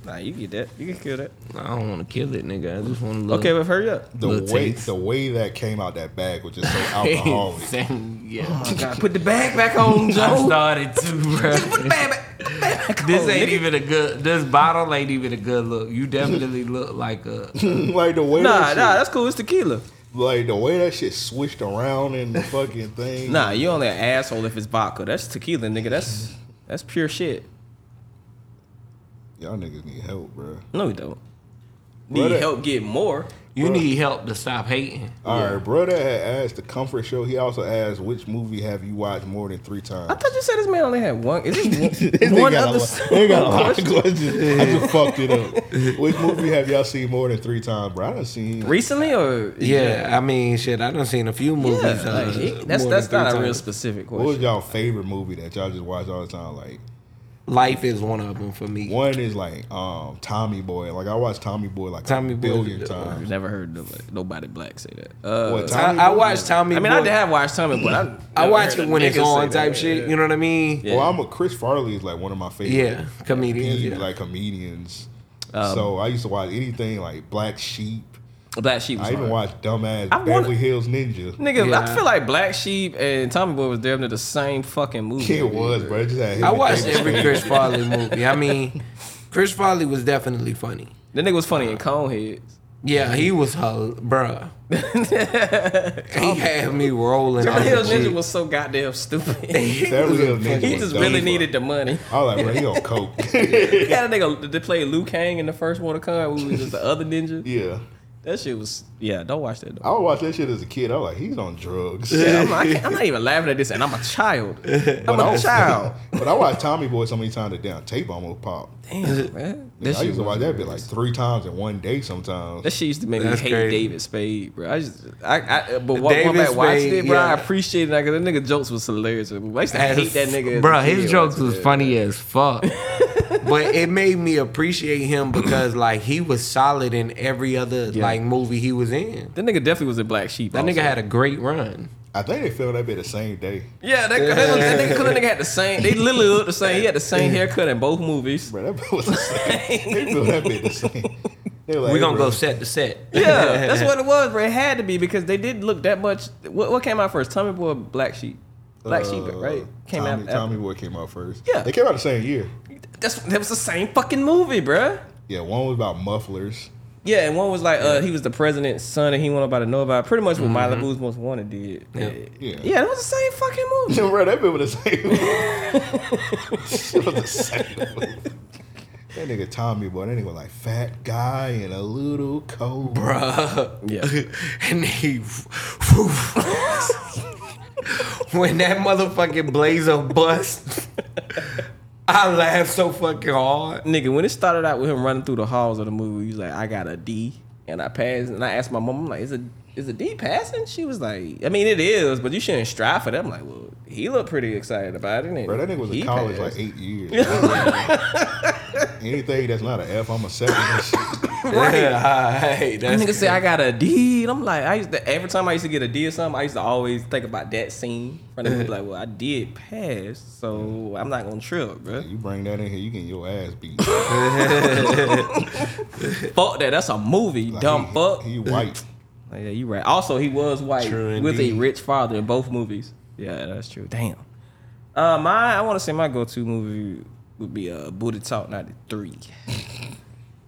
nah, you get that. You can kill that. I don't want to kill it, nigga. I just want to. Okay, but hurry up. The Little way taste. the way that came out that bag [laughs] was just [laughs] so alcoholic. Oh, yeah. [laughs] Put the bag back [laughs] on, I Joe. started [laughs] too, bro. Oh, Put the bag back. put the bag back This on, ain't nigga. even a good. This bottle ain't even a good look. You definitely look like a. [laughs] like the way Nah, that shit, nah, that's cool. It's tequila. like the way that shit swished around in the fucking thing. Nah, you only an asshole if it's vodka. That's tequila, nigga. That's that's pure shit. Y'all niggas need help, bro. No, we don't. Well, Need that- help getting more. You need help to stop hating. Uh, All right, bro. That had asked the comfort show. He also asked which movie have you watched more than three [laughs] times. I thought you said this man only had one. Is this They one, one got a other? lot- [laughs] [laughs] they got a lot of questions. I just fucked it up. Which movie have y'all seen more than three times, bro? I done seen. Recently or Yeah, I mean, shit. I done seen a few Yeah, movies. uh, like, it- that's more that's than not three a real times. specific What was question. y'all favorite movie that y'all just watch all the time? Like Life is one of them for me. one is like um Tommy Boy. Like I watched Tommy Boy like Tommy a Boy. billion I've times. never heard nobody, nobody black say that. Uh, What, I, Tommy I Boy? watched Tommy. I mean, Boy. I did have watched some of it, but I I never watch heard it a when it's nigga say on that. type shit. You know what I mean? Yeah. Well, I'm a Chris Farley is like one of my favorite. Yeah, comedians, comedian- yeah. Um, like comedians. so I used to watch anything like Black Sheep. Black Sheep. Was I even hard. watched dumbass I Beverly wanna- Hills Ninja. Nigga, I Yeah. feel like Black Sheep and Tommy Boy was damn near the same fucking movie. It was, bro. It just had him I and watched David every Spade. Chris [laughs] Farley movie. I mean, Chris Farley was definitely funny. The nigga was funny in Coneheads. Yeah, Mm-hmm. he was hell, [laughs] bruh. he had me rolling. Beverly Hills on the Ninja shit. was so goddamn stupid. [laughs] Beverly Hills [laughs] Ninja. he was just dumb really as fuck. needed the money. I was like, bro, he on coke. [laughs] He had a nigga that played Liu Kang in the first one to come. We was just the other ninja. yeah. That shit was yeah. Don't watch [laughs] that. Though. I would watch that shit as a kid. I was like, he's on drugs. Yeah, I'm, not, I can't- I'm not even laughing at this, and I'm a child. I'm I a was- [laughs] child. but I watched Tommy Boy so many times that damn tape almost popped. Damn, man. That I shit, used to was- watch that bit like three times in one day sometimes. that shit used to make me That's hate crazy. David Spade, bro. I just, I, I but wa- David going back watched Spade, it, bro. I yeah. appreciated that because that nigga jokes was hilarious. I used to As- hate that nigga. [laughs] as a Bro, kid, his jokes watching was that. funny as [laughs] fuck. but it made me appreciate him because like he was solid in every other like movie he was in. That nigga definitely was a black sheep. That also. nigga had a great run. I think they filmed that bit the same day. yeah. That, that, was- that nigga, 'cause that nigga had the same. They literally looked the same. He had the same haircut in both movies. Bro, that bit was the same. they filmed that bit the same. They were like, we hey, gonna bro. go set to set. [laughs] [laughs] Yeah, that's what it was, bro. It had to be because they did look that much. What, what came out first? Tommy Boy, or Black Sheep, Black Sheep, Uh, right? Came Tommy, out. Tommy Boy came out first. Yeah. They came out the same year. That's that was the same fucking movie, bruh. Yeah, one was about mufflers. Yeah, and one was like, uh, he was the president's son, and he wanted nobody to know about. it. Pretty much what Malibu's Most Wanted did. Yeah, Mm-hmm. Yeah. it was the same fucking [laughs] movie. Bro, that been was the [laughs] same. It was the same. That nigga Tommy boy, that nigga like fat guy and a little cold. Bruh. [laughs] yeah, and he when that motherfucking blazer bust I laughed so fucking [laughs] hard. nigga, when it started out with him running through the halls of the movie, he was like, I got a D, and I passed, and I asked my mom, I'm like, is a is a D passing? She was like, I mean, it is, but you shouldn't strive for that. I'm like, well, he looked pretty excited about it. and Bro, that nigga was he in college passed. like [laughs] eight years. Anything that's not an F, I'm a seven. Yeah, hey, That that's nigga said I got a D, and I'm like, I used to every time I used to get a D or something, I used to always think about that scene. And they was like, well, I did pass, so I'm not gonna trip, bro. [laughs] You bring that in here, you getting your ass beat. Fuck that, that's a movie, you Like, dumb he, fuck. He white. Like, yeah, you right. Also, he was white True with indeed. a rich father in both movies. Yeah, that's true. Damn. Uh, my I want to say my go-to movie would be uh Booty Talk '93. [laughs]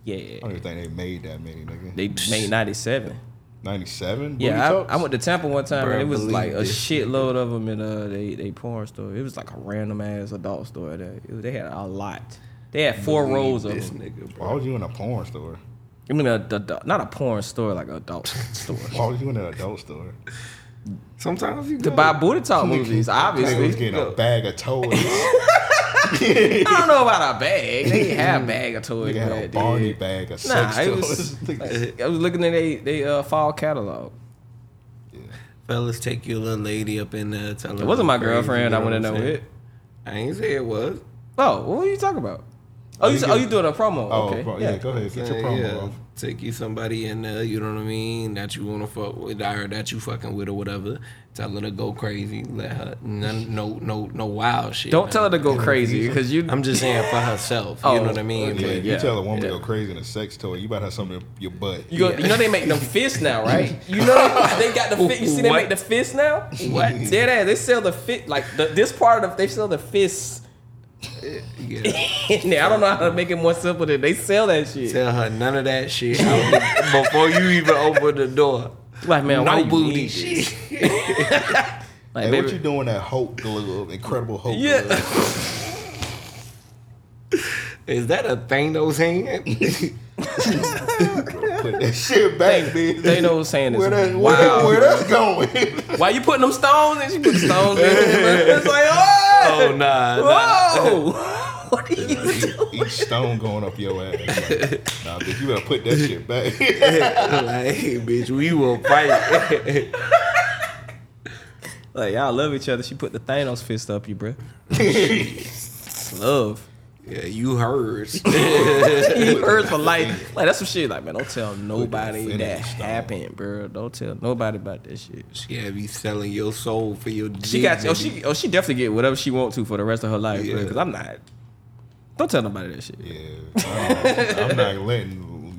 yeah, Oh, I don't even think they made that many, nigga. they made '97. 97? Yeah, I, I went to Tampa one time Bruh, and it was believe like a this shitload of them in uh they they porn store. It was like a random ass adult store. That it was- they had a lot. They had four rows of this them. nigga, Why bro. was you in a porn store? I mean, a, the- not a porn store, like an adult [laughs] [laughs] store. Why was you in an [laughs] adult store? Sometimes you to got- buy booty [laughs] talk movies, Nigga was obviously. getting a bag of toys. [laughs] I don't know about a bag. They didn't [laughs] have a bag of toys. Nigga had a back Barney then. bag of Nah, sex it toys. was. [laughs] like, I was looking at they they uh fall catalog. fellas take your little lady up in there. Tell her It wasn't my crazy, you girlfriend. I wouldn't what know I'm saying? it. I ain't say it was. Oh, what are you talking about? Oh, you you oh get- you doing a promo? [laughs] oh, okay, bro, yeah. yeah. go ahead. Get your Saying, promo yeah, off. Take you somebody in there, you know what I mean, that you wanna fuck with or that you fucking with or whatever. Tell her to go crazy. Let her none, no no no wild shit. Don't tell her man. to go crazy because you I'm just saying for herself. Oh, you know what I mean? Yeah, okay. you yeah, tell a woman yeah. to go crazy in a sex toy, you about to have something in your butt. You, go, Yeah. you know they [laughs] make them fists now, right? You know they, they got the fi- you see they What? make the fists now. What? [laughs] Dead ass, they sell the fit like the, this part of they sell the fists. [laughs] Yeah. in there. I don't know how to make it more simple than they sell that shit. Tell her none of that [laughs] shit out before you even open the door. like man, why No you booty need this? shit. Like Hey, baby, what you doing that Hulk glove, Incredible Hulk glove? [laughs] yeah, Is that a Thanos [laughs] hand? Put that shit back, bitch. they know what's saying [laughs] where, this. that, where, that- Wow. where that's going. [laughs] Why you putting them stones? And she put the stones in. it's like oh oh, nah. nah. [laughs] whoa, what are you doing? [laughs] Each stone going up your ass. Like, nah, bitch, you better put that shit back. [laughs] like, hey bitch, we will fight. [laughs] Like y'all love each other. She put the Thanos fist up [laughs] you, bro. love. yeah, you [laughs] hers. [laughs] he heard for life. Like that's some shit. Like man, don't tell nobody Infinity that Stone. happened, bro. Don't tell nobody about that shit. Yeah, be selling your soul for your. She got oh she oh she definitely get whatever she want to for the rest of her life, bro. Yeah. Because I'm not. Don't tell nobody that shit. yeah, nah, I'm not letting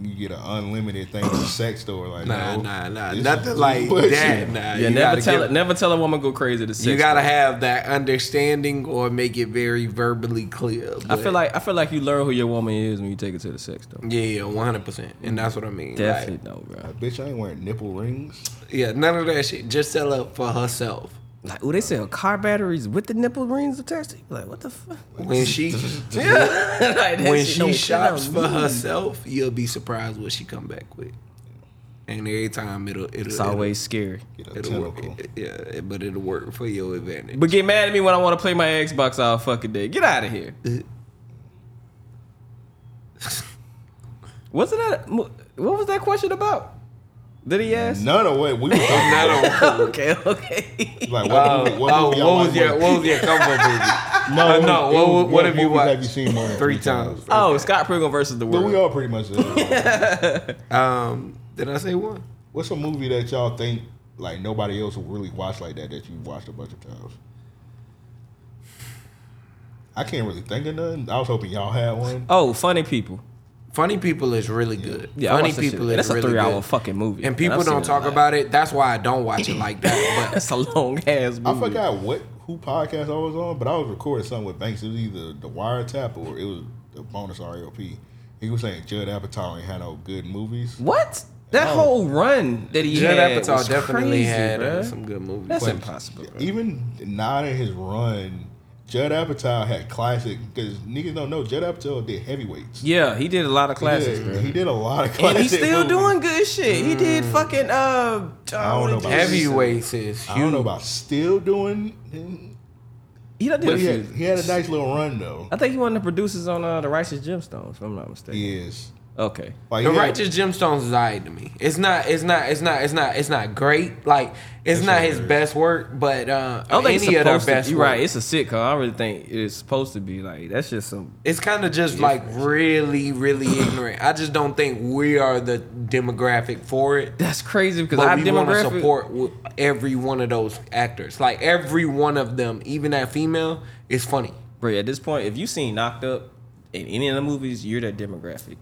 you get an unlimited thing in a sex store like Nah, no, nah, nah, this nothing is like bullshit. that. Nah, Yeah, never gotta tell give- it. Never tell a woman go crazy to sex. You gotta have that understanding or make it very verbally clear. I but- feel like I feel like you learn who your woman is when you take it to the sex though. Yeah, yeah, one hundred percent, and that's what I mean. Definitely no, bro. Bitch, I ain't wearing nipple rings. Like, yeah, none of that shit. Just sell up for herself. Like, oh, they sell car batteries with the nipple rings attached. to you. Like, what the fuck? When she Yeah. [laughs] Like, that when shit don't- she that shops don't for mean- herself, you'll be surprised what she come back with. And every time it'll it'll it's always scary. Get a it'll, it'll work. tentacle. Yeah, but it'll work for your advantage. But get mad at me when I want to play my Xbox all fucking day. Get out of [laughs] here. Wasn't that what was that question about? Did he ask? None of what we were talking [laughs] about. Okay, okay. Like, what, movie- what, Oh, movie y'all what was like your more- [laughs] what [laughs] was your combo movie? No, no, it what- was what- what have you movies Have watched? you seen more than Three times. Oh, Scott Pilgrim versus the But we world. all pretty much. uh, Um, did I say one? what's a movie that y'all think like nobody else will really watch like that that you watched a bunch of times? I can't really think of none. I was hoping y'all had one. oh, funny people. Funny People is really good. Yeah, Funny I watched that shit. People is That's a really three-hour good. fucking movie. And people don't talk about it. That's why I don't watch it like that. But [laughs] That's a long ass movie. I forgot what who podcast I was on, but I was recording something with Banks. It was either the Wiretap or it was the bonus RLP. He was saying Judd Apatow ain't had no good movies. What? That Oh. whole run that he Judd had Apatow was definitely crazy, had uh, bruh. some good movies. That's But impossible. bruh. Even not in his run, Judd Apatow had classic because niggas don't know Judd Apatow did heavyweights. Yeah, he did a lot of classics, he bro. did, he did a lot of [laughs] classic. And he's still movies. doing good shit. He Mm. did fucking uh. I don't know about Heavyweights is I don't know huge. about still doing. He done did But a he few. had, he had a nice little run though. I think he one of the producers on uh, the Righteous Gemstones, if I'm not mistaken. He is. Okay. Like, The he had- Righteous Gemstones is alright to me. It's not. It's not. It's not. It's not. It's not great. Like it's not his best work, but uh, I don't think any it's of their supposed best. to. You're work. right. It's a sitcom. I really think it's supposed to be like that's just some. It's kind of just like really, really ignorant. I just don't think we are the demographic for it. That's crazy because But our we want to demographic. support w- every one of those actors. Like every one of them, even that female, is funny. Bro, at this point, if you seen Knocked Up in any of the movies, you're that demographic.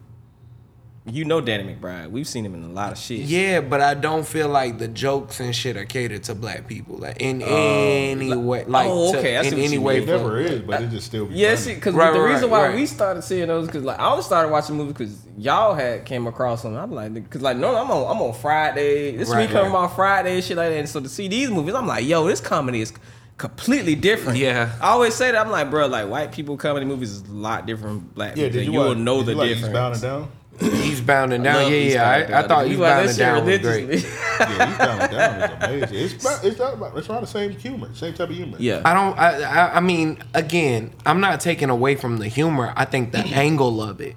You know Danny McBride. We've seen him in a lot of shit. Yeah, but I don't feel like the jokes and shit are catered to black people like, in any way. Like oh, to- okay, I see in what you any mean. way. It never from- is, but it just still. Be Yeah, funny. because Right, the right, reason why right. we started seeing those, because like I only started watching movies because y'all had came across them. I'm like, because like no, I'm on I'm on Friday. This Right, week coming right. out Friday, and shit like that. And so to see these movies, I'm like, yo, this comedy is completely different. Yeah. I always say that. I'm like, bro, like white people comedy movies is a lot different from black. Yeah, people. did and you, you watch, will know did the you like difference. Eastbound and Down? He's bound and down. Love Yeah, Eastbound yeah. and I, I Down. thought We he's watch bound and that down was shit great. religiously. [laughs] Yeah, Eastbound and Down is amazing. It's about, it's not about, it's around the same humor, same type of humor. Yeah. I don't. I, I. I mean, again, I'm not taking away from the humor. I [clears throat] think the angle of it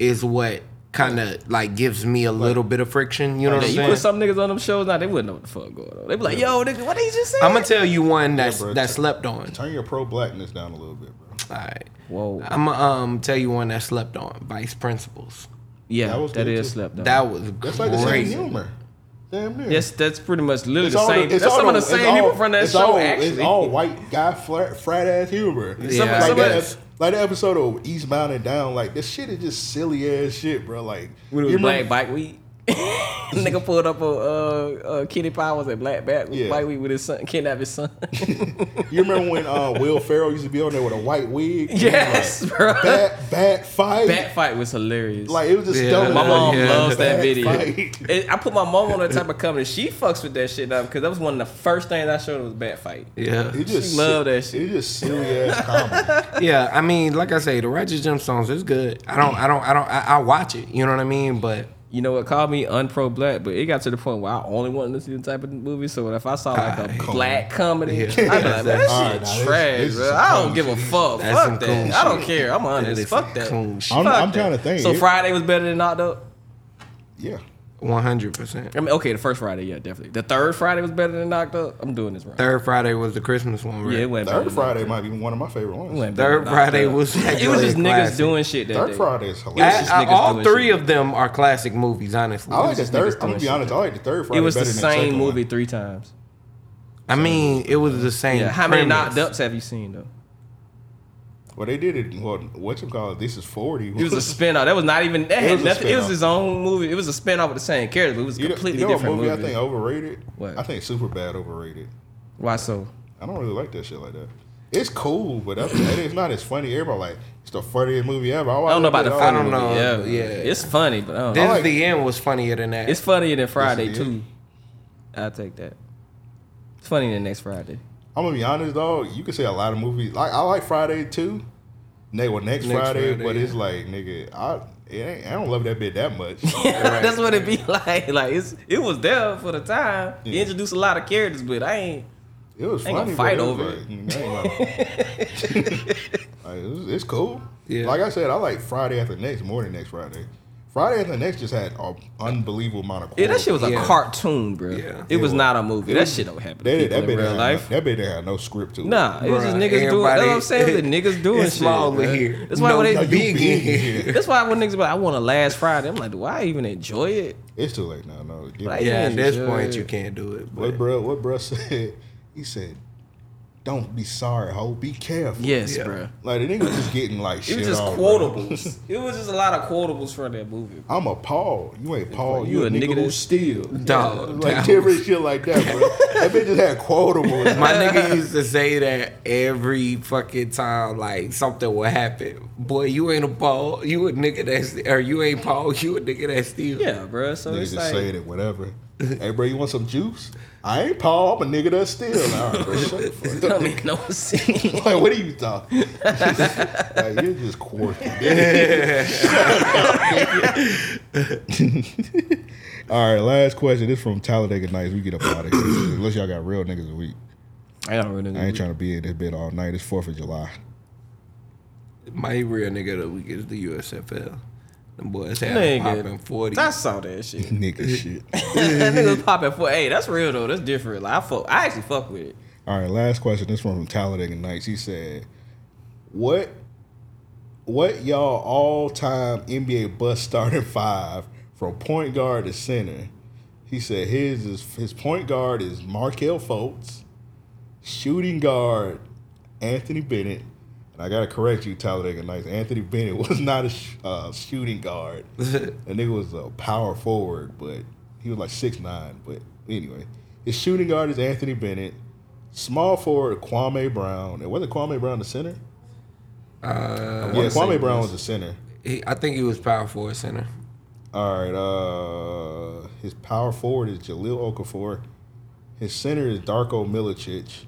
is what kind of like gives me a little bit of friction. You know what Yeah, I'm you saying? put some niggas on them shows now, they wouldn't know what the fuck going on. They be like, "Yo, nigga, what did he just say?" I'm gonna tell you one that's bro, that t- slept on. Turn your pro blackness down a little bit, bro. All right. Whoa. I'm gonna um tell you one that slept on. Vice principals. yeah, That was that good, is too. slept on. That was That's crazy. like the same humor. Damn near. Yes, that's pretty much literally It's the all same. it's that's all some of the it's same all- people from that it's show. all- actually, it's [laughs] all white guy flat, frat ass humor. Yeah. Like, Some of that, it- like that episode of Eastbound and Down. Like this shit is just silly ass shit, bro. Like When it you was remember- Black Bike Week. [laughs] Nigga pulled up on uh, uh, Kenny Powers at Black Bat Yeah. Bike Week with his son, kidnapped his [laughs] son. [laughs] You remember when uh, Will Ferrell used to be on there with a white wig? yes, Like, bro. That, Bat, bat fight. fight was hilarious. Like it was just Yeah, dumb. my as mom hell. yeah. loves that Bat video. [laughs] fight. [laughs] It- I put my mom on that type of comedy. She fucks with that shit up because that was one of the first things I showed her was Bat Fight. Yeah. It just She love that shit. It's just silly ass comedy. yeah, I mean, like I say, the Righteous Gemstones is good. I don't, I don't, I don't, I, I watch it. You know what I mean? But You know what? Called me unpro black, but it got to the point where I only wanted to see the type of movie. So if I saw like a black comedy, I'd be like, man, that All right, shit now this- trash, this is bro. some I cool don't give a fuck. That's some fuck that. cool I don't shit. care. I'm honest. That is fuck some that. cool shit. I'm- Fuck I'm that. trying to think. So It- Friday was better than Knocked Up. [laughs] Yeah. 100. percent I mean, okay, the first Friday, yeah, definitely. The third Friday was better than Knocked Up. I'm doing this wrong. Third Friday was the Christmas one, right? yeah, it went Third Friday might be one of my favorite ones. Third Friday was It was actually just a niggas classic. doing shit that Third day. Friday is was hilarious. I, just I, niggas uh, all doing three shit. of them are classic movies, honestly. I like the just third. niggas I'm gonna doing be shit. honest. I like the third Friday. It was the better than same second movie One. three times. I mean, it was the same. Yeah. How many premise. Knocked Ups have you seen though? Well, they did it. in, Well, what you call it? This is forty. It was [laughs] a spin-off. That was not even that It had was a nothing. It was spin-off. his own movie. It was a spin-off with the same character, but it was a You know, completely you know what different movie, movie. I think overrated. What? I think Super Bad overrated. Why so? I don't really like that shit like that. It's cool, but that's, that is not as funny. Everybody like it's the funniest movie ever. I don't know about the I funny don't Um, movie. know. Yeah, Yeah. it's funny, but I don't This know. like- the end was funnier than that. it's funnier than Friday is. too. I'll take that. It's funnier than next Friday. I'm gonna be honest though. You can say a lot of movies. Like I like Friday too. Ne- well, next, Next Friday, Friday, but yeah. it's like nigga, I it ain't, I don't love that bit [laughs] that much. That's what it be [laughs] like. Like it's it was there for the time. It Yeah. introduced a lot of characters, but I ain't. It was Ain't gonna funny. but fight it was over like, it. mm, I ain't gonna- Like, [laughs] it was- it's cool. Yeah. Like I said, I like Friday after next more than next Friday. Friday after next just had an unbelievable amount of. Yeah, that shit was a Yeah. cartoon, bro. Yeah. It was Yeah. not a movie. It That was- shit don't happen. to They, did- people that in bit real didn't life. have, that bit didn't have no script to it. Nah, it was just Bruh, niggas doing. That's what I'm saying. The everybody- [laughs] niggas doing [laughs] it's shit. small bruh. here. That's why No, when Now, they you big big in here. That's why when niggas be like, I want a last Friday. I'm like, do I even enjoy it? It's too late now. No, get Like, it. yeah, at [laughs] Yeah, this yeah, point yeah. [laughs] you can't do it. But What bruh What bruh said? He said, don't be sorry, ho. Be careful. Yes, bro. Like the nigga just getting like It shit. was just on, quotables. it was just a lot of quotables from that movie. bro. I'm a Paul. You ain't Paul. You, you a, a nigga, nigga who that- steal. Dog. Like dog. different shit like that, [laughs] bro. that bitch just had [laughs] quotables. My nigga used to say that every fucking time, like something would happen. Boy, you ain't a Paul. You a nigga that's, or you ain't Paul. [laughs] You a nigga that's steal. Yeah, bro. So Niggas it's like, just say it, whatever. hey, bro, you want some juice? I ain't Paul. I'm a nigga that steal. All right, bro, shut the fuck I up. [laughs] mean, no sense. Like, what are you talking? [laughs] like, you're just [laughs] quirky. All right, last question. This from Talladega Nights. We get up out of here. Unless y'all got real niggas a week. [laughs] I don't really I know. ain't trying to be in this bed all night. It's 4th of July. My real nigga of the week is the USFL. Them boys had Nigga. popping 40. I saw that shit. [laughs] Nigga shit. that nigga was popping for. Hey, that's real though. That's different. Like I fuck. I actually fuck with it. All right, last question. This one from Talladega Nights. He said, "What, what y'all all time NBA bust starting [laughs] five from point guard to center?" He said his is his point guard is Markel Fultz, shooting guard Anthony Bennett, and I gotta correct you, Talladega Nights. Anthony Bennett [laughs] was not a sh- uh, shooting guard. That nigga was a power forward, but he was like six nine. But anyway, his shooting guard is Anthony Bennett. Small forward Kwame Brown. And wasn't Kwame Brown the center? Uh, yeah, Kwame Brown was the center. he, I think he was power forward center. All right. Uh, his power forward is Jalil Okafor. His center is Darko Milicic.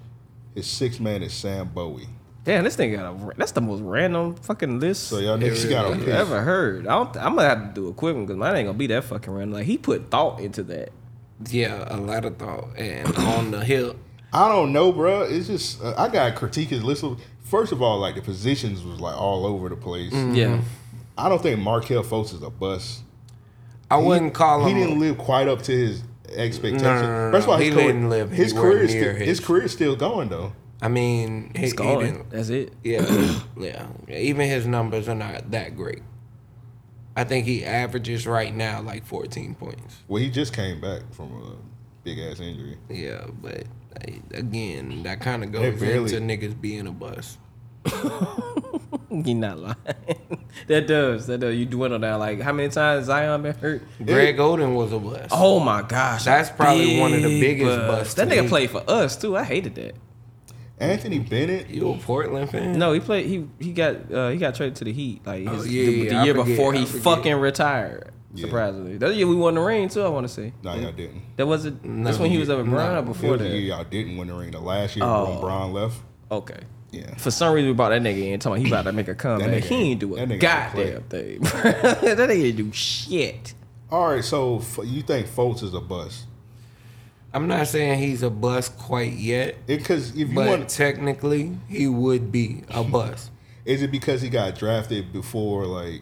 His sixth man is Sam Bowie. Damn, this thing got a. That's the most random fucking list. So y'all niggas got to I've pick. ever heard. I don't, I'm gonna have to do a quick one because mine ain't gonna be that fucking random. Like he put thought into that. Yeah, a lot of thought. And on the hip. I don't know, bro. It's just uh, I got to critique his list. of- First of all, like the positions was like all over the place. Yeah, I don't think Markel Fultz is a bust. I wouldn't call him. He didn't live quite up to his expectations. No, no, no, First of all, no. Um, his He career, didn't live his anywhere career is near still, his his- career is still going though. I mean, he, he it's gone. didn't. That's it. Yeah, [coughs] yeah. Even his numbers are not that great. I think he averages right now like 14 points. Well, he just came back from a big ass injury. Yeah, but like, again, that kind of They goes barely- into niggas being a bus. You're not lying. [laughs] that does. That does. You dwindle down. Like how many times Zion been hurt? Greg Oden was a bus. Oh my gosh, That's probably one of the big biggest bust. busts That to nigga me. played for us too. I hated that. Anthony Bennett, You a Portland fan? No, he played. He he got uh, he got traded to the Heat like his, Oh, yeah, the, yeah, the I year forget, before I he forget. fucking retired. Yeah. Surprisingly, that year we won the ring too. I want to say no, y'all didn't. that wasn't. that's when he was up at Brown or It before was the year that. y'all didn't win the ring. The last year when Oh. Brown left, Okay. yeah. For some reason, we brought that nigga in. Talking about he about to make a comeback. nigga He ain't do a ain't- that nigga ain't goddamn thing. [laughs] that nigga ain't do shit. [laughs] All right, so f- you think Fultz is a bust? I'm not saying he's a bus quite yet, Because if you but want, technically he would be a bus. is it because he got drafted before? Like,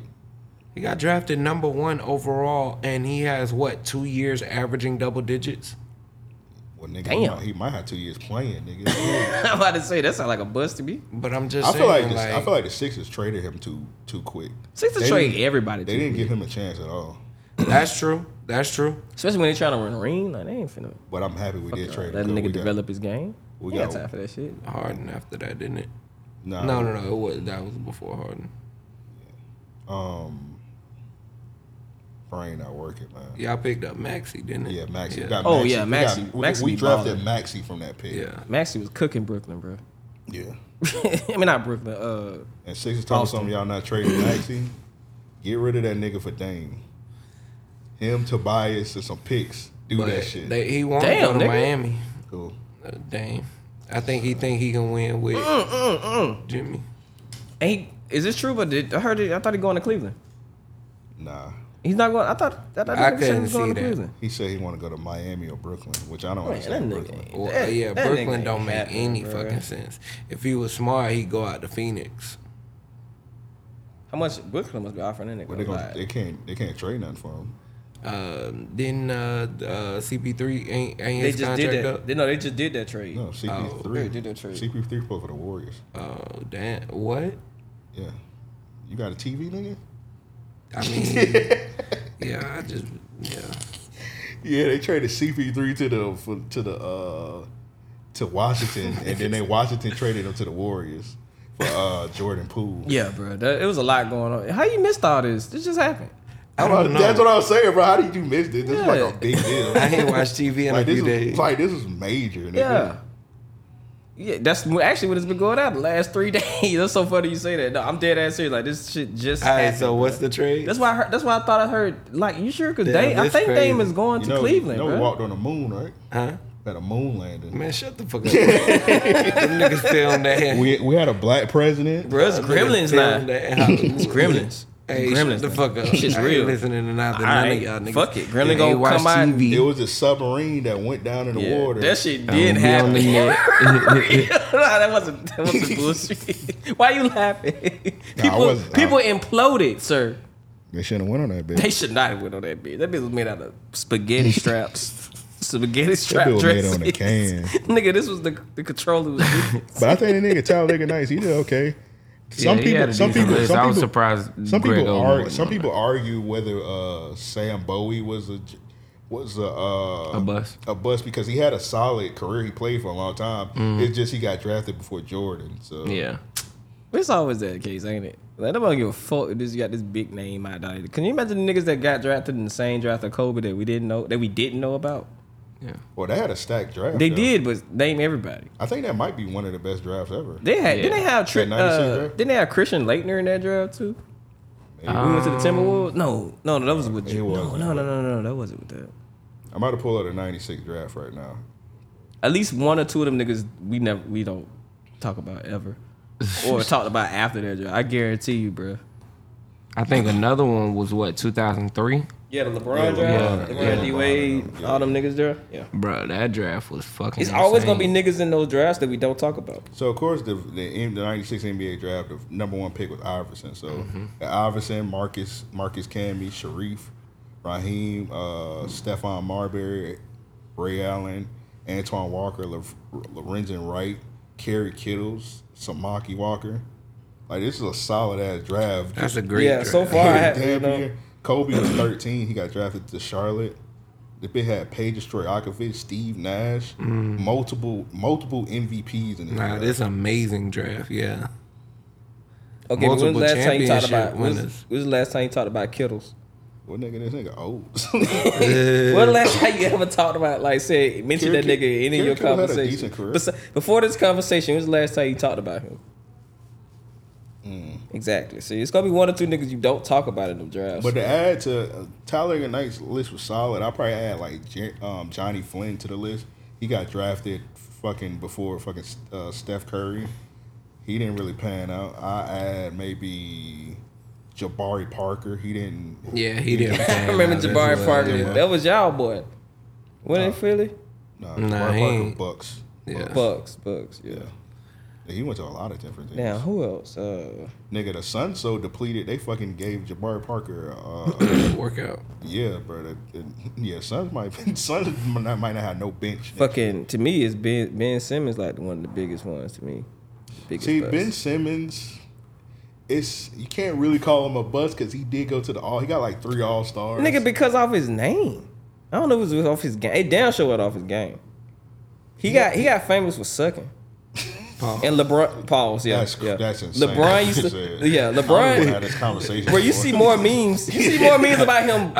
he got drafted number one overall, and he has what two years averaging double digits? well, nigga, He, Damn. might, he might have two years playing, [laughs] nigga. I'm about to say that sound like a bust to me. But I'm just I saying, feel like, like, this, I feel like the Sixers traded him too too quick. Sixers They trade didn't- everybody. They too didn't quick. give him a chance at all. that's true. That's true. especially when they trying to run a ring. Like they ain't finna But I'm happy we did trade him. let a good. nigga we develop his game. we We got, got- time for that shit. Harden after that, didn't it? Got, No, no, no. It was that was before Harden. Um, brain not working, man. Yeah, Y'all picked up Maxi, didn't it? yeah Maxi. Yeah. We got Oh, Maxey. yeah, We got- Maxey. We, Maxey we be drafted Maxi from that pick. yeah. Maxie was cooking Brooklyn, bro. [laughs] yeah. I mean not Brooklyn. Uh, And Sixers told some of y'all not trading Maxi. Get rid of that nigga for Dame. Him, Tobias, and some picks. Do But that shit. They, he won't go Damn, to nigga. Miami. cool. Uh, damn. I think he think he can win with Mm, Jimmy. and he, is this true? But did, I heard it. I thought he going to Cleveland. Nah. He's not going. I thought. I, thought I that nigga said he couldn't was going see to that. Cleveland. He said he want to go to Miami or Brooklyn, which I don't Man, that understand. nigga Brooklyn. ain't- Or, that- yeah, that nigga Brooklyn ain't don't make happening, any bro. fucking sense. If he was smart, he'd go out to Phoenix. How much Brooklyn must be offering that But they, nigga? gonna, Like, they can't. They can't trade nothing for him. Um, then uh, uh, CP3 ain't, ain't They his just contract did that. up. They, no, they just did that trade. No, CP3. they did that trade. CP3 played for the Warriors. Oh damn! What? Yeah. You got a TV, nigga? [laughs] I mean, yeah, I just yeah. Yeah, they traded CP3 to the for, to the uh to Washington, and then they Washington traded him to the Warriors for uh, Jordan Poole. Yeah, bro. That, it was a lot going on. How you missed all this? This just happened. I don't know. That's what I was saying, bro. How did you miss this? This is Yeah. like a [laughs] big deal. I ain't watched TV [laughs] in like a this few is days. like this is major. Nigga. Yeah. Yeah, that's wh- actually what it's been going on the last three [laughs] days. That's so funny you say that. No, I'm dead ass serious. Like this shit just. All right, happened, so bro. what's the trade? That's why I heard, that's why I thought I heard like you sure because Damn, Dame I that's think Dame crazy. is going You to know, Cleveland, You know, bro. we walked on the moon, right? Huh? Had a moon landing. Man, shut the [laughs] fuck up. Them niggas [laughs] filmed that. We we had a black president. Bro, it's gremlins now. [laughs] It's It's gremlins. Hey, gremlins. shut the now. fuck up. Shit's I ain't real. listening to nothing. All None right, of y'all niggas. fuck it. Gremlin They gonna watch come out- TV. It was a submarine that went down in the Yeah, water. that shit I did don't be on happen. the [laughs] net. Nah, that wasn't that [laughs] wasn't bullshit. Why you laughing? people wasn't- people imploded, sir. They shouldn't have went on that bitch. They should not have went on that bitch. That bitch was made out of spaghetti [laughs] straps. spaghetti strap bitch was made dress. on a can. [laughs] Nigga, this was the the controller [laughs] was But I think the nigga Talladega Nights, he did okay. Some Yeah, he had people, a some decent people, list. some I was people, surprised. some Greg people Oden argue. wasn't Some on people argue whether uh, Sam Bowie was a j- was a uh, A bust. a bust because he had a solid career. He played for a long time. It's just he got drafted before Jordan. that. So Mm-hmm. Yeah. It's always that case, ain't it? Like nobody give a fuck if this you got this big name out there. Can you imagine the niggas that got drafted in the same draft of Kobe that we didn't know that we didn't know about? well, they had a stacked draft. They though. did, but name everybody. I think that might be one of the best drafts ever. They had didn't Yeah. they have tri- That 96 uh, draft? didn't they have Christian Leitner in that draft too? we went to the Timberwolves. No, no, no, that was with It you. No, wasn't. no, no, no, no, that wasn't with that. I'm about to pull out a '96 draft right now. At least one or two of them niggas we never we don't talk about ever, [laughs] or talked about after their draft. I guarantee you, bro. I think another one was what 2003. Yeah, the LeBron draft, draft, LeBron, LeBron yeah, D LeBron, Wade, yeah. all them niggas draft. Yeah. Bro, that draft was fucking. It's always gonna be insane. niggas in those drafts that we don't talk about. So of course the the, M- the '96 NBA draft, the number one pick was Iverson. So Mm-hmm. Iverson, Marcus, Marcus Camby, Sharif, Raheem, uh, Stefan Marbury, Ray Allen, Antoine Walker, La- Lorenzen Wright, Kerry Kittles, Samaki Walker. Like this is a solid ass draft. That's a great Yeah, draft. so far [laughs] I have, Damn you know, near. Kobe was 13. He got drafted to Charlotte. The bit had Paige Stoyakovich, Steve Nash, multiple multiple MVPs in the Mm. Nah, draft. this amazing draft. Yeah. okay. But when was multiple the last time you talked championship about? When was, winners. when was the last time you talked about Kittles? What nigga? This nigga old. [laughs] When the last time you ever talked about like say mention that Kirk- nigga in any of Kirk your Kittle had a conversation? decent career. Besi- Before this conversation, when was the last time you talked about him? Hmm. Exactly. See, it's gonna be one or two niggas you don't talk about in them drafts. but to add to uh, Tyler Knight's list was solid. I probably add like J- um, Johnny Flynn to the list. He got drafted fucking before fucking uh, Steph Curry. He didn't really pan out. I add maybe Jabari Parker. He didn't. Yeah, he didn't. [laughs] I remember Jabari Parker. yeah. That was y'all boy. What in Philly? Nah, Nah, Jabari he Parker ain't. Bucks. Yeah. Bucks, Bucks. Yeah. Yeah. He went to a lot of different things. Now who else? Uh, Nigga, the Suns so depleted, they fucking gave Jabari Parker. [coughs] Uh, Workout. yeah, bro. that- that- yeah, Suns might [laughs] Suns might not might not have no bench. nigga. fucking to me is Ben Ben Simmons like one of the biggest ones to me. Biggest See, bust. Ben Simmons, it's you can't really call him a bust because he did go to the all. He got like three All Stars. nigga because off his name. I don't know if it was off his game. It damn sure was off his game. He got he got famous for sucking. Pause. And LeBron pause, yeah. that's yeah. that's insane. LeBron [laughs] used You to said. Yeah, I don't even LeBron have this conversation. Bro, you before. see more memes. You see more memes about [laughs] him being Ah,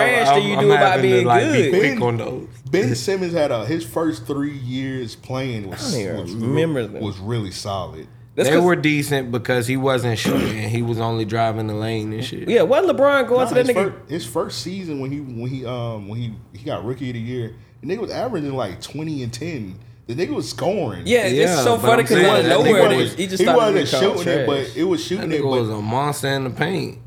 I- trash than I'm- you I'm do about having to, being like, good. Be Ben- quick on those. Ben Simmons had a, his first three years playing was I don't even was, remember real- them. was really solid. That's they 'cause- were decent because he wasn't shooting. He was only driving the lane and shit. Yeah, wasn't LeBron going Nah, to that his, nigga? first, his first season when he when he um when he he got rookie of the year, the nigga was averaging like twenty and ten. The nigga was scoring. Yeah, it's Yeah, so but funny I'm because saying out of that nigga nowhere was- they- he just he started wasn't getting called shooting trash. it, but it was That shooting it. nigga was But a monster in the paint.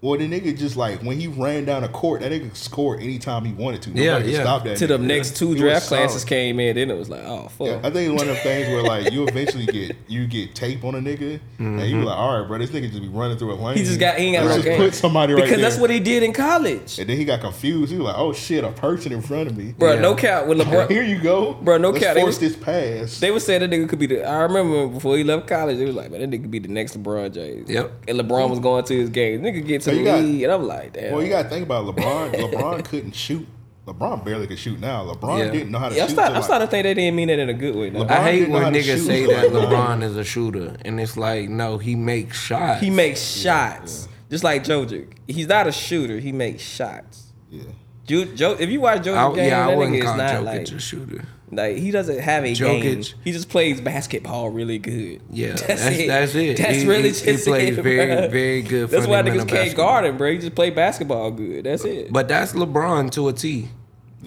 well, the nigga just like when he ran down the court, that nigga could score anytime he wanted to. Nobody Yeah, could yeah. Stop that to the nigga. next He two was draft classes solid. came in, then it was like, oh fuck. Yeah, I think it's one of the things where like you eventually get you get tape on a nigga, Mm-hmm. and you be like, all right, bro, this nigga just be running through a lane. He just got he ain't got Let's no just game. put somebody right because that's there. what he did in college, And then he got confused. He was like, "Oh shit, a person in front of me." bro. Yeah. No cap when Here [laughs] LeBron. you go, Bro, no Let's cap, they Force was- this pass. They would say that nigga could be the. I remember before he left college, they was like, man, that nigga could be the next LeBron James. Yep. And LeBron was going to his game. Nigga get to So the you got- league, and I'm like, damn. well, you got to think about LeBron. LeBron couldn't shoot. LeBron barely could shoot now. LeBron Yeah. didn't know how to Yeah, I'm, shoot. start, till, I'm like- starting to think they didn't mean that in a good way. though. LeBron I hate didn't know how when to niggas shoot. say [laughs] that LeBron is a shooter, and it's like, no, he makes shots. He makes shots, just like Jojic. He's not a shooter. He makes shots. Yeah. Ju- Jo- if you watch Jojic I, game, yeah, I that wouldn't nigga is call not Jokic like, a shooter. like he doesn't have a game. Jokic- He just plays basketball really good. [laughs] Yeah, that's- that's it. That's He- really he- just he plays it, very- bruh. very good That's why fundamental niggas can't basketball. guard him, bro. He just play basketball good. That's it. But that's LeBron to a T.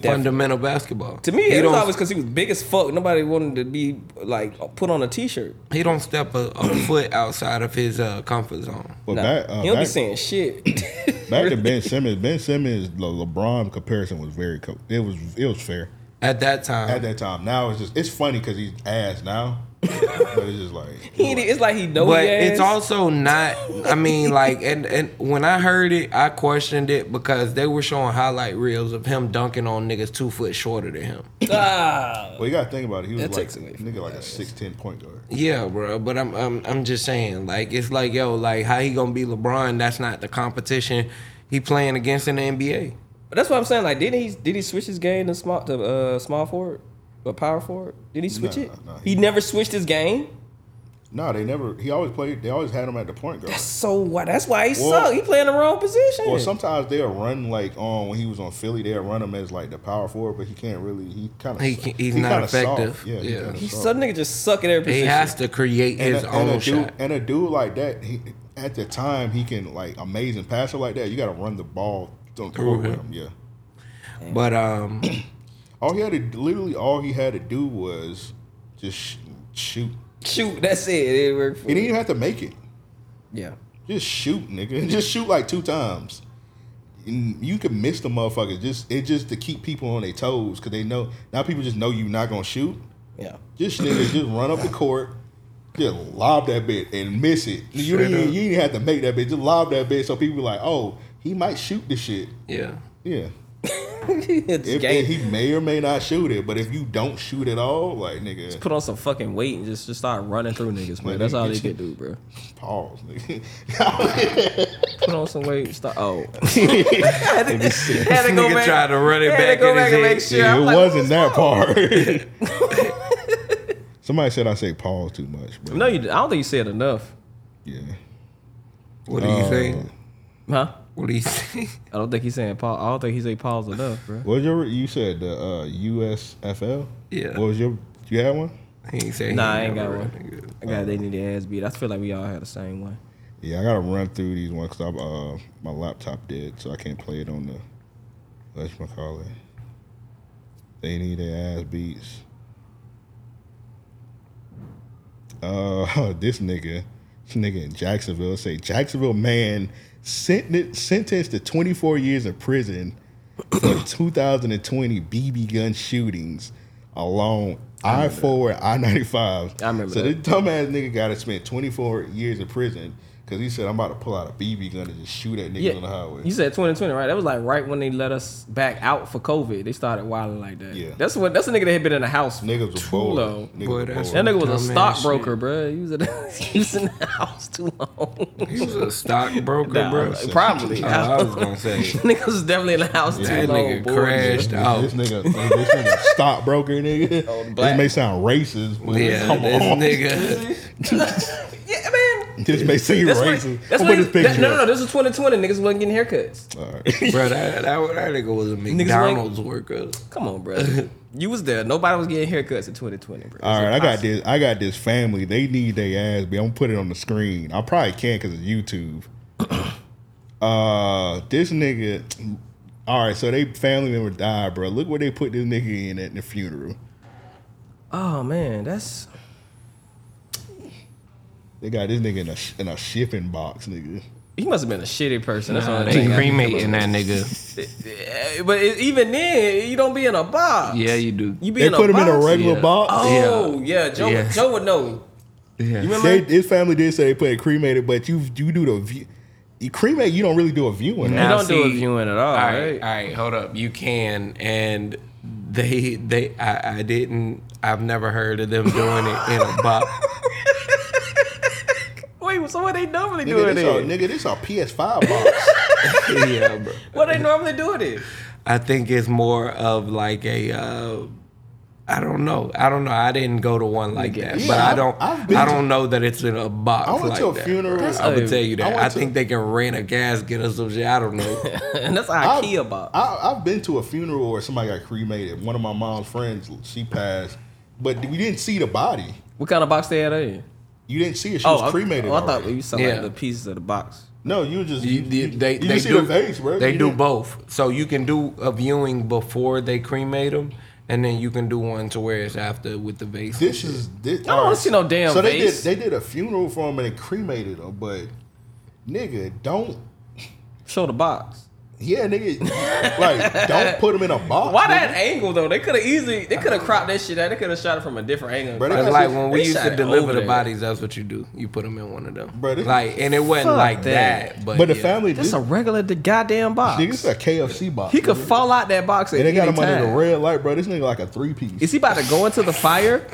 Fundamental basketball. to me, he it was don't- always because he was big as fuck. Nobody wanted to be like put on a t-shirt. he don't step a, a [coughs] foot outside of his uh, comfort zone. But Nah, back, uh, he don't be back, saying shit. [laughs] back to Ben Simmons. Ben Simmons, the LeBron comparison was very co- it was it was fair At that time, at that time. Now it's just it's funny because he's ass now, but it's just like He, e-, it's like he knows. but it's also not. I [laughs] mean, like, and and when I heard it, I questioned it because they were showing highlight reels of him dunking on niggas two foot shorter than him. ah, Well, you gotta think about it. He was That like takes away from nigga like a six ten point guard. Yeah, bro. But I'm I'm I'm just saying, like, it's like yo, like, how he gonna be LeBron? That's not the competition he playing against in the NBA. but that's what I'm saying. Like, didn't he? Did he switch his game to small to uh, small forward or power forward? Did he switch Nah, it? nah, he, he- never switched his game. No, they never. He always played. They always had him at the point guard. So why? That's why he Well- sucked. He playing the wrong position. Well, sometimes they'll run like on when he was on Philly, they'll run him as like the power forward, but he can't really. He kind of He can- he's not effective. Yeah, Yeah. kinda He soft. some nigga just suck at every He position. has to create and his a, and own a dude, shot. and a dude like that, he, at the time, he can like amazing passer like that. You got to run the ball through Through with him. him. Yeah. But um, All he had to literally all he had to do was just sh- shoot. Shoot, that's it. It worked for He him. didn't even have to make it. Yeah. Just shoot, nigga. [laughs] Just shoot like two times. And you can miss the motherfuckers. Just it just to keep people on their toes because they know now people just know you not gonna shoot. Yeah. Just nigga, just run up the court, just lob that bit and miss it. You didn't, you didn't have to make that bit. Just lob that bit so people be like, oh, he might shoot the shit. yeah, Yeah. [laughs] It's If, game. and he may or may not shoot it, but if you don't shoot at all, like nigga, Put on some fucking weight and just, just start running through niggas, man. Man, That's they- all they could do, [laughs] bro. pause, nigga. [laughs] Put on some weight. Start. Oh, [laughs] this to go nigga back- tried to run it had to back. go in his back and head. make sure. Yeah, I'm it like, wasn't that part. [laughs] Somebody said I say pause too much, but no, you. I don't think you said enough, yeah. What do you Um, think? huh? What do you [laughs] think? I don't think he's saying pause. I don't think he's saying pause enough, bro. What was your you said the uh, USFL? Yeah. What was your you had one? He ain't say he Nah, I ain't never got run one. it good. I got they need their ass beat. I feel like we all had the same one. Yeah, I gotta run through these ones because uh, my laptop dead, so I can't play it on the. Let's call it. They need their ass beats. Uh, [laughs] this nigga, this nigga in Jacksonville say Jacksonville man sentenced sentenced to 24 years in prison [coughs] for 2020 BB gun shootings along I four I 95. I remember So that. this dumbass nigga got to spend 24 years in prison because he said I'm about to pull out a BB gun and just shoot at niggas on the highway. You said 2020, right? That was like right when they let us back out for COVID. They started wilding like that. Yeah. That's what. That's a nigga that had been in the house Niggas was too bored. long. Niggas Boy, was that's- That bored. nigga was Dumbass a stockbroker, bro. He was, in the, [laughs] he was in the house too long. [laughs] He was a stockbroker, Nah, bro. probably. Oh, I was gonna [laughs] say. Niggas was definitely in the house That too long. nigga crashed This out. nigga, oh, this [laughs] nigga stockbroker nigga. Oh, this may sound racist, but Yeah, come this on. nigga. [laughs] Yeah, man. [laughs] This may seem That's racist. what. That's I'll what. put this That, picture no, no, no. up. This was 2020. Niggas wasn't getting haircuts. All right. Bro, that, that, that nigga was a like- McDonald's worker. Come on, bro. [laughs] you was there. Nobody was getting haircuts in 2020, bro. All right, I got this. I got this family. They need their ass. But I'm gonna put it on the screen. I probably can't because it's YouTube. [clears throat] uh, this nigga. All right, so they family member died, bro. Look where they put this nigga in at the funeral. Oh man, that's They got this nigga in a in a shipping box, nigga. he must have been a shitty person. That's all. They They cremating that nigga. But it, even then, you don't be in a box. Yeah, you do. you be They in put a him box. in a regular Yeah. box. Oh yeah, Joe. Yeah. Joe would know. You remember? They, his family did say they put it cremated, but you you do the view. You cremate, you don't really do a viewing. you right? Nah. don't do a see, viewing at All all, right? right, all right, hold up. You can, and they, they, I, I didn't. I've never heard of them doing it in [laughs] a box. Wait, so what they normally do Nigga, it this a, in? [laughs] nigga, this a PS5 box. yeah, bro. What they normally do it in? I think it's more of like a. Uh, I don't know. I don't know. I didn't go to one like that, Yeah, but I I've- don't. I've been I to- don't know that it's in a box. I went like to a that. funeral. That's I would a- tell you I that. went I to- think they can rent a gasket or some shit. I don't [laughs] know. [laughs] and that's I've- IKEA box. I, I've been to a funeral where somebody got cremated. One of my mom's friends, she passed, but we didn't see the body. What kind of box they had in? You didn't see it. She I- was cremated. oh, I thought already. you said Yeah. like the pieces of the box. no, you just You, you, they you they just see do the face, bro. They You do didn't- both, so you can do a viewing before they cremate them, and then you can do one to where it's after with the vase. This is this. I don't wanna see no damn So they did. face. They did a funeral for him and they cremated him, but nigga, don't. Show the box. Yeah, nigga, like don't put [laughs] him in a box. Why nigga. that angle though? They could have easily they could have cropped that shit out. They could have shot it from a different angle. Bro, they But That's like it. when we They used shot to it deliver over the there. bodies, that's what you do. You put them in one of them. Bro, this- like and it wasn't Fuck like that. that. But But the yeah. family, That's this, a regular the goddamn box. nigga, this is a KFC box. he could nigga. fall out that box at And they got any him under the time. red light, bro. This nigga like a three piece. Is he about to go into the [laughs] fire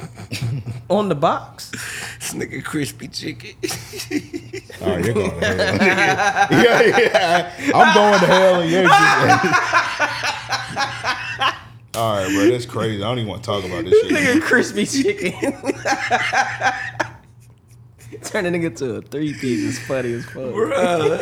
on the box? this nigga crispy [laughs] chicken. All right, you're going to hell. yeah, yeah. I'm going to hell and you're just. [laughs] All right, bro. That's crazy. I don't even want to talk about this shit. Nigga, crispy chicken. [laughs] Turn the nigga to a three piece is funny as fuck. Bro, But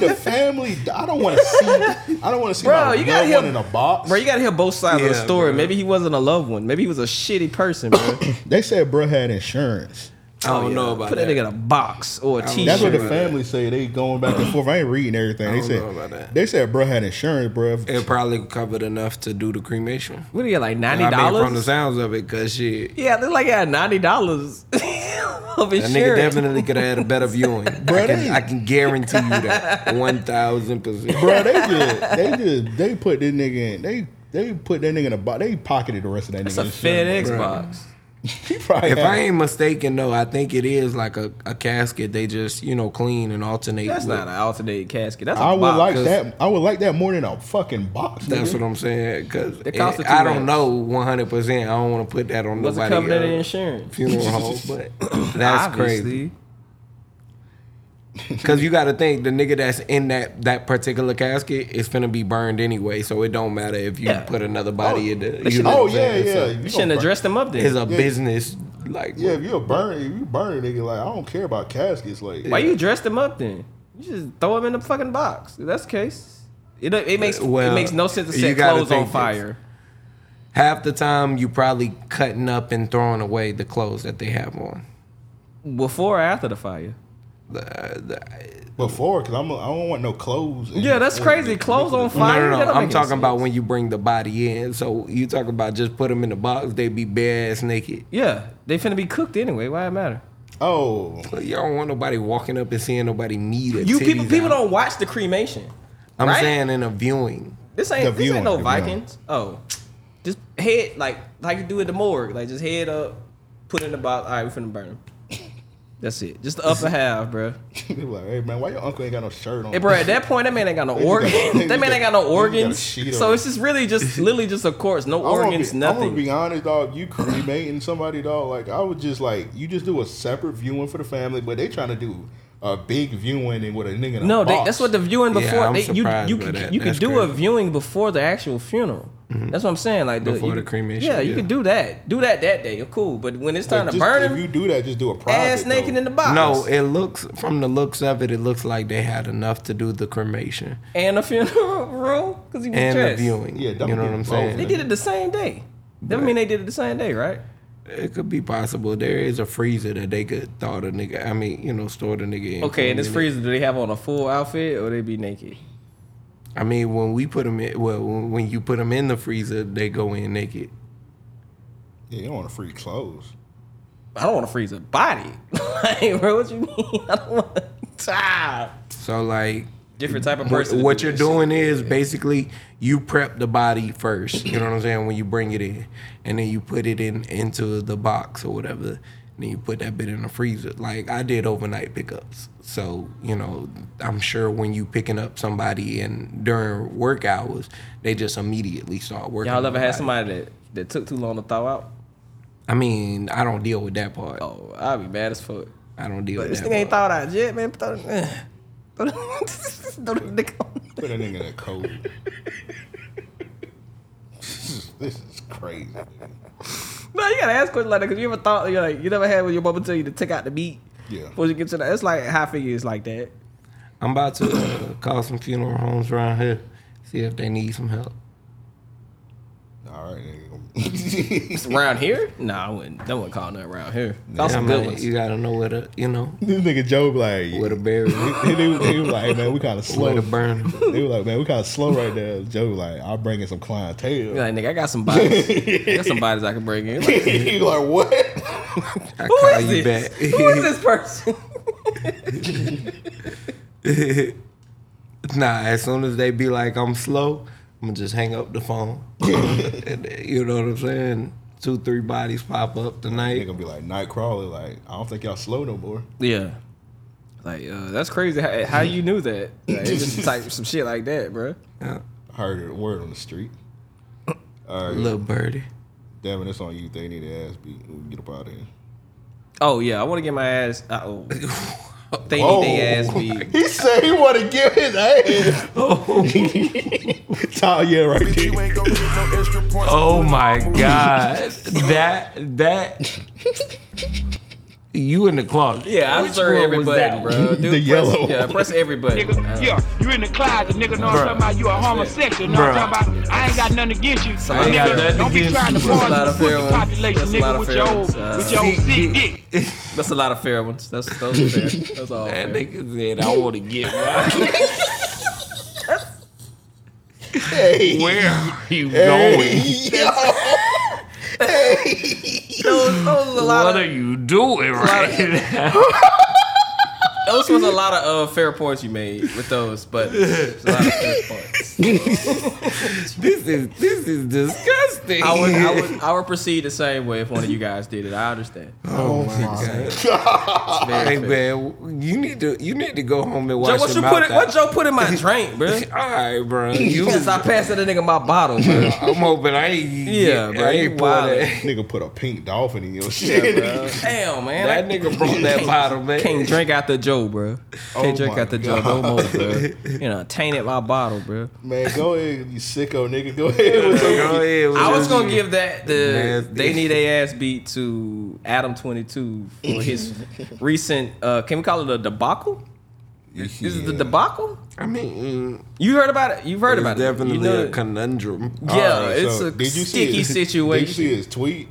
the family, I don't want to see. I don't want to see Bro, my you gotta loved hear- one in a box. you gotta hear both sides of the Yeah, story. bro. Maybe he wasn't a loved one. Maybe he was a shitty [coughs] person, bro. they said bro had insurance. I don't know about Put that that. nigga in a box or a t That's what shirt. the family say. They going back and forth. I ain't reading everything. They don't know about said that. they said bro had insurance, bro. It probably covered enough to do the cremation. What do you get, like I ninety mean, from the dollars? sounds of it, cause shit, Yeah, look like he had ninety dollars [laughs] of that nigga insurance. definitely could have had a better viewing. I, Brother. can, I can guarantee you that one thousand percent. Bro, they just they just they put this nigga in. They they put that nigga in a box. They pocketed the rest of that That's nigga. a FedEx bro. box. He probably If had- I ain't mistaken, though, I think it is like a, a casket. They just you know clean and alternate. That's with- not an alternated casket. That's a I would box. like 'cause- that. I would like that more than a fucking box. That's nigga. what I'm saying. Cause it- cost it too I don't much. know 100. percent I don't want to put that on Wasn't nobody covered in else's insurance. funeral home, but that's crazy. Obviously. Cause you got to think the nigga that's in that that particular casket is gonna be burned anyway, so it don't matter if you Yeah. put another body in there. You know Oh what I'm yeah, saying? yeah. So If you You gonna shouldn't have burn- dressed him up then. it's a business like Yeah, if you a burn, if you burn a nigga, like I don't care about caskets. Like Why you dressed him up then? You just throw him in the fucking box. If that's the case. It, it makes Well, it makes no sense to you set gotta clothes on think fire. half the time you probably cutting up and throwing away the clothes that they have on. Before or after the fire? The- the- before? Because I'm a, I don't want no clothes. in- Yeah, that's in- crazy. Clothes on No, fire. no, That no. don't I'm make talking any about sense. when you bring the body in. So you talk about just put them in the box, they be bare ass naked. Yeah, they finna be cooked anyway. Why it matter? [laughs] Oh, [laughs] You don't want nobody walking up and seeing nobody meet it. You people people don't watch the cremation. I'm right? saying in a viewing. This The ain't this viewing, ain't no the Vikings. Oh, just head like like you do at the morgue. Like just head up, put in the box. All right, we finna burn him. That's it. Just the upper half, bro. They be like hey man, why your uncle ain't got no shirt on? Hey, [laughs] bro, at that point, that man ain't [laughs] got no just got- organs. they just that man ain't got no got- they just got a organs. sheet So on it's just really just literally just a corpse, no I'm gonna organs, be- I'm nothing. gonna be honest, dog. You cremating somebody, dog. Like I would just like you just do a separate viewing for the family, but they trying to do a big viewing and with a nigga. In a no, they, box. that's what the viewing Yeah, before. I'm they, you surprised you by could that. you could That's do a crazy. Mm-hmm. viewing before the actual funeral. That's what I'm saying. Like Before you- the cremation, Yeah, you yeah. could do that. Do that that day. You're cool. But when it's time Like, to just- burn If you him, do that, just do a private. ass naked though. in the box. No, it looks from the looks of it, it looks like they had enough to do the cremation and a funeral [laughs] room because he was and the dressed. viewing. Yeah, Yeah, don't you know get what I'm both. They saying. did it the same day. That mean they did it the same day, right? It could be possible. There is a freezer that they could thaw the nigga. I mean, you know, store the nigga in. for Okay, a and this minute. freezer, do they have on a full outfit or they be naked? I mean, when we put them in, well, when when you put them in the freezer, they go in naked. Yeah, you don't want to free clothes. I don't want to freeze a body. [laughs] like, bro, what you mean? [laughs] I don't want to. Ah. So like, Different type of what, person. to what do you're that doing is basically you prep the body first. You know what I'm saying? When you bring it in, and then you put it in into the box or whatever. And then you put that bit in the freezer. Like I did overnight pickups. So you know, I'm sure when you picking up somebody and during work hours, they just immediately start shit. working. Y'all on ever the had body. somebody that, that took too long to thaw out? I mean, I don't deal with that part. Oh, I'd be mad as fuck. I don't deal with This that. nigga ain't part. thawed out yet, man. Throw the, [laughs] throw the, throw the nigga on. [laughs] Put that nigga in a coat. This is crazy. dude. No, you gotta ask questions like that because you ever thought you're like you never had when your mama tell you to take out the meat. Yeah. Before you get to that, it's like half a year's like that. I'm about to uh, call some funeral homes around here, see if they need some help. All right, nigga. [laughs] It's around here? Nah, I wouldn't. That wouldn't call nothing around here. Found Yeah, some good man, ones. You gotta know where to, you know, this nigga Joe be like, where to bury, [laughs] it, he, he, was- he was like, hey, man, we kind of where slow. to burn. it. They were like, man, we kind of slow right there. Joe was like, I'll bring in some clientele. You're like, nigga, I got some bodies. I got some bodies I can bring in. You're like, [laughs] he like, what? [laughs] I [laughs] Who call is you this? back. [laughs] Who is this [laughs] person? [laughs] Nah, as soon as they be like, I'm slow, I'm gonna just hang up the [laughs] phone. And, uh, you know what I'm saying? Two, three bodies pop up They tonight. gonna be like Nightcrawler. Like, I don't think y'all slow no more. yeah. Like, uh, that's crazy. How, how you knew that? Like, it's just like some shit like that, bro. Yeah. Heard a word on the street. All right, Little birdie. Devin, it's on you. They need to ass beat. We can get up out of here. Oh yeah, I want to get my ass. Uh oh. They Whoa. need they ass beat. [laughs] He said he want to give his ass. [laughs] Oh, yeah, right there. Oh my God. [laughs] That, that. You in the [laughs] closet. Yeah, I Which serve one was everybody, [laughs] that one? bro. Dude, press, yellow Yeah, one. press everybody. nigga. Yeah, you in the closet, nigga. Know what I'm talking about? You a homosexual. Know what I'm talking about? I ain't got nothing against you. I ain't nigga, got nothing don't be against trying to you. That's a lot party of with fair ones. the population, That's a lot nigga, of with fair your, ones. old, Uh, with your old sick dick. That's a lot of fair ones. [laughs] That's those are fair. That's all. That fair. nigga said, I want to get right. Hey, Where are you going? hey, yo. hey. Those, those was a lot What of. are you doing right now? Those was a lot of uh, fair points you made with those, but it's a lot of fair points. This is this is disgusting. I would, I would, I would proceed the same way if one of you guys did it. I understand. oh my god. It's very Hey fair. man, you need to you need to go home and Joe, wash what your you mouth put? In, what out. Joe put [laughs] in my drink, [laughs] bro? All right, bro. [laughs] You, Yes, I passed that nigga my bottle, bro. I'm hoping I ain't. Yeah, bro, I you ain't pour that. wildin'. Nigga put a pink dolphin in your shit. Damn, man. That nigga brought that bottle, man. Can't drink out the Joe, bro. Can't Oh drink my out the Joe no more, bro. You know, tainted my bottle, bro. [laughs] Man, go ahead, you sicko nigga. Go [laughs] ahead. With [laughs] your- [laughs] Go ahead with I was your gonna give that the Nasty. they need a ass beat to Adam twenty two for his recent uh can we call it a debacle? This is the Yeah. debacle? I mean, You heard about it? You've heard it's about definitely it. You know a it. conundrum. yeah, All right, it's so a did you see sticky his- Did you situation. see his tweet?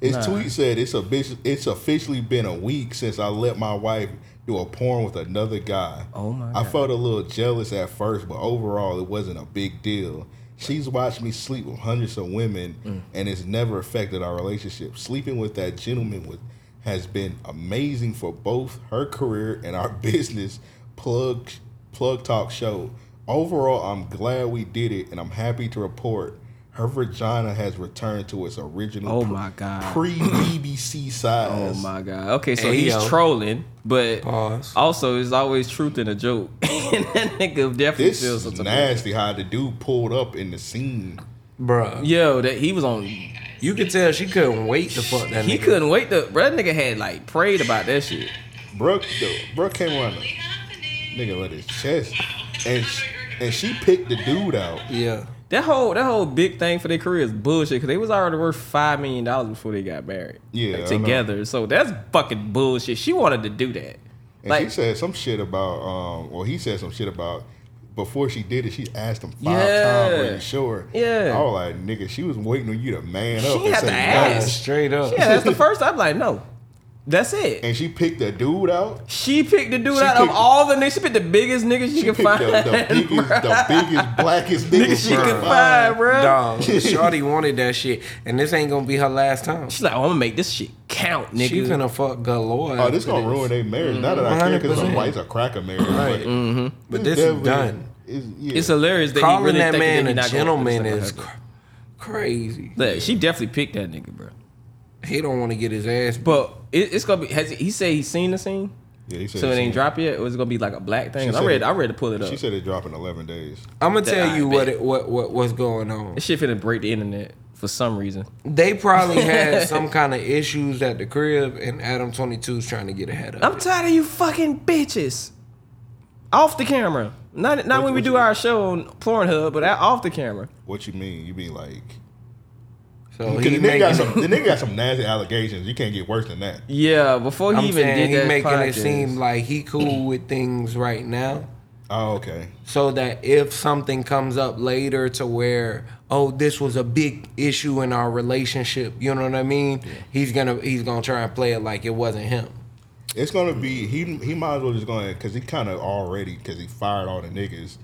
His tweet said it's a bitch, it's officially been a week since I let my wife do a porn with another guy. Oh my I God. felt a little jealous at first, but overall it wasn't a big deal. She's watched me sleep with hundreds of women Mm. and it's never affected our relationship. Sleeping with that gentleman with has been amazing for both her career and our [laughs] business plug plug talk show. Overall, I'm glad we did it and I'm happy to report her vagina has returned to its original Oh my God. pre BBC Oh size. my god. Okay, so Hey, he's yo. trolling, but Pause. also it's always truth in a joke. [laughs] and that nigga definitely feels This is some type of way. nasty how the dude pulled up in the scene. Bruh. Yo, that he was on. You could tell she couldn't wait to fuck that He nigga. couldn't wait to. Bro, that nigga had like prayed about that shit. Brooke, the, Brooke came around the nigga with his chest, and sh- and she picked the dude out. Yeah. That whole that whole big thing for their career is bullshit because they was already worth five million dollars before they got married. Yeah, like, I know. together. So that's fucking bullshit. She wanted to do that. And she Like, said some shit about, um, well, he said some shit about before she did it, she asked him five Yeah. times, "Are you sure?" Yeah. I was like, "Nigga, she was waiting on you to man up." She and had say to no. ask. Straight up. yeah, [laughs] that's the first. I'm like, no, that's it. And she picked the dude out. She picked the dude She out of picked- all the niggas. She picked the biggest nigga she, She could picked find. the, the biggest, the biggest, blackest nigga Nigga she could bruh. find, bro. [laughs] Dog, Shorty wanted that shit, and this ain't gonna be her last time. [laughs] She's like, oh, I'm gonna make this shit count, nigga. She finna fuck galore. Oh, this after gonna ruin their marriage. Not that I care because I'm 100%. white, it's a cracker marriage. But, Mm-hmm. But this is definitely done. is- yeah. It's hilarious that Calling he really that thinking man he a not gonna- gentleman it's is not gonna cr- crazy. happen. Look, she definitely picked that nigga, bro. He don't want to get his ass. But But it, it's gonna be. Has he, he say he's seen the scene? Yeah, he said So it she- ain't drop yet. Or is it gonna be like a black She thing? I said read. it- I read to pull it up. She said it dropped in 11 days. I'm gonna tell I you what bet. it, what what what's going on. this shit finna break the internet for some reason. They probably had some kind of issues at the crib, and Adam 22's trying to get ahead of. I'm it. tired of you fucking bitches. Off the camera. Not not when we do our show on Pornhub, but out- off the camera. What you mean? You mean like So Because he the nigga got making some, the nigga got some nasty allegations. You can't get worse than that. Yeah, before he I'm even saying did that he making podcast, it seem like he cool with things right now. Oh, okay. so that if something comes up later to where oh this was a big issue in our relationship you know what i mean he's gonna he's gonna try and play it like it wasn't him It's gonna be he. He might as well just go ahead because he kind of already because he fired all the niggas.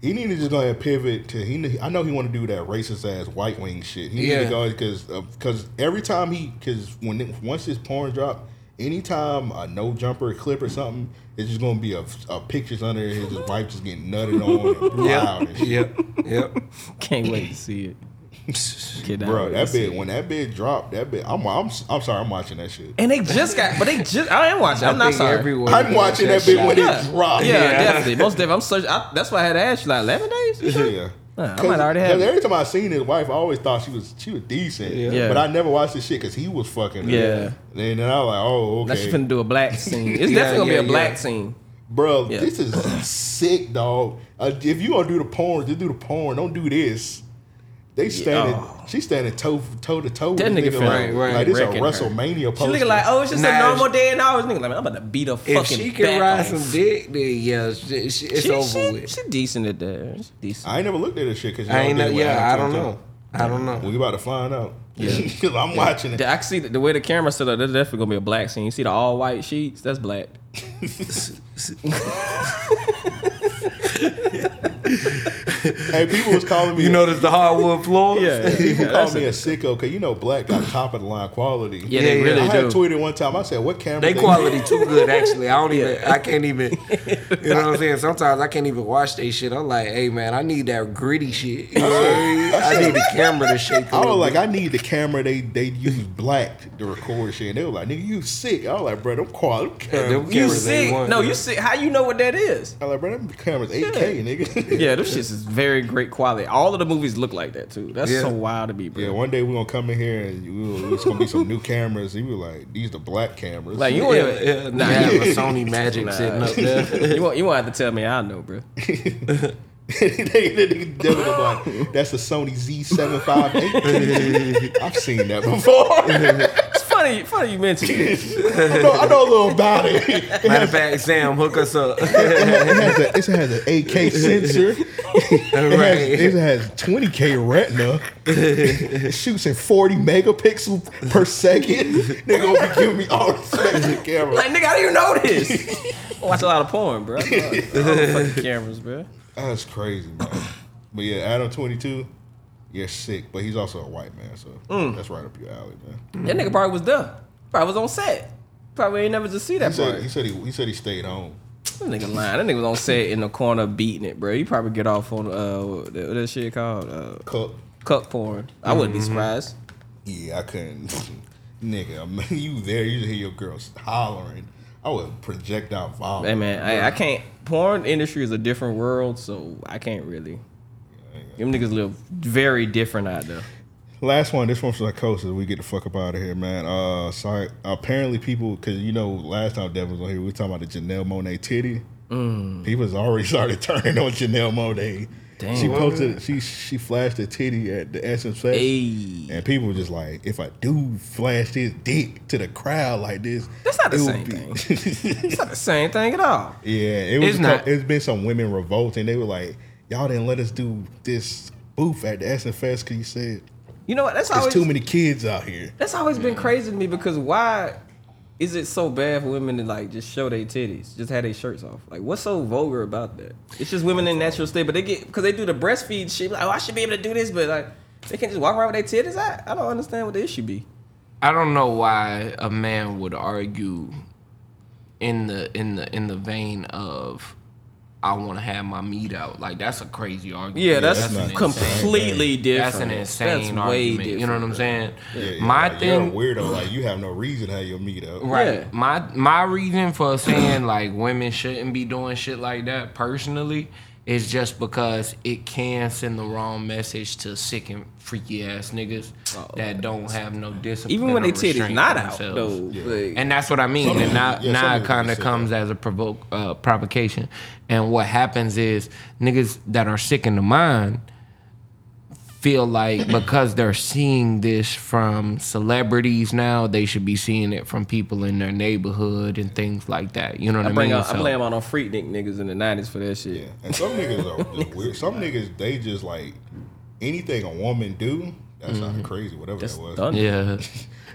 he need to just go ahead and pivot to he. kn- I know he want to do that racist ass white wing shit. He need Yeah. to go because because every time he because when it, once his porn drop, anytime a no jumper clip or something, it's just gonna be a, a pictures under his his wife just getting nutted on. And loud and shit. yep yep [laughs] can't wait to see it. [laughs] Cannot Bro, wait that to see bit it. when that bit dropped, that bit. I'm I'm I'm sorry. I'm watching [laughs] that shit. And they just got, but they just. I am watching. I'm I not think sorry. everyone [laughs] I'm does watching that bit shit. when Yeah. it dropped. [laughs] Yeah, definitely. Most definitely. I'm searching. I, that's why I had to ask you like eleven days. You sure? Yeah. Huh, I might already have Cause it. every time I seen his wife, I always thought she was she was decent. Yeah. But I never watched this shit because he was fucking. her. Yeah. And then I was like, oh Now she okay, finna do [laughs] a black scene. It's Yeah, definitely gonna yeah, be a black yeah. scene. bro, Yeah. this is [laughs] sick, dog. Uh, if you gonna do the porn, just do the porn. Don't do this. They standing, she standing toe toe to toe. with Oh. That this nigga like, finna like, this a wrecking her. WrestleMania She poster. looking like, oh, it's just a Nah, normal day and hours. Nigga, like, man, I'm about to beat a fucking. if she can back ride off. some dick then yeah she, she, it's she, over she, with she decent at that. She decent. I ain't never looked at this shit because i ain't know yeah i don't know i don't know We about to find out. [laughs] Yeah. because I'm watching it. I, can see the, the way the camera set up. That's definitely gonna be a black scene. You see the all white sheets? That's black. Hey, people was calling [laughs] me. you notice the hardwood floor [laughs] people call me a sicko because you know black got top of the line quality. Yeah, they Yeah, yeah. really I had do. tweeted one time. I said, "What camera?" They quality too good actually. I don't even I can't even you know what I'm saying? Sometimes I can't even watch they shit. I'm like, hey man, I need that gritty shit. You know what I [laughs] mean? I need the camera to shake a [laughs] I was little like, I need the camera they they use black to record shit. And they were like, "Nigga, you sick?" I was like, "Bro, them quality bit. cameras." Them You cameras they sick? want, No, yeah. you sick. How you know what that is? I was like, "Bro, them cameras 8K, nigga." [laughs] Yeah, them shits is very great quality. All of the movies look like that too. That's so wild to be, bro. Yeah, one day we're gonna come in here and we'll, it's gonna be some new cameras. And you were like, these the black cameras. like you won't Yeah, even- yeah, [laughs] nah, nah, have a Sony Magic sitting up [laughs] there. you won't you won't have to tell me. I know, bro. [laughs] They- they- they- they were like, that's a Sony Z758. I've seen that before. [laughs] It's funny, funny you mentioned it. I, know, I know a little about it. Matter of fact, Sam, hook us up. [laughs] It has, a, it has an 8K sensor. It has, it right. has 20K retina. it shoots in 40 megapixels per second. Nigga gonna be giving me all the specs of the camera. Like, nigga, how do you know this? Oh, I watch a lot of porn, bro. I love- I [laughs] love fucking cameras, bro. That's crazy, man. But yeah, Adam 22, you're sick. But he's also a white man, so that's right up your alley, man. That nigga probably was there. Probably was on set. Probably ain't never just see He that part. said, he said he, he said he stayed home. That nigga lying. That nigga was on set in the corner beating it, bro. You probably get off on uh what that what that shit called uh Cup. cuck porn. I wouldn't be surprised. Yeah, I couldn't. [laughs] Nigga, I mean, [laughs] you there? You just hear your girls hollering. I would projectile vomit. Hey man, I, I can't. Porn industry is a different world, so I can't really. Them niggas live very different out there. Last one. This one's psychosis. We get the fuck up out of here, man. Uh, sorry. Apparently, people, because you know, last time Devin was on here, we were talking about the Janelle Monet titty. People's already [laughs] started turning on Janelle Monet. Mm. Damn. She posted. She she flashed a titty at the Essence Fest, Hey, and people were just like, "If I do flash this dick to the crowd like this, That's not the it would same be- [laughs] it's not the same thing at all. yeah, it was. It's a not. couple- it's been some women revolting. They were like, "Y'all didn't let us do this booth at the Essence Fest because you said You know what? That's there's always too many kids out here." that's always been crazy to me because why is it so bad for women to like just show their titties, just have their shirts off? Like, what's so vulgar about that? It's just women in natural state, but they get because they do the breastfeed shit. Like, oh, I should be able to do this, but like they can't just walk around with their titties out. I don't understand what the issue be. I don't know why a man would argue in the in the in the vein of I want to have my meat out. Like that's a crazy argument. Yeah, that's, that's not the same completely different. That's an insane That's argument. you know what I'm saying? Yeah, yeah, my like, thing, You're a weirdo. Like you have no reason to have your meat up. right? Yeah. My my reason for saying like women shouldn't be doing shit like that personally is just because it can send the wrong message to sick and freaky ass niggas that don't have no discipline. Oh, Even when or they titties restraint not on out themselves. though. like- And that's what I mean. And now, yeah, some now it niggas kind be of sick. comes as a provoke, uh, provocation. And what happens is niggas that are sick in the mind feel [coughs] like because they're seeing this from celebrities now, they should be seeing it from people in their neighborhood and things like that. You know what I, I bring mean? out, I So- blame out on Freaknik niggas in the nineties for that shit. Yeah, and some niggas [laughs] are just weird. Some niggas they just like anything a woman do. That's Mm-hmm. not crazy. Whatever That's that was. done. [laughs] yeah.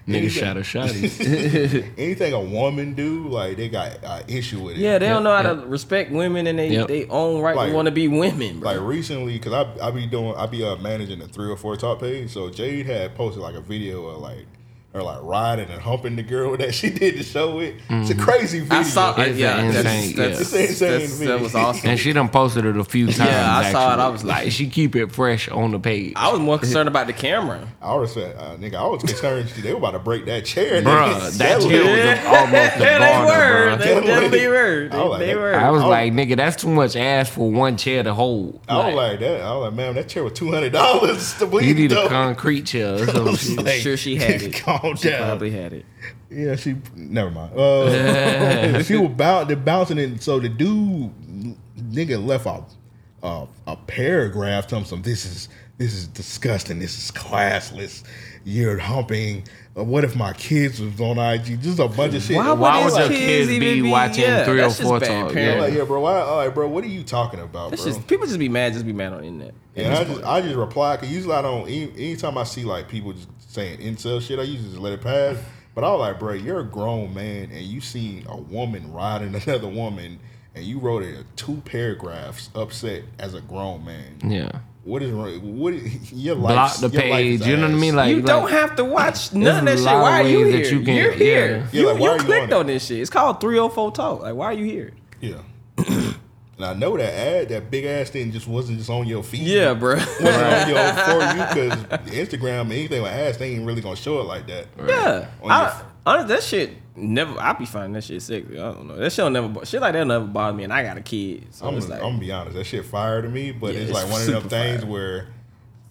Nigga shot a shotty. Anything a woman do, like they got an issue with it. Yeah, they don't know how Yep, to respect women and they Yep. they own right Like- to want to be women, bro. Like recently, because I I be doing I be uh, managing the three or four top page. So Jade had posted like a video of like her like riding and humping the girl [laughs] that she did the show with. It's a crazy video. I saw, I, It's yeah, insane, that's, yeah. that's, It's insane that's- to me. that was awesome. and she done posted it a few times. [laughs] Yeah, I saw it. I actually. was like- she keep it fresh on the page. I was more concerned about the camera. I was uh, nigga, I was concerned [laughs] they were about to break that [laughs] chair. [laughs] Bruh, that was- chair was a- almost the Yeah, garner, bruh. [laughs] they were. They definitely were. I was They, like, they that- were. I was Oh. like, nigga, that's too much ass for one chair to hold. I was like that. I was like, man, that chair was two hundred dollars to bleed. you need though. a concrete chair. or some shit. I'm like, sure she had it. [laughs] Calm She down. probably had it. Yeah, she. Never mind. Uh, [laughs] she was bound, they bouncing, and so the dude, nigga, left a a, a paragraph. Some some. This is this is disgusting. This is classless. You're humping. Uh, what if my kids was on IG? Just a bunch of shit. Why Why would would your his kids kids even be be- watching yeah, three or that's just four bad talk? I'm parenting. Yeah. like, yeah, bro. Why, all right, bro. What are you talking about, That's bro? just people just be mad, just be mad on the internet. and I just I just reply because usually I don't. Any, anytime I see like people just saying incel shit, I usually just let it pass. [laughs] But I was like, bro, you're a grown man and you seen a woman riding [laughs] another woman, and you wrote it two paragraphs upset as a grown man. Yeah. What is wrong? What is, [laughs] your Block life? the page. You know what I mean? Like you like, don't have to watch there's none of a that shit. lot of Why are you ways here? that you can- You're here. yeah. Yeah, you like, why you are you clicked on it? on this shit. It's called 304 Talk. Like, why are you here? yeah. And I know that ad, that big ass thing, just wasn't just on your feed. Yeah, bro. wasn't on your for you because [laughs] Instagram, anything with ads, they ain't really gonna show it like that. Yeah. On your I, phone. honestly, that shit never. I be finding that shit sexy. I don't know. That shit will never. bo- Shit like that never bother me. And I got a kid, so I'm, it's gonna, like I'm gonna be honest, that shit fire to me, but Yeah, it's it's like one of them super things fire. where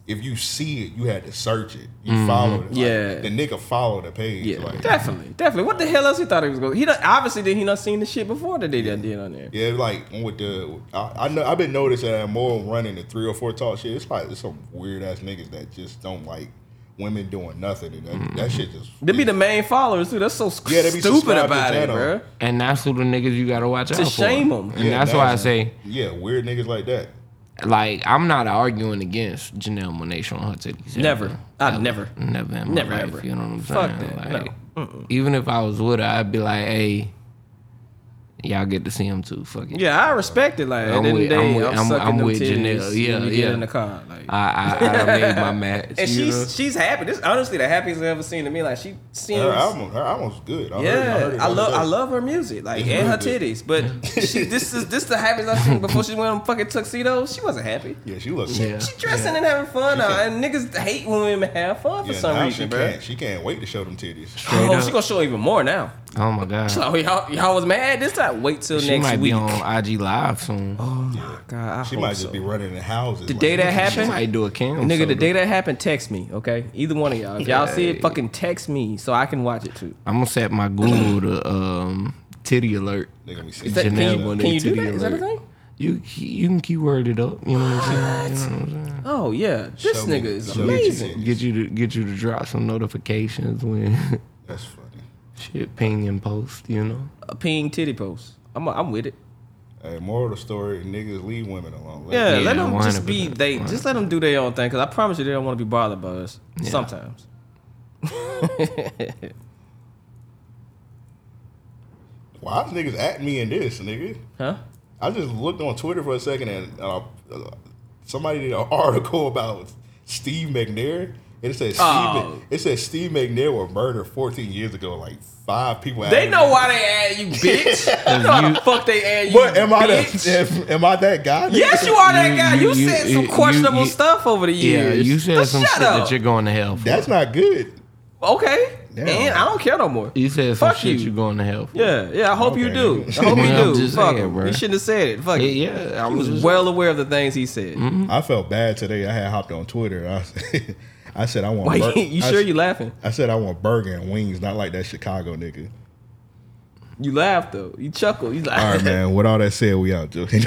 if you see it, you had to search it. You followed it. Like, Mm-hmm. Yeah. The nigga followed the page. Yeah, Like, definitely, definitely. What the hell else he thought he was going? He done, obviously did. He not seen the shit before that they done did on there. yeah, like with the I, I know I've been noticing that more running the three or four talk shit. It's like it's some weird ass niggas that just don't like women doing nothing and that, that shit just Mm-hmm. They be the main followers too. That's so sc- Yeah, they be stupid subscribed to about it, channel. bro. And that's who the niggas you gotta watch out for. shame 'em. And Yeah, that's why I say, Yeah, weird niggas like that. like, I'm not arguing against Janelle Monae showing her titties. Never, I never. Never in my Never, life. ever. You know what I'm Fuck saying? that, Like, Even if I was with her, I'd be like, hey, y'all get to see him too. Fuck it. Yeah, I respect it. Like, I'm at the end of the with- I'm day, I'm, with- I'm- sucking I'm them with titties Janelle. when Yeah, you yeah. get in the car. Like, I, I, I done made [laughs] my match. and you she's she's happy. This honestly the happiest I've ever seen to me. Like, she seems. Her album, her album's good. I heard- yeah, heard it the I other love day. I love her music, like It's and her really titties. [laughs] But she, this is this the happiest I've seen before she went on fucking tuxedos. She wasn't happy. Yeah, she looks Yeah. She dressing and having fun, now, and can't- niggas hate when women have fun for Yeah, some now reason, she bro. can't. She can't wait to show them titties. Straight Oh, up. she gonna show even more now. [laughs] know? Oh my God. So y'all, y'all was mad this time. Wait till she next might week. be on IG Live soon. Oh my god, I She hope might so. just be running in houses. The like, day that she happened, might do a cam. nigga. The soda. day that happened, text me, okay? Either one of y'all. If y'all see it, fucking text me so I can watch it too. I'm gonna set my Google to um titty alert. They gonna be Is sitting that, can Janelle you, Monae can you do titty that? Is that a thing? You you can keyword it up. You know what I'm saying? You know what I'm saying? Oh yeah, this Show me- nigga is show me what you amazing. see. Get you to get you to drop some notifications when [laughs] That's funny. shit ping and post. You know. A ping titty post. I'm, I'm with it. Hey, moral of the story: niggas leave women alone. Let- Yeah, Yeah, let them just be 100%, they. Just let them do their own thing. Cause I promise you, they don't want to be bothered by us. Sometimes. Why is niggas at me in this, nigga? Huh? I just looked on Twitter for a second and uh, uh, somebody did an [laughs] article about Steve McNair. And it said Steve. Oh. It said Steve McNair was murdered 14 years ago. Like five people. They added know me. why they [laughs] add you, bitch. you know how the fuck they add you. What am I? bitch. That, [laughs] am, am I that guy? Yes, you are that You- guy. You, you- you- said you- some you- questionable you- stuff over the Yeah, years. you said But some shut shit up. that you're going to hell for. That's not good. Okay. Damn. And I don't care no more. you said some Fuck shit you. you. are going to hell for. Yeah, yeah. I hope you Okay. do. [laughs] I hope Man, I'm you do. just Fuck saying, him. bruh. You shouldn't have said it. Fuck Yeah, it. yeah, I I was was just- Mm-hmm. well aware of the things he said. I felt bad today. I had hopped on Twitter. I [laughs] said, I said I want. Why bur- you, [laughs] you I sure s- you laughing? I said I want burger and wings, not like that [laughs] Chicago nigga. You laugh though. You chuckle. You like [laughs] All right, man. With all that said, we out, dude.